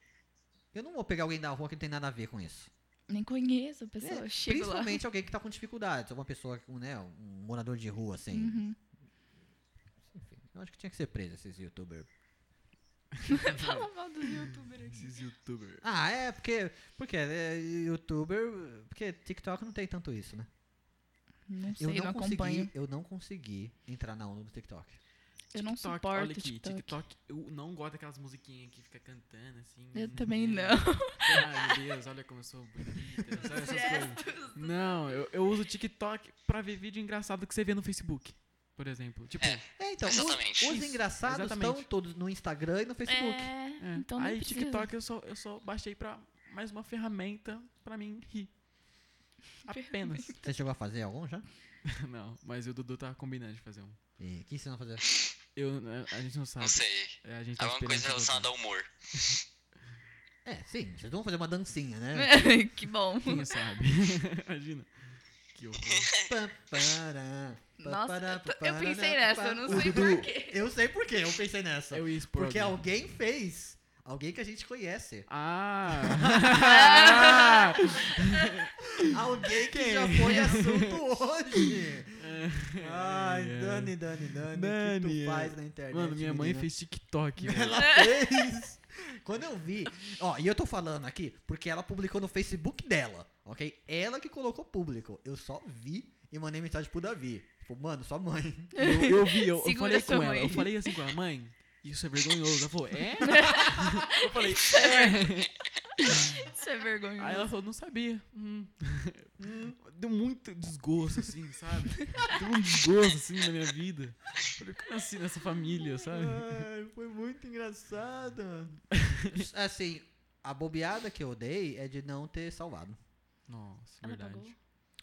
A: Eu não vou pegar alguém da rua que não tem nada a ver com isso.
B: Nem conheço a
A: É,
B: pessoa. chega lá.
A: principalmente alguém que tá com dificuldades, ou uma pessoa, um, né, um morador de rua, assim.
B: Uhum.
A: Enfim, eu acho que tinha que ser preso esses youtubers.
B: Fala mal dos youtubers aqui.
D: Esses youtubers.
A: Ah, é, porque, porque é, youtuber, porque TikTok não tem tanto isso, né?
B: Não sei,
A: Eu
B: eu não,
A: não
B: acompanho.
A: consegui, eu não consegui entrar na onda do TikTok.
B: Eu não
D: TikTok,
B: suporto
D: olha aqui,
B: TikTok.
D: Eu não gosto daquelas musiquinhas que fica cantando, assim.
B: Eu
D: né?
B: também não.
D: Ai, meu Deus, olha como eu sou bonita. Sabe essas coisas? Não, eu, eu uso o TikTok pra ver vídeo engraçado que você vê no Facebook, por exemplo. Tipo,
C: É.
A: É, então, os,
C: Exatamente.
A: os
D: Isso,
A: engraçados estão
D: exatamente.
A: todos no Instagram e no Facebook.
B: É,
D: é.
B: então não
D: aí
B: precisa.
D: TikTok eu só, eu só baixei pra mais uma ferramenta pra mim rir. Apenas.
A: Você chegou a fazer algum já?
D: não, mas o Dudu tá combinando de fazer um.
A: E o que você vai fazer?
D: Eu, né, a gente não sabe.
C: Não sei.
D: É, A gente tá
C: Alguma
D: esperando
C: coisa
D: pra
C: relacionada
D: voltar.
C: ao humor.
A: É, sim, vocês vão fazer uma dancinha,
B: É.
A: né?
B: que bom.
D: Quem sabe? Imagina. Que horror.
A: Pam, pará, pam,
B: Nossa,
A: pará,
B: eu tô- eu
A: pam, pará,
B: pensei nessa,
A: pam.
B: eu não
A: O
B: sei
A: Dudu-
B: por quê.
A: Eu sei por quê, eu pensei nessa.
D: Eu ia expor
A: Porque é
D: alguém.
A: alguém fez, alguém que a gente conhece.
D: Ah! Ah!
A: Alguém que
D: Quem?
A: já foi assunto hoje. É. Ai,
D: ai.
A: Dani, Dani, Dani, o que
D: Dani,
A: tu
D: é.
A: faz na internet?
D: Mano, minha mãe
A: né, menina?
D: fez TikTok. velho.
A: Ela fez. Quando eu vi. Ó, e eu tô falando aqui porque ela publicou no Facebook dela, ok? Ela que colocou público. Eu só vi e mandei mensagem pro Davi. Tipo, mano, sua mãe.
D: Eu, eu vi, eu, eu
B: Segura
D: falei
B: sua
D: com ela.
B: mãe.
D: Eu falei assim com ela, mãe, isso é vergonhoso. Ela falou, é? Eu falei, é.
B: Isso é vergonha.
D: Aí ela falou, não sabia. Hum. Deu muito desgosto, assim, sabe? Deu um desgosto, assim, na minha vida. Eu falei, como assim nessa família, sabe?
A: Ai, foi muito engraçado. Assim, a bobeada que eu dei é de não ter salvado. É
D: Nossa,
B: Ela
D: verdade.
B: pagou?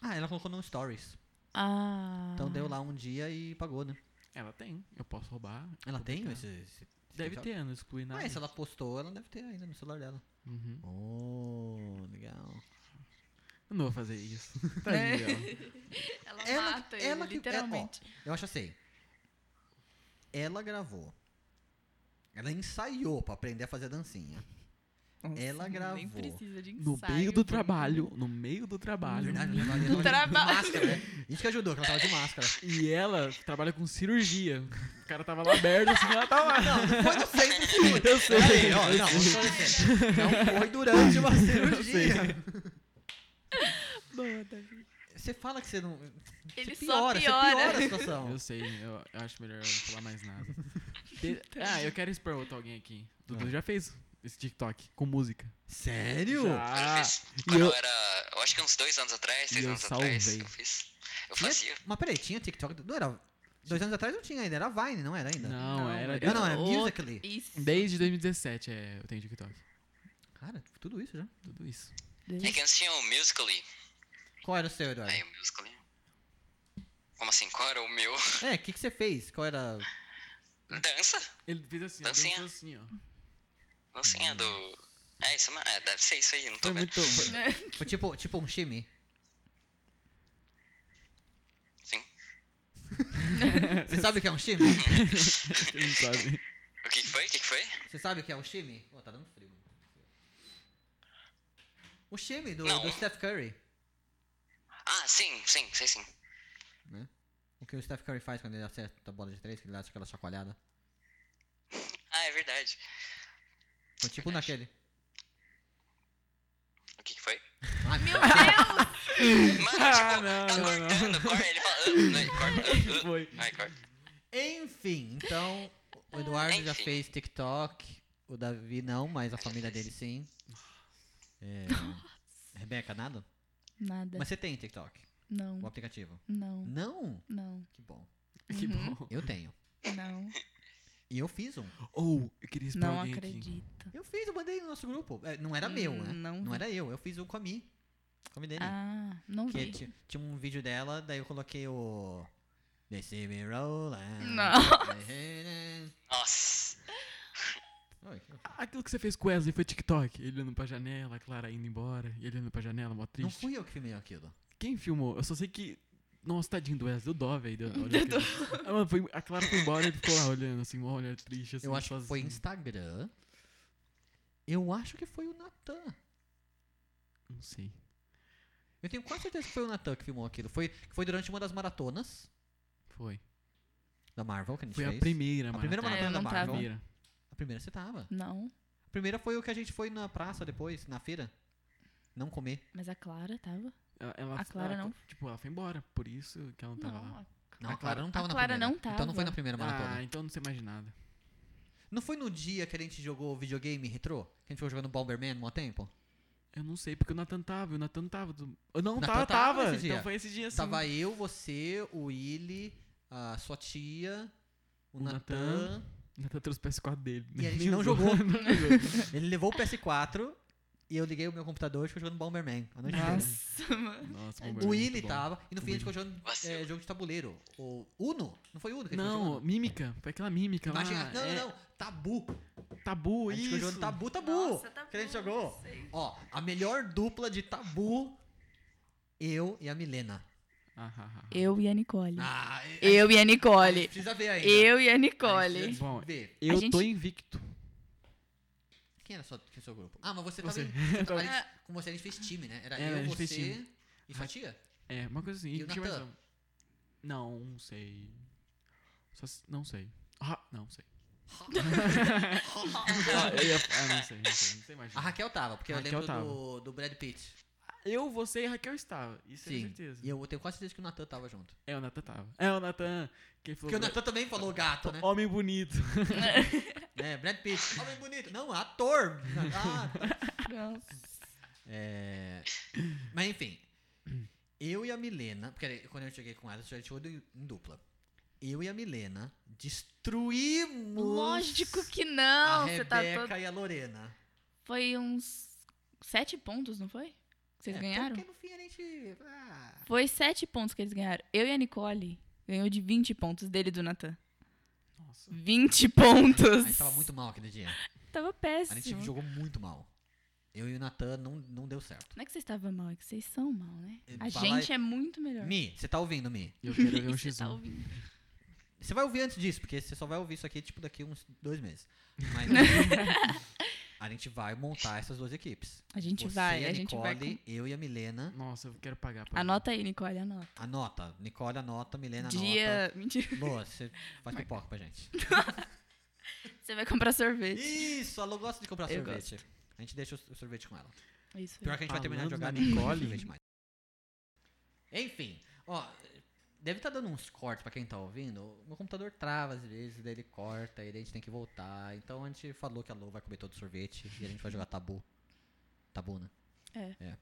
A: Ah, ela colocou no Stories.
B: Ah.
A: Então deu lá um dia e pagou, né?
D: Ela tem, eu posso roubar.
A: Ela tem
D: publicar.
A: esse. esse-
D: Deve
A: esse-
D: ter, eu não exclui nada.
A: Ah, se ela postou, ela deve ter ainda no celular dela.
D: Uhum.
A: Oh, legal.
D: Eu não vou fazer isso.
B: É.
D: Tá Tadinha dela.
B: Ela,
A: Ela-
B: mata ele,
A: ela que- é, ó,
B: literalmente.
A: Eu acho assim. Ela gravou. Ela ensaiou pra aprender a fazer a dancinha. ela
B: Nem
A: gravou.
B: precisa de
D: No
B: ensaio.
D: meio do
B: pra-
D: trabalho, no meio do trabalho.
B: Uhum.
A: Verdade, ela tava de
B: Trabalho.
A: máscara, né? Isso que ajudou, que ela tava de máscara.
D: E ela trabalha com cirurgia. O cara tava lá aberto, assim, ela tava lá.
A: Ah, Não, não foi no centro cirúrgico.
D: Eu sei.
A: Peraí, ó, não, vou esclarecer. não foi durante uma cirurgia.
B: Boa, Davi.
A: Você fala que você não.
B: Ele
A: você
B: só
A: piora, Você piora a situação.
D: Eu sei, eu eu acho melhor eu não falar mais nada. Te- Ah, eu quero expor outro alguém aqui. Dudu
A: Ah.
D: já fez esse TikTok com música.
A: Sério?
C: Quando eu
D: Já.
C: fiz-
D: Ah, E
C: Quando eu
D: eu...
C: era. Eu acho que uns dois anos atrás,
D: E
C: três
D: eu
C: anos atrás,
D: salvei.
C: eu fiz. Eu
A: Tinha-
C: fazia.
A: Mas peraí, tinha TikTok. Não era. Dois anos atrás não tinha ainda, era Vine, não era ainda? Ah,
D: Não, era
A: Não, não, era
B: Outro-
A: Musical.ly.
B: Isso.
D: desde 2017 é, eu tenho TikTok.
A: Cara, tudo isso já.
D: Tudo isso.
C: É que antes tinha o Musical.ly.
A: Qual era o seu,
D: Tá.
A: Eduardo?
C: Aí o Musical.ly... Como assim? Qual era o meu?
A: É, o que, que você fez? Qual era.
C: Dança?
D: Ele fez assim, ó,
C: Dancinha.
D: dançou assim, ó.
C: Dancinha do... É, isso mesmo. É, deve ser isso aí, não tô
D: Foi
C: vendo.
D: muito. foi-
A: Foi tipo, tipo um shimmy.
C: Sim.
A: Você sabe o que é um shimmy?
D: Quem sabe?
C: O que que foi? O que que foi?
A: Você sabe o que é um shimmy? Pô, tá dando frio. O time do,
C: Não.
A: do Steph Curry.
C: Ah, sim, sim, sei sim.
A: O que o Steph Curry faz quando ele acerta a bola de três, que ele dá aquela chacoalhada.
C: Ah, é verdade.
A: Foi tipo naquele.
C: O que, que foi?
A: Ai,
C: Mano, tipo,
D: Ah, não,
C: tá
D: não, não.
C: cortando, corta, ele fala. "Ah, Ai, corta. ah, ah".
D: Foi.
C: Ai, corta.
A: Enfim, então o Eduardo já
C: Enfim.
A: fez TikTok, o Davi não, mas a
C: Já
A: família
C: fez.
A: dele sim. É, Rebeca, nada?
B: Nada.
A: Mas você tem TikTok,
B: Não,
A: o aplicativo?
B: não,
A: Não?
B: não,
A: Que bom.
D: Que bom.
A: Eu tenho.
B: não.
A: E eu fiz um.
D: Ou, eu queria expor
B: Não
D: alguém aqui.
B: acredito.
A: Eu fiz, eu mandei no nosso grupo. É, não era meu, né?
B: Não
A: Não
B: vi.
A: era eu, eu fiz um com a Mi. Com a Mi dele.
B: Ah, não
A: Que
B: vi.
A: ti- tinha um vídeo dela, daí eu coloquei o. They see me rolling.
B: Nossa.
C: Nossa.
A: Oi, que-
D: Aquilo que você fez com o Wesley foi TikTok. Ele olhando pra janela, a Clara indo embora. E ele olhando pra janela, mó
A: Não
D: triste.
A: fui eu que filmei aquilo.
D: Quem filmou? Eu só sei que. Nossa, tadinho do Wesley, deu dó, velho. Deu, olhou aquilo. ah, mano, foi, a Clara foi embora e ele ficou lá olhando, assim, uma olhada triste, assim.
A: Eu acho que
D: sozinho.
A: foi Instagram. Eu acho que foi o Natan.
D: Não sei.
A: Eu tenho quase certeza que foi o Natan que filmou aquilo. Foi, foi durante uma das maratonas
D: Foi.
A: da Marvel que a gente
D: Foi
A: fez.
D: a primeira,
A: A
D: mano.
A: primeira
B: maratona. É,
A: maratona
B: eu não
A: da
B: tava.
A: Marvel.
D: Primeira.
A: A primeira você tava.
B: Não,
A: A primeira foi o que a gente foi na praça depois, na feira. Não comer.
B: mas a Clara tava.
D: Ela, ela-
B: A Clara
D: ela-
B: não-
D: Tipo, ela foi embora, por isso que ela não tava
B: Não,
D: lá.
B: a
A: Não,
D: A
A: a Clara
D: Clara-
A: não tava
B: a
A: na
B: Clara
A: primeira.
B: não tava.
A: Então não foi na primeira maratona.
D: Ah, então não sei mais de nada.
A: Não foi no dia que a gente jogou videogame retrô? Que a gente ficou jogando Bomberman no maior tempo?
D: Eu não sei, porque o Nathan tava, o Nathan tava. do- Eu Não,
A: Nathan
D: tava,
A: tava
D: tava.
A: esse dia.
D: Então foi esse dia, assim.
A: Tava eu, você, o Willy, a sua tia, o,
D: O
A: Natan.
D: O Nathan trouxe o PS4 dele.
A: E a gente
D: Nem
A: não
D: usou.
A: jogou.
D: Não jogou.
A: Ele levou o PS4 e eu liguei o meu computador e ficou jogando Bomberman. a noite inteira.
B: Nossa, mano.
D: Nossa,
A: O
D: Bomberman,
A: É Willy
D: muito bom.
A: tava, e no fim a gente ficou jogando
C: Vacilo.
A: é, jogo de tabuleiro. O Uno? Não foi Uno que a gente ficou
D: Não,
A: jogando?
D: mímica. Foi aquela mímica
A: Imagina-
D: lá.
A: não,
D: é
A: não, não. Tabu. A
D: Tabu,
A: gente ficou
D: isso.
A: jogando tabu, tabu. que a gente jogou. Ó, a melhor dupla de tabu, eu e a Milena.
D: Ah, ah, ah.
B: Eu e a Nicole.
A: Ah, e-
B: Eu e a
A: a gente
B: Nicole.
A: precisa ver ainda.
B: Eu e a
A: A gente
B: Nicole.
A: precisa
D: Bom,
A: ver.
D: Eu
B: A gente-
D: tô invicto.
A: Quem era só que seu grupo? Ah, mas você,
D: Você.
A: tava. Em, você tava em-
B: É.
A: com você a gente fez time, né? Era
D: É, a
A: eu,
D: gente
A: você
D: fez time.
A: e sua tia?
D: É, uma coisa assim.
A: E o
D: tinha mais
A: Nathan?
D: um. Não, não sei. Só se- não sei. Ah, não sei. ah, eu ia- ah, não sei, não sei. Não sei mais.
A: A Raquel tava, porque
D: A Raquel
A: eu lembro
D: tava.
A: Do, do Brad Pitt.
D: Eu, você e Raquel estava. Isso é
A: Sim.
D: certeza.
A: E eu tenho quase certeza que o Natan tava junto.
D: É, o Nathan tava. É, o Nathan. Quem falou
A: Porque o Natan também falou gato, né?
D: Homem bonito.
A: É, Brad Pitt. Homem bonito. Não, ator. Ah, é... Mas enfim. Eu e a Milena, porque era- quando eu cheguei com ela, a gente foi em em dupla. Eu e a Milena destruímos
B: Lógico que
A: a
B: não. Você tá
A: Rebeca
B: todo...
A: e a Lorena.
B: Foi uns sete pontos, não foi? Que Vocês
A: É,
B: ganharam?
A: Porque no fim a gente... Ah,
B: Foi sete pontos que eles ganharam. Eu e a Nicole ganhou de 20 pontos dele e do Natan.
D: Nossa.
B: 20
A: a
B: pontos.
A: gente tava muito mal aquele dia.
B: Tava
A: A
B: péssimo.
A: gente jogou muito mal. Eu e o Natan não, não deu certo.
B: Não é que vocês estavam mal, é que vocês são mal, né?
A: É,
B: A
A: fala-
B: gente é muito melhor.
A: Mi, você tá ouvindo, Mi?
D: Eu quero ver um
B: Você
D: X1.
B: tá ouvindo.
A: Você vai ouvir antes disso, porque você só vai ouvir isso aqui, tipo, daqui uns dois meses. Mas a gente vai montar essas duas equipes.
B: A gente
A: Você,
B: vai,
A: a,
B: a, gente vai.
A: Nicole, eu e a Milena.
D: Nossa, eu quero pagar.
B: com- Anota aí, Nicole, anota.
A: Anota. Nicole anota, Milena
B: Dia. Mentira.
A: anota. Boa, você faz pipoca pra gente.
B: Você vai comprar sorvete.
A: Isso, a Lô gosta de comprar
B: Eu
A: sorvete. A gente deixa o o sorvete com ela.
B: É isso aí.
A: Pior que a gente vai terminar de
D: Falando
A: jogar
D: na
A: nem
D: Nicole.
A: sorvete mais. Enfim, ó, deve estar dando uns cortes pra quem tá ouvindo. O meu computador trava às vezes, daí ele corta, e daí a gente tem que voltar. Então a gente falou que a Lô vai comer todo o sorvete e a gente vai jogar tabu. Tabu, né?
B: É.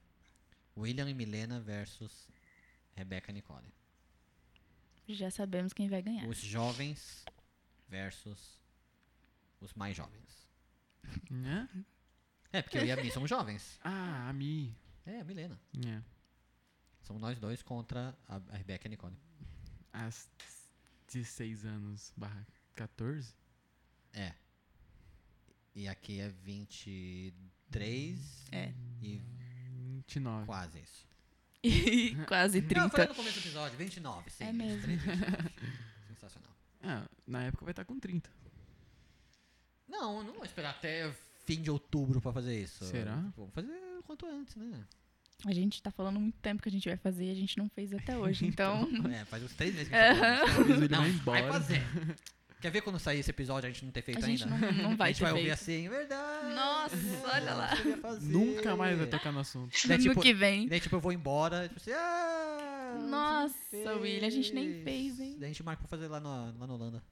A: William e Milena versus Rebeca e Nicole.
B: Já sabemos quem vai ganhar.
A: Os jovens versus os mais jovens.
D: Né?
A: É, porque eu e a Mi somos jovens.
D: Ah, a Mi.
A: É, a Milena.
D: É.
A: Somos nós dois contra a a Rebeca e a Nicole.
D: Às 16 anos barra 14?
A: É. E aqui é 23
B: É.
A: e
D: 29.
A: quase isso.
B: E Quase
A: Não, eu falei
B: 30.
A: no começo do episódio, 29, sim.
B: É mesmo.
A: 23, 29. Sensacional.
D: Ah, na época vai estar com 30.
A: Não, eu não vou esperar até fim de outubro pra fazer isso. Tipo,
D: Será?
A: Vamos fazer quanto antes, né?
B: A gente tá falando muito tempo que a gente vai fazer e a gente não fez até hoje. Então,
A: É, faz uns três meses que a gente tá falando
D: Talvez
A: isso.
D: ele vá
A: Não, vai
D: embora.
A: fazer. Quer ver quando sair esse episódio a gente não ter feito
B: a gente
A: ainda?
B: não, não
A: a
B: vai
A: gente
B: ter
A: vai ouvir
B: feito.
A: assim, verdade.
B: Nossa, olha lá.
A: eu queria fazer."
D: Nunca mais vai tocar no assunto.
A: Daí,
B: Ano
A: tipo,
B: que vem.
A: E daí, tipo, eu vou embora. Tipo assim, ah,
B: Nossa,
A: você não
B: William, a gente nem fez, hein?
A: Daí a gente marca pra fazer lá, no, lá na Holanda.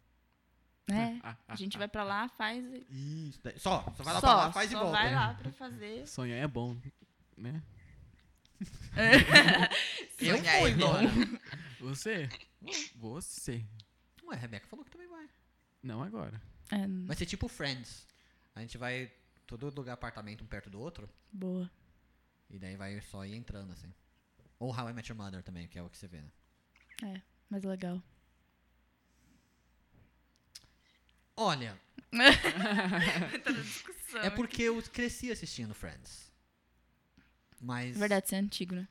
B: É.
D: Ah, ah,
B: A gente
D: ah.
B: vai pra lá, faz. e-
A: Isso. daí- Só, só vai lá
B: só,
A: pra lá, faz
B: só
A: e volta.
B: vai lá pra fazer.
D: Sonhar é bom, né?
A: Eu
B: Sonhar é
A: vou embora.
D: Você? Você.
A: Ué, a Rebeca falou que também vai.
D: Não agora.
B: É,
A: Vai ser tipo Friends. A gente vai todo lugar apartamento um perto do outro.
B: boa.
A: E daí vai só ir entrando, assim. Ou How I Met Your Mother também, que é o que você vê, né?
B: É, mas legal.
A: Olha,
B: Discussão.
A: é porque eu cresci assistindo Friends. Mas.
B: Verdade, você é antigo, né?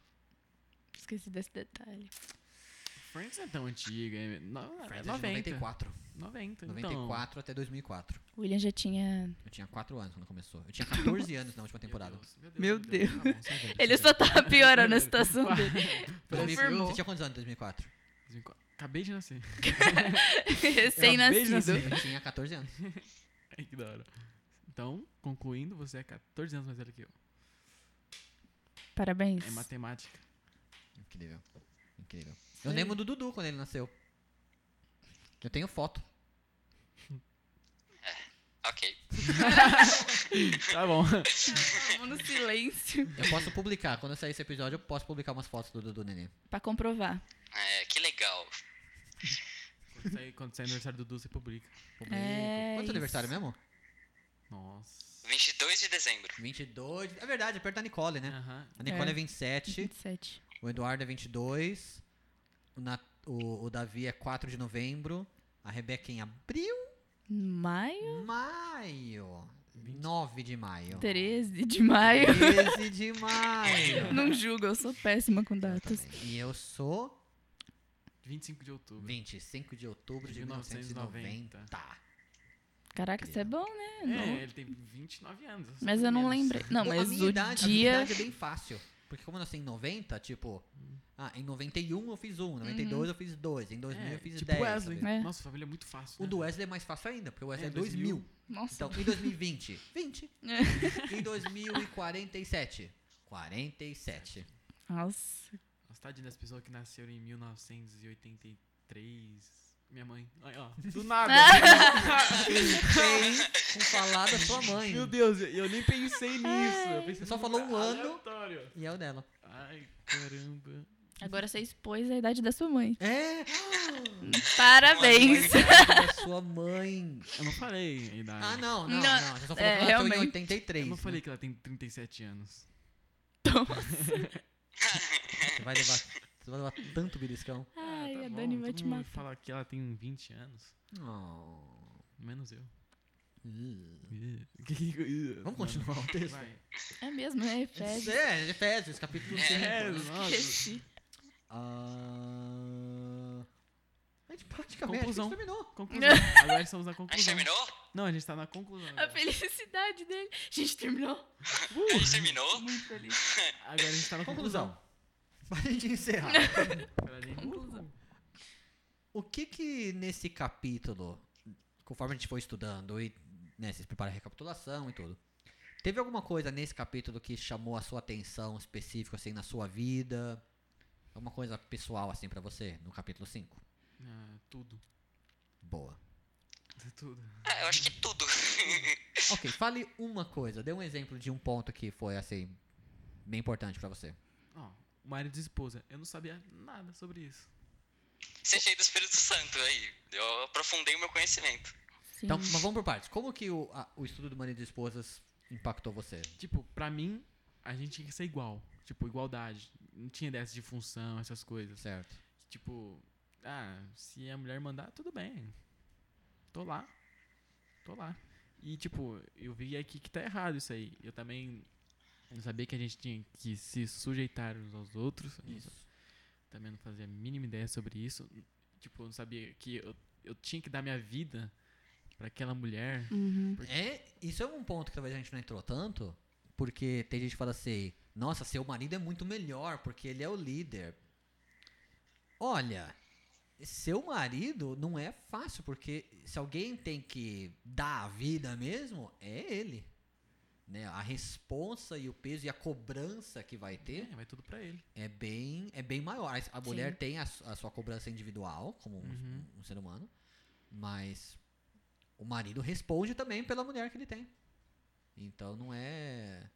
B: Esqueci desse detalhe.
D: Friends não é tão antiga. É no, é
A: Friends é de
D: 90.
A: 94.
D: 90. então.
A: 94 até 2004.
B: O William já tinha.
A: Eu tinha 4 anos quando começou. Eu tinha 14 anos na última temporada.
B: Meu Deus.
D: Tá bom, são velhos,
B: Ele
D: são
B: só tava piorando a
D: velhos.
B: situação dele.
A: Dois mil-
B: Confirmou.
A: Você tinha quantos anos em 2004?
D: 2004. Acabei de nascer.
A: é um
B: Recém-nascido.
A: Eu tinha 14 anos.
D: Ai, que da hora. Então, concluindo, você é 14 anos mais velho que eu.
B: Parabéns.
D: É matemática.
A: Incrível. Incrível. Eu lembro do Dudu quando ele nasceu. Eu tenho foto.
C: Ok.
D: Tá bom.
B: Todo mundo no silêncio.
A: Eu posso publicar. Quando eu sair esse episódio, eu posso publicar umas fotos do Dudu Nenê.
B: Pra comprovar.
C: É, que legal.
D: quando, sair, quando sair aniversário do Du, você publica.
A: Publico.
B: É
A: Quanto é
B: isso.
A: o aniversário mesmo?
D: Nossa.
C: 22 de dezembro.
A: 22. É verdade, é perto da Nicole, né?
D: Aham.
A: A Nicole é,
B: É.
A: 27,
B: 27.
A: o Eduardo é 22, o, Nat- o- o Davi é 4 de novembro, a Rebeca é em abril,
B: Maio?
A: maio, 9 de maio.
B: 13 de maio.
A: 13 de maio.
B: Não julgo, eu sou péssima com datas.
A: Exatamente. E eu sou
D: 25 de outubro.
A: 25 de outubro de 1990.
D: 1990.
B: Caraca, você é bom, né? Não.
D: É, ele tem 29 anos. sou
B: Mas eu não
D: menos.
B: lembrei. Não,
A: Bom, a
B: mas
A: minha
B: o
A: idade, a minha
B: dia.
A: idade é bem fácil. Porque como eu nasci em 90, tipo... Ah, em 91 eu fiz um, em 92 eu fiz dois, em 2000 eu
D: É,
A: fiz
D: tipo
A: 10.
D: Wesley.
A: sabe?
B: É.
D: Nossa, família é muito fácil.
A: O
D: né?
A: do Wesley é mais fácil ainda, porque o Wesley é,
D: É,
A: 2000.
D: 2000.
B: Nossa.
A: Então, em 2020, 20. em 2047, 47.
B: Nossa.
D: Nossa, tadinha das pessoas que nasceram em 1983. Minha mãe. Olha, ó. Do nada.
A: Sem com falar da sua mãe.
D: Meu Deus, eu- eu nem pensei nisso. Eu pensei
A: Você só
D: num
A: falou um
D: lugar
A: ano.
D: aleatório.
A: E é o dela.
D: Ai, caramba.
B: Agora você expôs a idade da sua mãe.
A: É!
B: Parabéns.
A: da sua mãe.
D: Eu não falei a idade.
A: Ah, não,
B: Não.
A: não, não. Você só
B: É,
A: falou que ela nasceu em
B: realmente.
A: 83.
D: Eu não falei
A: né?
D: que ela tem 37 anos.
A: Você vai levar, você vai levar tanto beliscão.
B: Ai,
D: tá
B: Ah, a
D: bom,
B: Dani vai
D: todo
B: te
D: mundo
B: matar.
D: fala que ela tem 20 anos.
A: Oh.
D: Menos eu.
A: Ih.
D: Vamos
A: Vamos continuar o texto?
D: Vai.
B: É mesmo, né? Fede.
A: É, Efésios, capítulo 5.
D: É, nossa.
B: Esqueci.
A: Ah, A gente praticamente
D: Conclusão.
A: terminou.
D: Conclusão. Agora estamos na
C: A gente
D: conclusão.
C: terminou?
D: Não, a gente tá na conclusão.
B: A
D: Agora.
B: felicidade dele. Gente, terminou.
C: A gente terminou?
B: Muito feliz.
D: Agora a gente tá na conclusão.
A: Conclusão. Pra gente encerrar.
D: Pra gente-
B: Conclusão.
A: o que que nesse capítulo, conforme a gente foi estudando e né, se prepara a recapitulação e tudo, teve alguma coisa nesse capítulo que chamou a sua atenção específica, assim, na sua vida? Alguma coisa pessoal, assim, pra você, no capítulo 5?
D: Ah, tudo.
A: Boa.
D: Tudo.
C: Ah, eu acho que tudo.
A: Ok, fale uma coisa. Dê um exemplo de um ponto que foi, assim, bem importante pra você.
D: Ó, marido e esposa. Eu não sabia nada sobre isso.
C: Você é cheio do Espírito Santo aí. Eu aprofundei o meu conhecimento.
B: Sim.
A: Então, mas vamos por partes. Como que o, a- o estudo do marido e esposas impactou você?
D: Tipo, pra mim, a gente tinha que ser igual. Tipo, igualdade. Não tinha dessa de função, essas coisas.
A: Certo.
D: Tipo, ah, se a mulher mandar, tudo bem. Tô lá. Tô lá. E, tipo, eu vi aqui que tá errado isso aí. Eu também não sabia que a gente tinha que se sujeitar uns aos outros. Eu não sa- Também não fazia a mínima ideia sobre isso. Tipo, eu não sabia que eu, eu tinha que dar minha vida pra aquela mulher.
B: Uhum.
A: É, isso é um ponto que talvez a gente não entrou tanto, porque tem gente que fala assim: nossa, seu marido é muito melhor porque ele é o líder. Olha, seu marido não é fácil, porque se alguém tem que dar a vida mesmo, é ele. Né? A responsa e o peso e a cobrança que vai ter
D: É, vai tudo pra ele.
A: é bem, é bem maior. A- A mulher tem a, su- a sua cobrança individual, como um-
D: Uhum.
A: um, ser humano, mas o marido responde também pela mulher que ele tem. Então não é.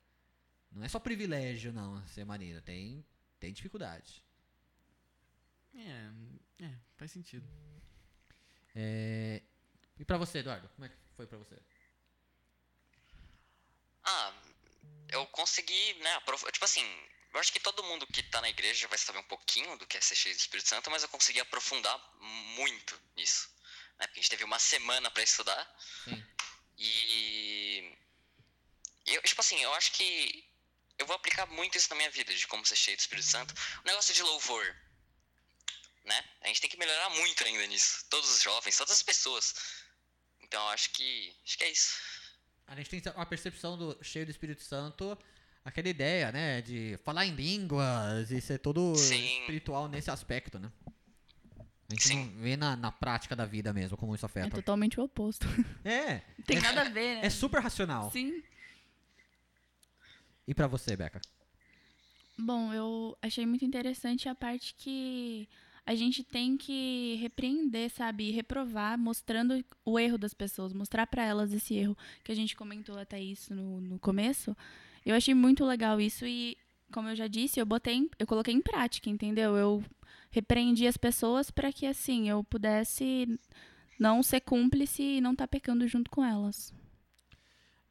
A: Não é só privilégio, não, ser marido. Tem, tem dificuldade.
D: É, é, faz sentido.
A: E pra você, Eduardo? Como é que foi pra você?
C: Ah, eu consegui, né? aprov- Tipo assim, eu acho que todo mundo que tá na igreja vai saber um pouquinho do que é ser cheio do Espírito Santo, mas eu consegui aprofundar muito nisso. Né? Porque a gente teve uma semana pra estudar.
A: Sim.
C: E. Eu, tipo assim, eu acho que eu vou aplicar muito isso na minha vida, de como ser cheio do Espírito Santo. O negócio de louvor. Né? A gente tem que melhorar muito ainda nisso. Todos os jovens, todas as pessoas. Então eu acho que. Acho que é isso.
A: A gente tem uma percepção do cheio do Espírito Santo, aquela ideia, né, de falar em línguas e ser todo
C: Sim.
A: espiritual nesse aspecto, né? A gente
C: Sim.
A: não vê na, na prática da vida mesmo como isso
B: É
A: afeta.
B: totalmente o oposto.
A: É,
B: Não tem nada a ver, né?
A: é super racional.
B: Sim.
A: E pra você, Beca?
B: Bom, eu achei muito interessante a parte que a gente tem que repreender, sabe? E Reprovar, mostrando o erro das pessoas, mostrar pra elas esse erro que a gente comentou até isso no, no começo. Eu achei muito legal isso e, como eu já disse, eu botei, em- eu coloquei em prática, entendeu? Eu repreendi as pessoas pra que assim eu pudesse não ser cúmplice e não estar pecando junto com elas.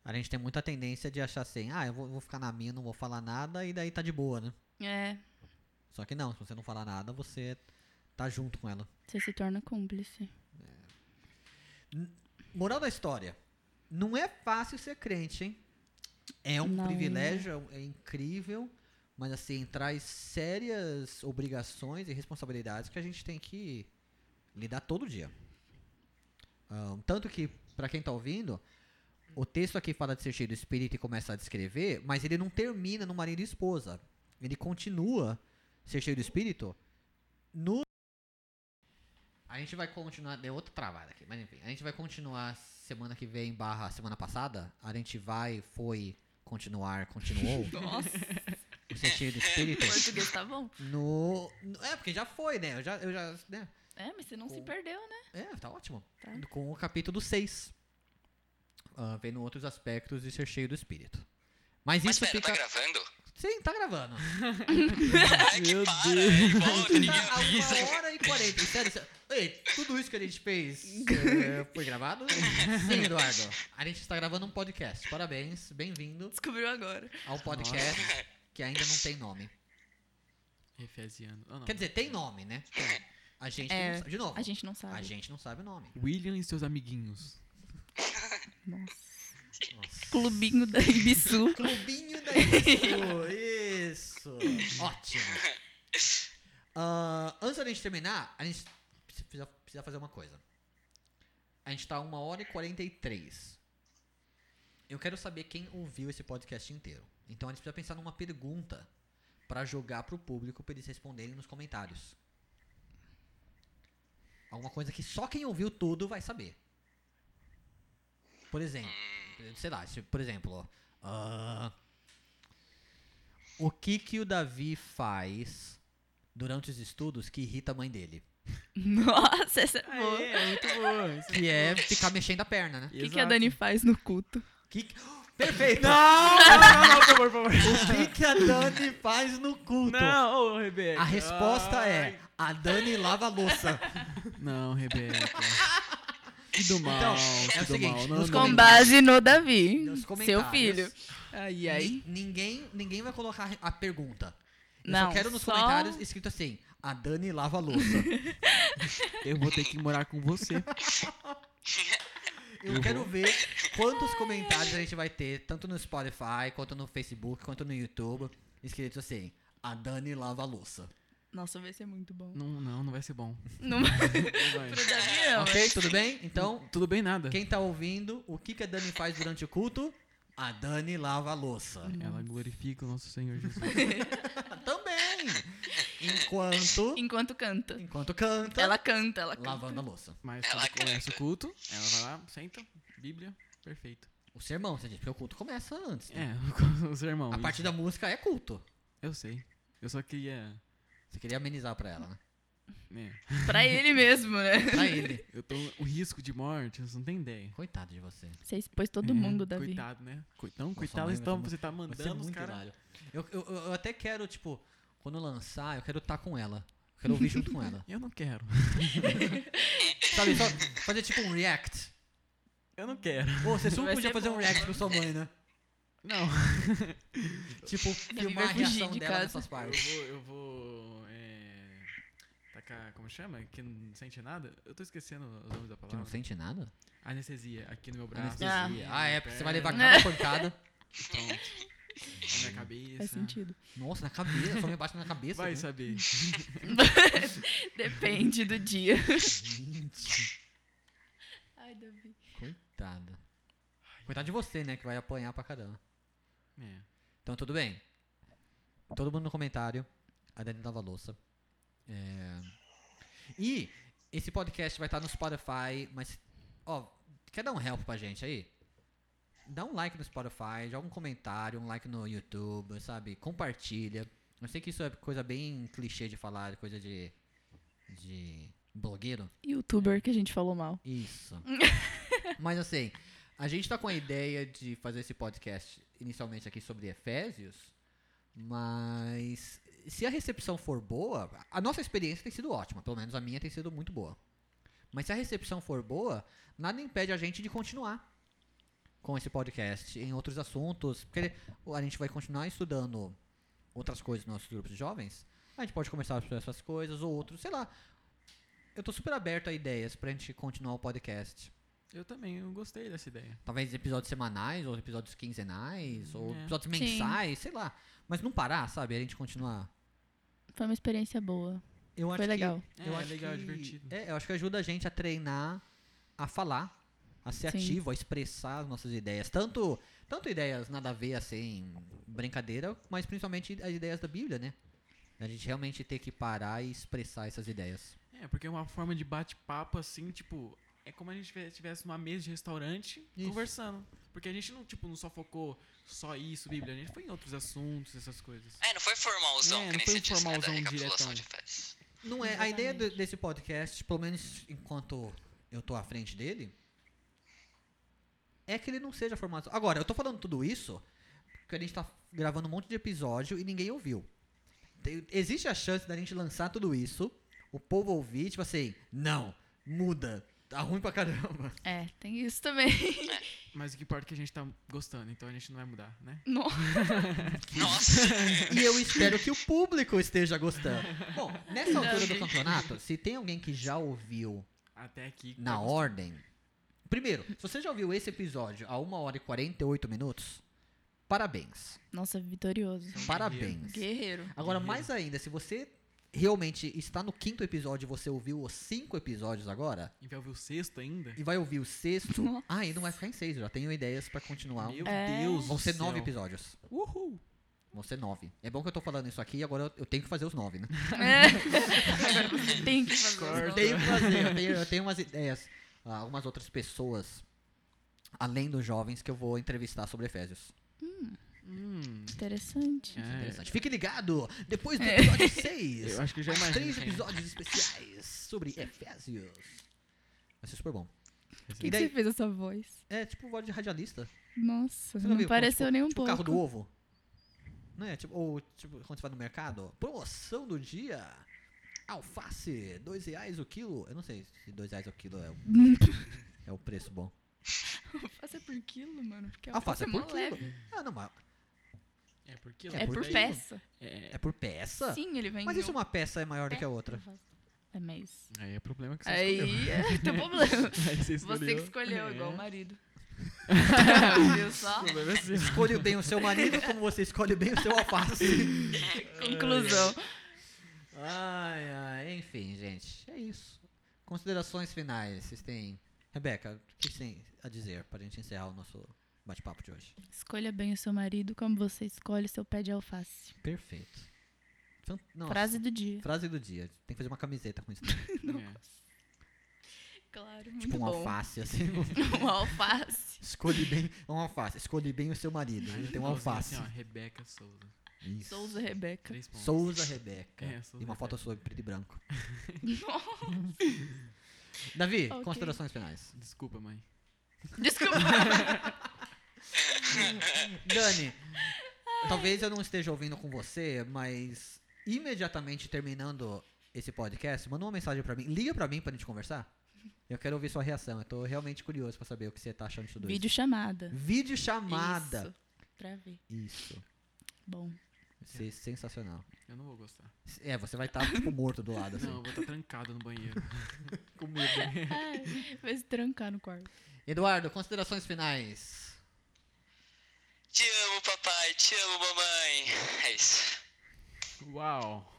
A: A gente tem muita tendência de achar assim, ah, eu vou, vou ficar na minha, não vou falar nada, e daí tá de boa, né?
B: É,
A: Só que não, se você não falar nada, você tá junto com ela.
B: você se torna cúmplice.
A: Moral da história. Não é fácil ser crente, hein? É um
B: Não.
A: privilégio, é um- é incrível, mas assim, traz sérias obrigações e responsabilidades que a gente tem que lidar todo dia. Ah, tanto que, pra quem tá ouvindo, o texto aqui fala de ser cheio do espírito e começa a descrever, mas ele não termina no marido e esposa. Ele continua ser cheio do espírito no. A gente vai continuar. Deu outra travada aqui, mas enfim. A gente vai continuar semana que vem, barra semana passada. A gente vai, foi, continuar, continuou.
B: Nossa,
A: ser cheio do espírito.
B: português tá bom.
A: No, no- É, porque já foi, né? Eu já. Eu já né?
B: É, mas você não se
A: Com-
B: perdeu, né?
A: É, tá ótimo.
B: Tá.
A: Com o capítulo 6. vendo outros aspectos de ser cheio do espírito. Mas,
C: Mas
A: isso
C: pera,
A: fica.
C: tá gravando?
A: Sim, tá gravando.
C: Ai, que
D: Meu
C: para,
D: Deus.
C: é igual, ninguém
A: Tá a
C: avisa.
A: uma hora e quarenta. Sério, sério. Ei, tudo isso que a gente fez eh, foi gravado? Sim, Eduardo. A gente está gravando um podcast. Parabéns, bem-vindo
B: Descobriu agora.
A: ao podcast que ainda não tem nome.
D: Refeziano. Ah, não.
A: Quer dizer, tem nome, né? A gente que
B: É,
A: não sabe. De novo,
B: A gente não sabe.
A: a gente não sabe o nome.
D: William e seus amiguinhos.
B: Clubinho da Ibisu.
A: Clubinho da Isso! Isso! Ótimo! Ah, antes da gente terminar, a gente precisa, precisa fazer uma coisa. A gente tá a 1 hora e 43. Eu quero saber quem ouviu esse podcast inteiro. Então a gente precisa pensar numa pergunta pra jogar pro público pra eles responderem nos comentários. Alguma coisa que só quem ouviu tudo vai saber. Por exemplo, sei lá, se- por exemplo, ó. Ah. o que que o Davi faz durante os estudos que irrita a mãe dele?
B: Nossa, essa é boa.
D: Aê, é muito boa. Isso
A: Que é ficar mexendo a perna, né?
B: O que, que é a Dani faz no culto?
A: Que que- Perfeito!
D: Não, não, não, por favor, por favor.
A: O que que a Dani faz no culto?
D: Não, ô, Rebeca.
A: A resposta
D: Ai.
A: é: a Dani lava a louça.
D: Não, Rebeca. Que do mal,
A: Então,
D: que
A: é o
D: do
A: seguinte,
D: mal.
A: nos
D: Não, não,
B: Com
A: comentários.
B: base no Davi,
A: Nos
B: seu
A: comentários.
B: filho. Ai, ai.
A: Ni- Ninguém, ninguém vai colocar a pergunta. Eu
B: Não,
A: só quero nos
B: só-
A: comentários escrito assim: a Dani lava a louça.
D: eu vou ter que morar com você.
A: Eu
D: Uhum.
A: quero ver quantos comentários a gente vai ter, tanto no Spotify, quanto no Facebook, quanto no YouTube, escrito assim, a Dani lava a louça.
B: Nossa, vai ser muito bom.
D: Não, não, não vai ser bom.
B: Não vai
D: Não vai.
B: pro Davi, não.
A: ok, tudo bem? Então,
D: Tudo bem nada.
A: quem tá ouvindo, o que, que a Dani faz durante o culto? A Dani lava a louça. Ah,
D: Ela glorifica o nosso Senhor Jesus.
A: Também. Enquanto.
B: Enquanto canta.
A: Enquanto canta.
B: Ela canta, ela canta.
A: lavando a louça.
D: Mas
C: Ela
D: quando
C: canta.
D: começa o culto, ela vai lá, senta, Bíblia, perfeito.
A: O sermão, você diz, porque o culto começa antes. né?
D: É, o sermão.
A: a
D: isso.
A: parte da música é culto.
D: Eu sei. Eu só queria.
A: Você queria amenizar pra ela, né?
D: né,
B: Pra ele mesmo, né?
A: Pra ele.
D: eu tô. O risco de morte, você não tem ideia.
A: Coitado de você.
B: Você expôs todo
D: É,
A: Hum,
B: mundo, Davi.
D: Coitado, né? Coitão,
A: Uhum. mãe
D: coitado,
A: vai
D: então
A: tomar-
D: você tá
A: Vai ser
D: mandando os
A: muito
D: caras.
A: hilário. Eu, eu, eu- eu até quero, tipo, quando eu lançar, eu quero estar com ela. Eu quero ouvir junto com ela.
D: Eu não quero.
A: Sabe, só fazer tipo um react.
D: Eu não quero.
A: Pô, você super
B: Vai
A: podia
B: ser
A: fazer um
B: bom.
A: react com sua mãe, né?
D: Não.
A: Tipo, filmar a
B: vai fugir
A: reação
B: de
A: dela
B: casa.
A: nessas
D: Eu
A: partes.
D: vou. Eu vou. É, tacar. Como chama? Que não sente nada? Eu tô esquecendo os nomes da
A: Que
D: palavra.
A: Tipo, não sente nada?
D: Anestesia, aqui no meu braço.
A: Anestesia.
D: aqui
A: Ah,
D: na
A: é,
D: minha
A: porque você vai levar
D: perna,
A: cada pancada.
D: Pronto. Na minha cabeça.
B: Faz
A: é.
B: sentido.
A: Nossa, na cabeça, só me bate na cabeça.
D: Vai
A: né?
D: saber.
B: Depende do dia.
A: Gente,
B: Ai, Davi.
A: coitada. Coitado de você, né? Que vai apanhar pra caramba.
D: É.
A: Então, tudo bem. Todo mundo no comentário. A Dani lava a louça. É, E esse podcast vai estar no Spotify, mas... Ó, quer dar um help pra gente aí? Dá um like no Spotify, joga um comentário, um like no YouTube, sabe? Compartilha. Eu sei que isso é coisa bem clichê de falar, coisa de... De... Blogueiro.
B: Youtuber que a gente falou mal.
A: Isso. Mas assim, a gente tá com a ideia de fazer esse podcast inicialmente aqui sobre Efésios, mas se a recepção for boa, a nossa experiência tem sido ótima, pelo menos a minha tem sido muito boa. Mas se a recepção for boa, nada impede a gente de continuar com esse podcast em outros assuntos, porque a gente vai continuar estudando outras coisas nos nossos grupos de jovens. A gente pode conversar sobre essas coisas ou outros, sei lá. Eu tô super aberto a ideias pra gente continuar o podcast.
D: Eu também, eu gostei dessa ideia.
A: Talvez episódios semanais, ou episódios quinzenais, ou
D: É.
A: episódios
B: Sim.
A: mensais, sei lá. Mas não parar, sabe? A gente continuar.
B: Foi uma experiência boa.
A: Eu acho
B: Foi
A: que-
B: legal.
A: eu
D: é
A: acho
D: legal,
A: que-
D: divertido.
A: É, eu acho que ajuda a gente a treinar, a falar, a ser
B: Sim.
A: ativo, a expressar as nossas ideias. Tanto, tanto ideias nada a ver, assim, brincadeira, mas principalmente as ideias da Bíblia, né? A gente realmente ter que parar e expressar essas ideias.
D: É, porque é uma forma de bate-papo assim, tipo, é como a gente tivesse- tivesse numa mesa de restaurante
A: Isso.
D: conversando. Porque a gente não, tipo, não só focou só isso, Bíblia, a gente foi em outros assuntos, essas coisas.
C: É, não foi formalzão,
D: É,
C: que
D: não
C: nem
D: foi
C: se diz, né, da
D: formalzão
C: recapitulação
D: diretão.
C: de férias.
A: Não é, a ideia do- desse podcast, pelo menos enquanto eu tô à frente dele, é que ele não seja formato. Agora, eu tô falando tudo isso porque a gente tá gravando um monte de episódio e ninguém ouviu. Tem- existe a chance da gente lançar tudo isso, o povo ouvir, tipo assim, não, muda, tá ruim pra caramba.
B: É, tem isso também.
D: Mas o que importa é que a gente tá gostando, então a gente não vai mudar, né?
B: Nossa.
C: Nossa,
A: E eu espero que o público esteja gostando. Bom, nessa altura do campeonato, se tem alguém que já ouviu
D: Até aqui.
A: na ordem. Primeiro, se você já ouviu esse episódio a 1 hora e 48 minutos, parabéns.
B: Nossa, vitorioso.
D: Então,
A: Parabéns.
B: Guerreiro.
A: Agora, mais ainda, se você realmente está no quinto episódio e você ouviu os cinco episódios agora,
D: E vai ouvir o sexto ainda?
A: e vai ouvir o sexto,
B: Nossa.
A: ah, e não vai ficar em seis, eu já tenho ideias pra continuar.
D: Meu
B: É.
D: Deus.
A: Vão
D: do
A: ser
D: céu.
A: nove episódios.
D: Uhul.
A: Vão ser nove. É bom que eu tô falando isso aqui e agora eu- eu tenho que fazer os nove, né?
B: É. tem que fazer.
A: Eu
B: isso.
A: tenho que fazer, eu tenho, eu tenho umas ideias, ah, algumas outras pessoas, além dos jovens, que eu vou entrevistar sobre Efésios.
D: Hum.
B: Interessante.
D: É.
A: Interessante. Fique ligado, depois
B: É.
A: do episódio 6,
D: Eu acho que eu já
A: mais
D: imagino
A: três
D: quem é.
A: episódios especiais sobre Efésios. Vai ser super bom.
B: Por que,
A: daí-
B: que você fez essa voz?
A: É tipo voz de radialista.
B: Nossa,
A: Você já
B: não
A: viu?
B: pareceu
A: tipo,
B: nem um
A: tipo o
B: pouco.
A: carro do ovo. Não é? Tipo, ou tipo, quando você vai no mercado, ó, promoção do dia. Alface, dois reais o quilo. Eu não sei se dois reais o quilo é o, é o preço bom.
B: Alface é por quilo, mano. Porque
A: Alface é
B: mó
A: por quilo.
B: leve.
A: Ah, não, mas
D: É porque
A: É
B: É por
A: quilo.
B: peça.
D: É,
A: é por peça?
B: Sim, ele vem.
A: Mas e se uma peça é maior do que a outra?
B: É, mas...
D: aí é problema que você
B: Aí
D: escolheu.
B: é teu problema.
D: Aí você
B: Você que escolheu,
D: É.
B: igual o marido. Viu só?
D: O problema é seu.
A: Escolhe bem o seu marido como você escolhe bem o seu alface.
B: Conclusão.
A: Ai, ai, enfim, gente, é isso. Considerações finais, vocês têm. Rebeca, o que você tem a dizer pra gente encerrar o nosso bate-papo de hoje.
B: Escolha bem o seu marido como você escolhe o seu pé de alface.
A: Perfeito. Fan- Nossa,
B: Frase do dia.
A: frase do dia. Tem que fazer uma camiseta com isso. também.
D: É.
B: Claro, muito
A: tipo um
B: bom.
A: alface, assim.
B: um alface.
A: Escolhe bem. Um alface. Escolhe bem o seu marido. Ele tem um alface.
D: Assim, ó, Rebeca Souza.
A: Isso.
B: Souza Rebeca.
D: Três pontos.
A: Souza Rebeca.
D: É, Souza
A: e uma foto
D: Rebeca.
A: sua em preto e branco.
B: Nossa.
A: Davi,
B: Ok.
A: considerações finais.
D: Desculpa, mãe.
B: Desculpa.
A: Dani, talvez eu não esteja ouvindo com você, mas imediatamente terminando esse podcast, manda uma mensagem pra mim. Liga pra mim pra gente conversar. Eu quero ouvir sua reação. Eu tô realmente curioso pra saber o que você tá achando de tudo
B: Vídeo
A: isso.
B: chamada.
A: Vídeo chamada.
B: Isso. Pra ver.
A: Isso.
B: Bom.
A: Vai ser sensacional.
D: Eu não vou gostar.
A: É, você vai estar tipo morto do lado assim.
D: Não, eu vou estar trancado no banheiro. Com medo. né?
B: Ai, É. vai se trancar no quarto.
A: Eduardo, considerações finais.
C: Te amo, papai, te amo, mamãe. É isso.
D: Uau.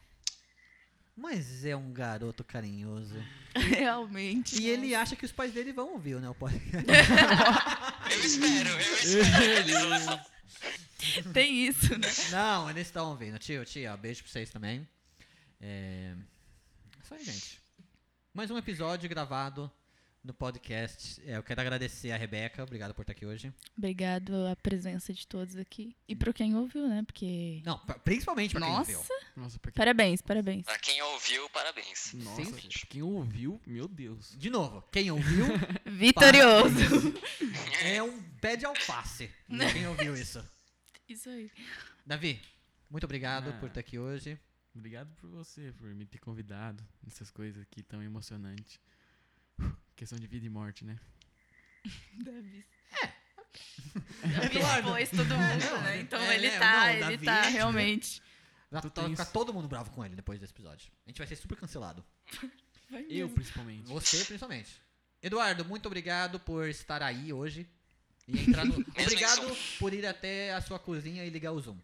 A: Mas é um garoto carinhoso.
B: Realmente.
A: E ele acha que os pais dele vão ouvir, né? O podcast.
C: Eu espero, eu espero. Eles vão-
B: Tem isso, né?
A: Não, eles estão ouvindo. Tio, tia, beijo pra vocês também. É... é Isso aí, gente. Mais um episódio gravado no podcast. É, eu quero agradecer a Rebeca. Obrigado por estar aqui hoje.
B: Obrigado a presença de todos aqui. E pra quem ouviu, né? Porque.
A: Não, pra- principalmente pra quem
B: Nossa!
A: viu.
D: Nossa, pra quem...
B: Parabéns, parabéns.
C: Pra quem ouviu, parabéns.
D: Nossa,
A: Sim.
D: gente, quem ouviu, meu Deus.
A: De novo, quem ouviu
B: Vitorioso.
A: é um pé de alface. Quem ouviu isso?
B: Isso aí.
A: Davi, muito obrigado
D: Ah.
A: por estar aqui hoje.
D: Obrigado por você, por me ter convidado nessas coisas aqui tão emocionantes. Questão de vida e morte, né?
B: Davi.
A: Davi É. Eduardo.
B: expôs todo mundo,
A: não,
B: né?
A: ele-
B: Então
A: é,
B: ele
A: né,
B: tá,
A: não,
B: ele
A: Davi,
B: tá,
A: tipo-
B: realmente.
A: Vai
D: Tu
A: to-
D: tens-
A: ficar todo mundo bravo com ele depois desse episódio. A gente vai ser super cancelado.
B: Vai
D: Eu,
B: mesmo.
D: principalmente.
A: Você, principalmente. Eduardo, muito obrigado por estar aí hoje. E entrar no...
C: em
A: obrigado
C: Zoom.
A: por ir até a sua cozinha e ligar o Zoom.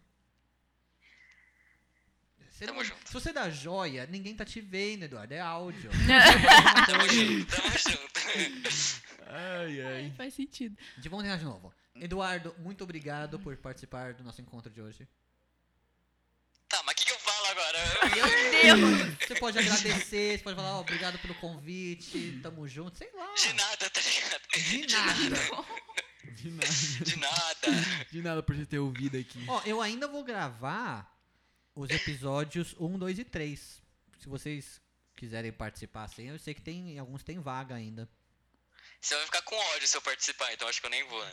A: Você
C: Tamo
A: não-
C: junto.
A: Se você dá joia, ninguém tá te vendo, Eduardo. É áudio.
C: Tamo junto, tamo junto.
D: Ai, ai.
B: Faz sentido.
A: De bom de novo. Eduardo, muito obrigado por participar do nosso encontro de hoje.
C: Tá, mas o que, que eu falo agora?
B: Meu Deus!
A: Você pode agradecer, você pode falar ó, obrigado pelo convite, tamo junto, sei lá.
C: De nada, tá ligado?
A: De nada.
D: De nada.
C: De nada.
D: De nada por você ter ouvido aqui.
A: Ó, eu ainda vou gravar os episódios 1, 2 e 3. Se vocês quiserem participar assim, eu sei que tem alguns tem vaga ainda.
C: Você vai ficar com ódio se eu participar, então acho que eu nem vou, né?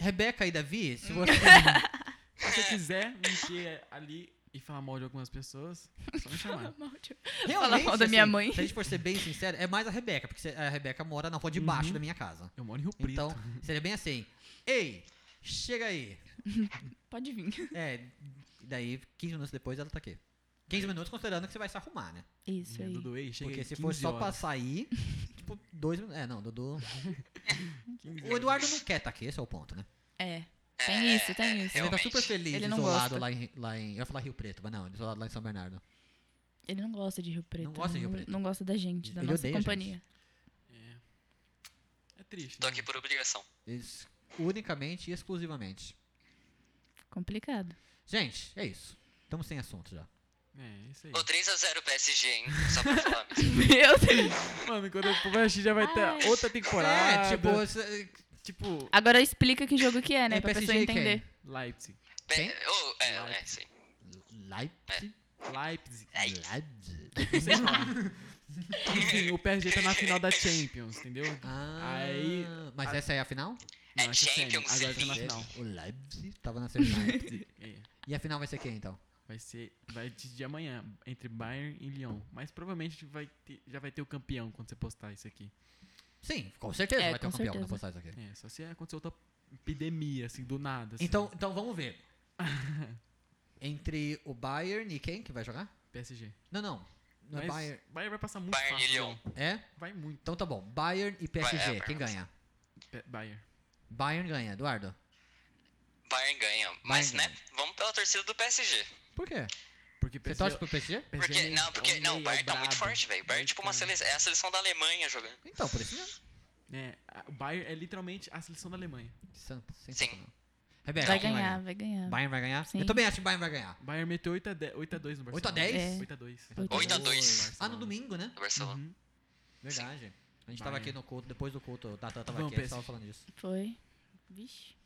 A: Rebeca e Davi, se você
D: Se você quiser me encher ali e falar mal de algumas pessoas, é só me chamar.
A: realmente,
B: mal da minha
A: assim,
B: mãe.
A: Se a gente for ser bem sincero, é mais a Rebeca, porque se- a Rebeca mora na rua de baixo
D: Uhum.
A: da minha casa.
D: Eu moro em Rio Preto.
A: Então, seria bem assim: "Ei, chega aí".
B: Pode vir.
A: É, e daí 15 minutos depois ela tá aqui. 15 minutos considerando que você vai se arrumar, né?
B: Isso aí.
D: Dudu, ei, chega
A: Porque
D: aí,
A: se for
D: 15
A: só pra
D: horas.
A: sair, tipo, dois minutos. É, não, Dudu.
D: 15
A: O Eduardo não quer tá aqui, esse é o ponto, né?
B: É. Tem isso, tem isso.
A: Ele tá
C: Realmente.
A: super feliz
B: Ele não
A: isolado
B: gosta.
A: lá em, lá em. Eu ia falar Rio Preto, mas não, ele é isolado lá em São Bernardo.
B: Ele não gosta de Rio Preto.
A: gosta de Rio Preto.
B: Não gosta da gente, da
A: Ele
B: nossa
A: odeia a gente.
B: companhia.
D: É triste.
C: Tô
D: né?
C: aqui por obrigação.
A: Eles, unicamente e exclusivamente.
B: Complicado.
A: Gente, é isso. Estamos sem assunto já.
D: É, isso aí.
C: Ô, 3x0 PSG, hein? Só pra falar mesmo.
B: Meu Deus.
D: Mano, quando eu for assistir já vai ter
B: Ai.
D: outra temporada.
A: É, tipo, esse-
D: tipo,
B: Agora explica que jogo que é, né?
A: É
B: pra pessoa
A: PSG quem?
B: entender.
D: Leipzig.
A: Quem?
C: Be- ô, é, é, sim.
A: Leipzig.
D: Leipzig.
B: É,
A: Leipzig.
D: Não sei falar. Enfim, o PSG tá na final da Champions, entendeu?
A: Ah,
D: Aí-
A: mas essa é a final?
D: Não,
C: É
D: essa semi,
C: Champions
D: Agora tá na
C: League.
D: final.
A: O Leipzig tava na semifinal.
D: É,
A: e a final vai ser quem então?
D: vai ser. Vai de de amanhã, entre Bayern e Lyon. Mas provavelmente vai ter- já vai ter o campeão quando você postar isso aqui.
A: Sim, com certeza
B: É,
A: vai ter um
B: com
A: campeão na
B: certeza.
A: postagem aqui.
D: É, só se acontecer outra epidemia, assim, do nada. assim.
A: Então, então vamos ver. Entre o Bayern e quem que vai jogar?
D: PSG.
A: Não, não. Não é
D: Mas
A: Bayern.
D: Bayern vai passar muito
C: Bayern e
D: fácil.
C: Lyon.
D: não.
A: É?
D: Vai muito.
A: Então tá bom. Bayern e
C: Vai,
A: PSG.
C: é,
A: Quem
C: Bayern.
A: ganha?
D: Pe- Bayern.
A: Bayern ganha, Eduardo.
C: Bayern ganha. Mas,
A: ganha.
C: né? Vamos pela torcida do PSG.
A: Por quê?
D: Porque
A: Você
D: PSG,
A: torce pro PSG?
D: PSG é
C: Porque,
D: meio-
C: não,
D: é
C: porque.
D: um
C: Não, o
D: meio
C: Bayern tá
D: brabo.
C: muito forte, velho. O Bayern é tipo uma
D: Muito
C: seleção. É a seleção da Alemanha jogando.
A: Então, por isso mesmo.
D: É, a- o Bayern é literalmente a seleção da Alemanha.
A: Santa, sensacional. Rebeca,
B: Vai
A: É, quem
B: ganhar, vai ganhar.
A: Bayern vai ganhar?
B: Sim.
A: Eu também acho que o Bayern vai ganhar.
D: O Bayern meteu 8x10 no Barcelona.
A: 8x10?
B: É.
D: 8x2.
B: 8
C: a 2.
A: Ah, no domingo, né?
C: do Barcelona.
D: Uhum.
A: Verdade. A gente
D: Bayern.
A: tava aqui no culto, depois do culto, o Tatan tava
D: Vamos,
A: aqui, a gente
D: PSG.
A: tava falando disso.
B: Foi. Vixe.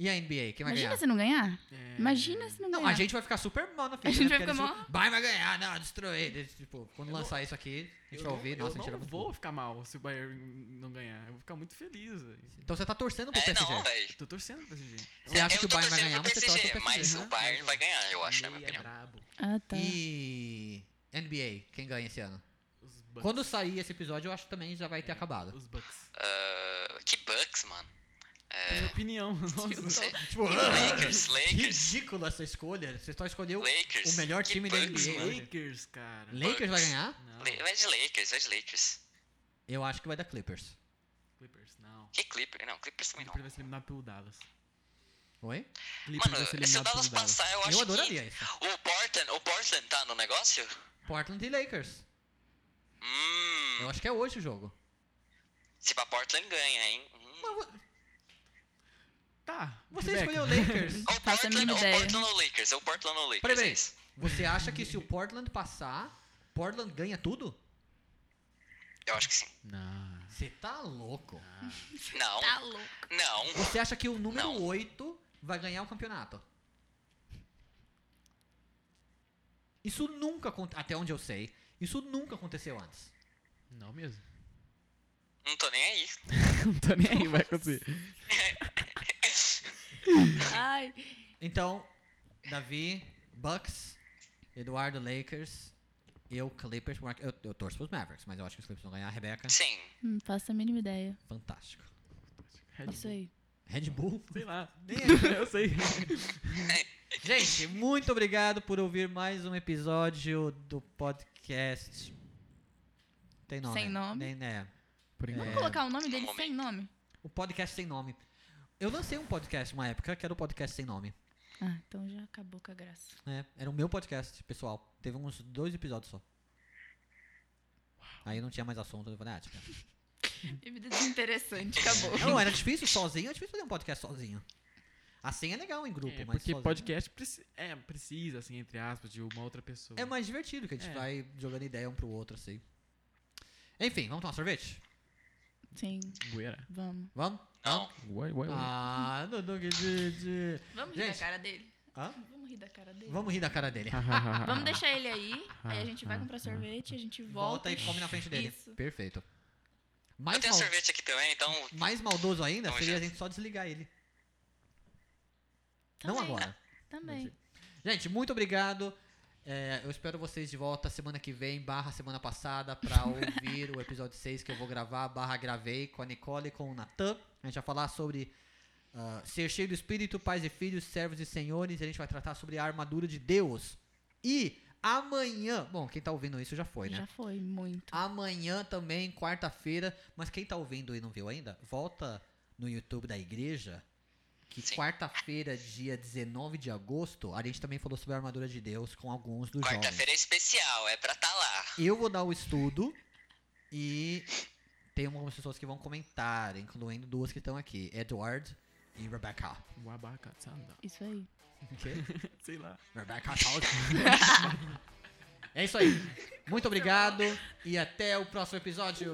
A: E a NBA, quem vai
B: Imagina
A: ganhar?
B: se não ganhar.
D: É.
B: Imagina se não ganhar.
A: Não, a gente vai ficar super mal na fita.
B: A gente
A: né?
B: vai
A: Porque
B: ficar
A: eles- Bayern vai ganhar, não, destruir. Eles, Tipo, quando lançar isso aqui, a gente
D: Eu
A: vai
D: não-
A: ouvir, nossa, a gente
D: eu
A: era
D: não
A: muito
D: vou
A: bom.
D: ficar mal se o Bayern não ganhar. Eu vou ficar muito feliz. velho.
A: Então você tá torcendo pro
C: É,
A: PSG.
C: não, velho.
D: Tô torcendo pra esse jeito.
A: Você acha
C: eu
A: que o
C: tô
A: Bayern vai
C: torcendo
A: ganhar,
C: pro
A: mas você torce pro
C: PSG, mas
A: PSG,
C: o
A: né?
C: Bayern vai ganhar, eu acho, na minha
D: Meia
C: opinião.
D: é brabo.
B: Ah, tá.
A: E NBA, quem ganha esse ano?
D: Os Bucks.
A: Quando sair esse episódio, eu acho que também já vai ter acabado.
D: Os Bucks.
C: Ah, que Bucks, mano. É.
D: Minha opinião. Nossa. tá
C: Sei.
A: Tipo,
C: Lakers, Lakers.
A: ridícula essa escolha. Você só escolheu
C: Lakers.
A: o melhor
C: Que
A: time da
C: Bucks,
A: NBA.
C: mano.
A: hoje.
D: Lakers, cara.
A: Lakers vai ganhar?
D: Não.
C: Le- Vai de Lakers, vai de Lakers.
A: Eu acho que vai dar Clippers.
D: Clippers, não.
C: Que Clippers? Não, Clippers também não.
D: Clippers vai se eliminar pelo Dallas.
A: Oi?
D: Clippers vai
C: Mano,
D: ser
C: se o
D: eliminado pelo
C: Dallas
D: Dallas.
C: passar, eu acho
A: Eu
C: que...
A: adoraria isso.
C: O Portland, o Portland tá no negócio?
A: Portland e Lakers.
C: Hum,
A: Eu acho que é hoje o jogo.
C: se pra Portland ganha, hein? Hum.
A: Mas vo-
D: Tá.
A: Você
D: Rebeca.
A: escolheu Lakers.
B: faço a
C: Ou É Portland,
B: mínima
C: ou
B: ideia.
C: Portland ou Lakers, ou Portland ou Lakers. é
A: Peraí,
C: isso.
A: você acha que se o Portland passar, Portland ganha tudo?
C: Eu acho que sim.
D: Não.
A: Você tá louco.
C: Não,
B: Tá louco.
C: não.
A: Você acha que o número
C: Não.
A: 8 vai ganhar o campeonato? Isso nunca aconteceu, até onde eu sei, isso nunca aconteceu antes.
D: Não mesmo.
C: Não tô nem aí.
D: Não tô nem aí, vai acontecer.
B: Ai.
A: Então, Davi, Bucks, Eduardo, Lakers, eu, Clippers, por- eu, eu torço pros Mavericks, mas eu acho que os Clippers vão ganhar. Rebeca,
C: Sim.
B: Não faço a mínima ideia.
A: fantástico.
D: Red
B: É Isso
D: Bull.
B: aí.
A: Red Bull,
D: Sei lá. Nem aí, eu sei.
A: Gente, muito obrigado por ouvir mais um episódio do podcast. Tem nome?
B: Sem nome.
A: Nem, né?
D: Por
A: enquanto.
D: enquanto.
A: É.
B: Vamos colocar o nome dele
C: Momento.
B: sem nome?
A: O podcast sem nome. Eu lancei um podcast uma época que era o podcast sem nome.
B: Ah, então já acabou com a graça.
A: né? Era o meu podcast, pessoal. Teve uns dois episódios só. Aí não tinha mais assunto, eu falei, ah, tipo...
B: Vida desinteressante, acabou.
A: Não, era difícil sozinho, é difícil fazer um podcast sozinho. Assim é legal em grupo,
D: É,
A: mas
D: porque
A: sozinho-
D: podcast preci- é, precisa, assim, entre aspas, de uma outra pessoa.
A: É mais divertido, que a gente
D: É.
A: vai jogando ideia um pro outro, assim. Enfim, vamos tomar sorvete?
B: Sim,
D: Buera.
B: vamos.
A: Vamos?
C: Não.
D: Uai, uai, uai.
A: Ah, Dudu que Didi.
B: Vamos
A: rir
B: rir da
A: da Gente.
B: cara dele?
A: Hã?
B: Vamos rir da cara dele?
A: Vamos rir da cara dele.
D: Ah.
B: Vamos deixar ele aí, aí a gente vai comprar sorvete, a gente
A: Volta
B: volta.
A: e come na frente dele.
B: Isso.
A: Perfeito.
C: Eu
A: Mais,
C: tenho
A: mal-
C: sorvete aqui também, então...
A: mais maldoso ainda
C: Vamos,
A: seria a
C: gente.
A: gente só desligar ele. Não
B: Também.
A: agora.
B: Também.
A: Gente, muito obrigado. É, eu espero vocês de volta semana que vem, barra semana passada, pra ouvir o episódio 6 que eu vou gravar, barra gravei com a Nicole e com o Natan. A gente vai falar sobre ah, ser cheio do Espírito, pais e filhos, servos e senhores. E a gente vai tratar sobre a armadura de Deus. E amanhã, bom, quem tá ouvindo isso já foi, né?
B: Já foi muito.
A: Amanhã também, quarta-feira. Mas quem tá ouvindo e não viu ainda, volta no YouTube da igreja. Que
C: Sim.
A: quarta-feira, dia 19 de agosto, a gente também falou sobre a armadura de Deus com alguns dos jovens.
C: Quarta-feira é especial, é pra tá lá.
A: Eu vou dar o estudo e tem algumas pessoas que vão comentar, incluindo duas que estão aqui, Edward e Rebecca.
D: Wabaka Tsanda.
B: Isso aí.
D: Sei lá.
A: Rebecca Salles.
C: Uh!
A: É isso aí. Muito obrigado e até o próximo episódio.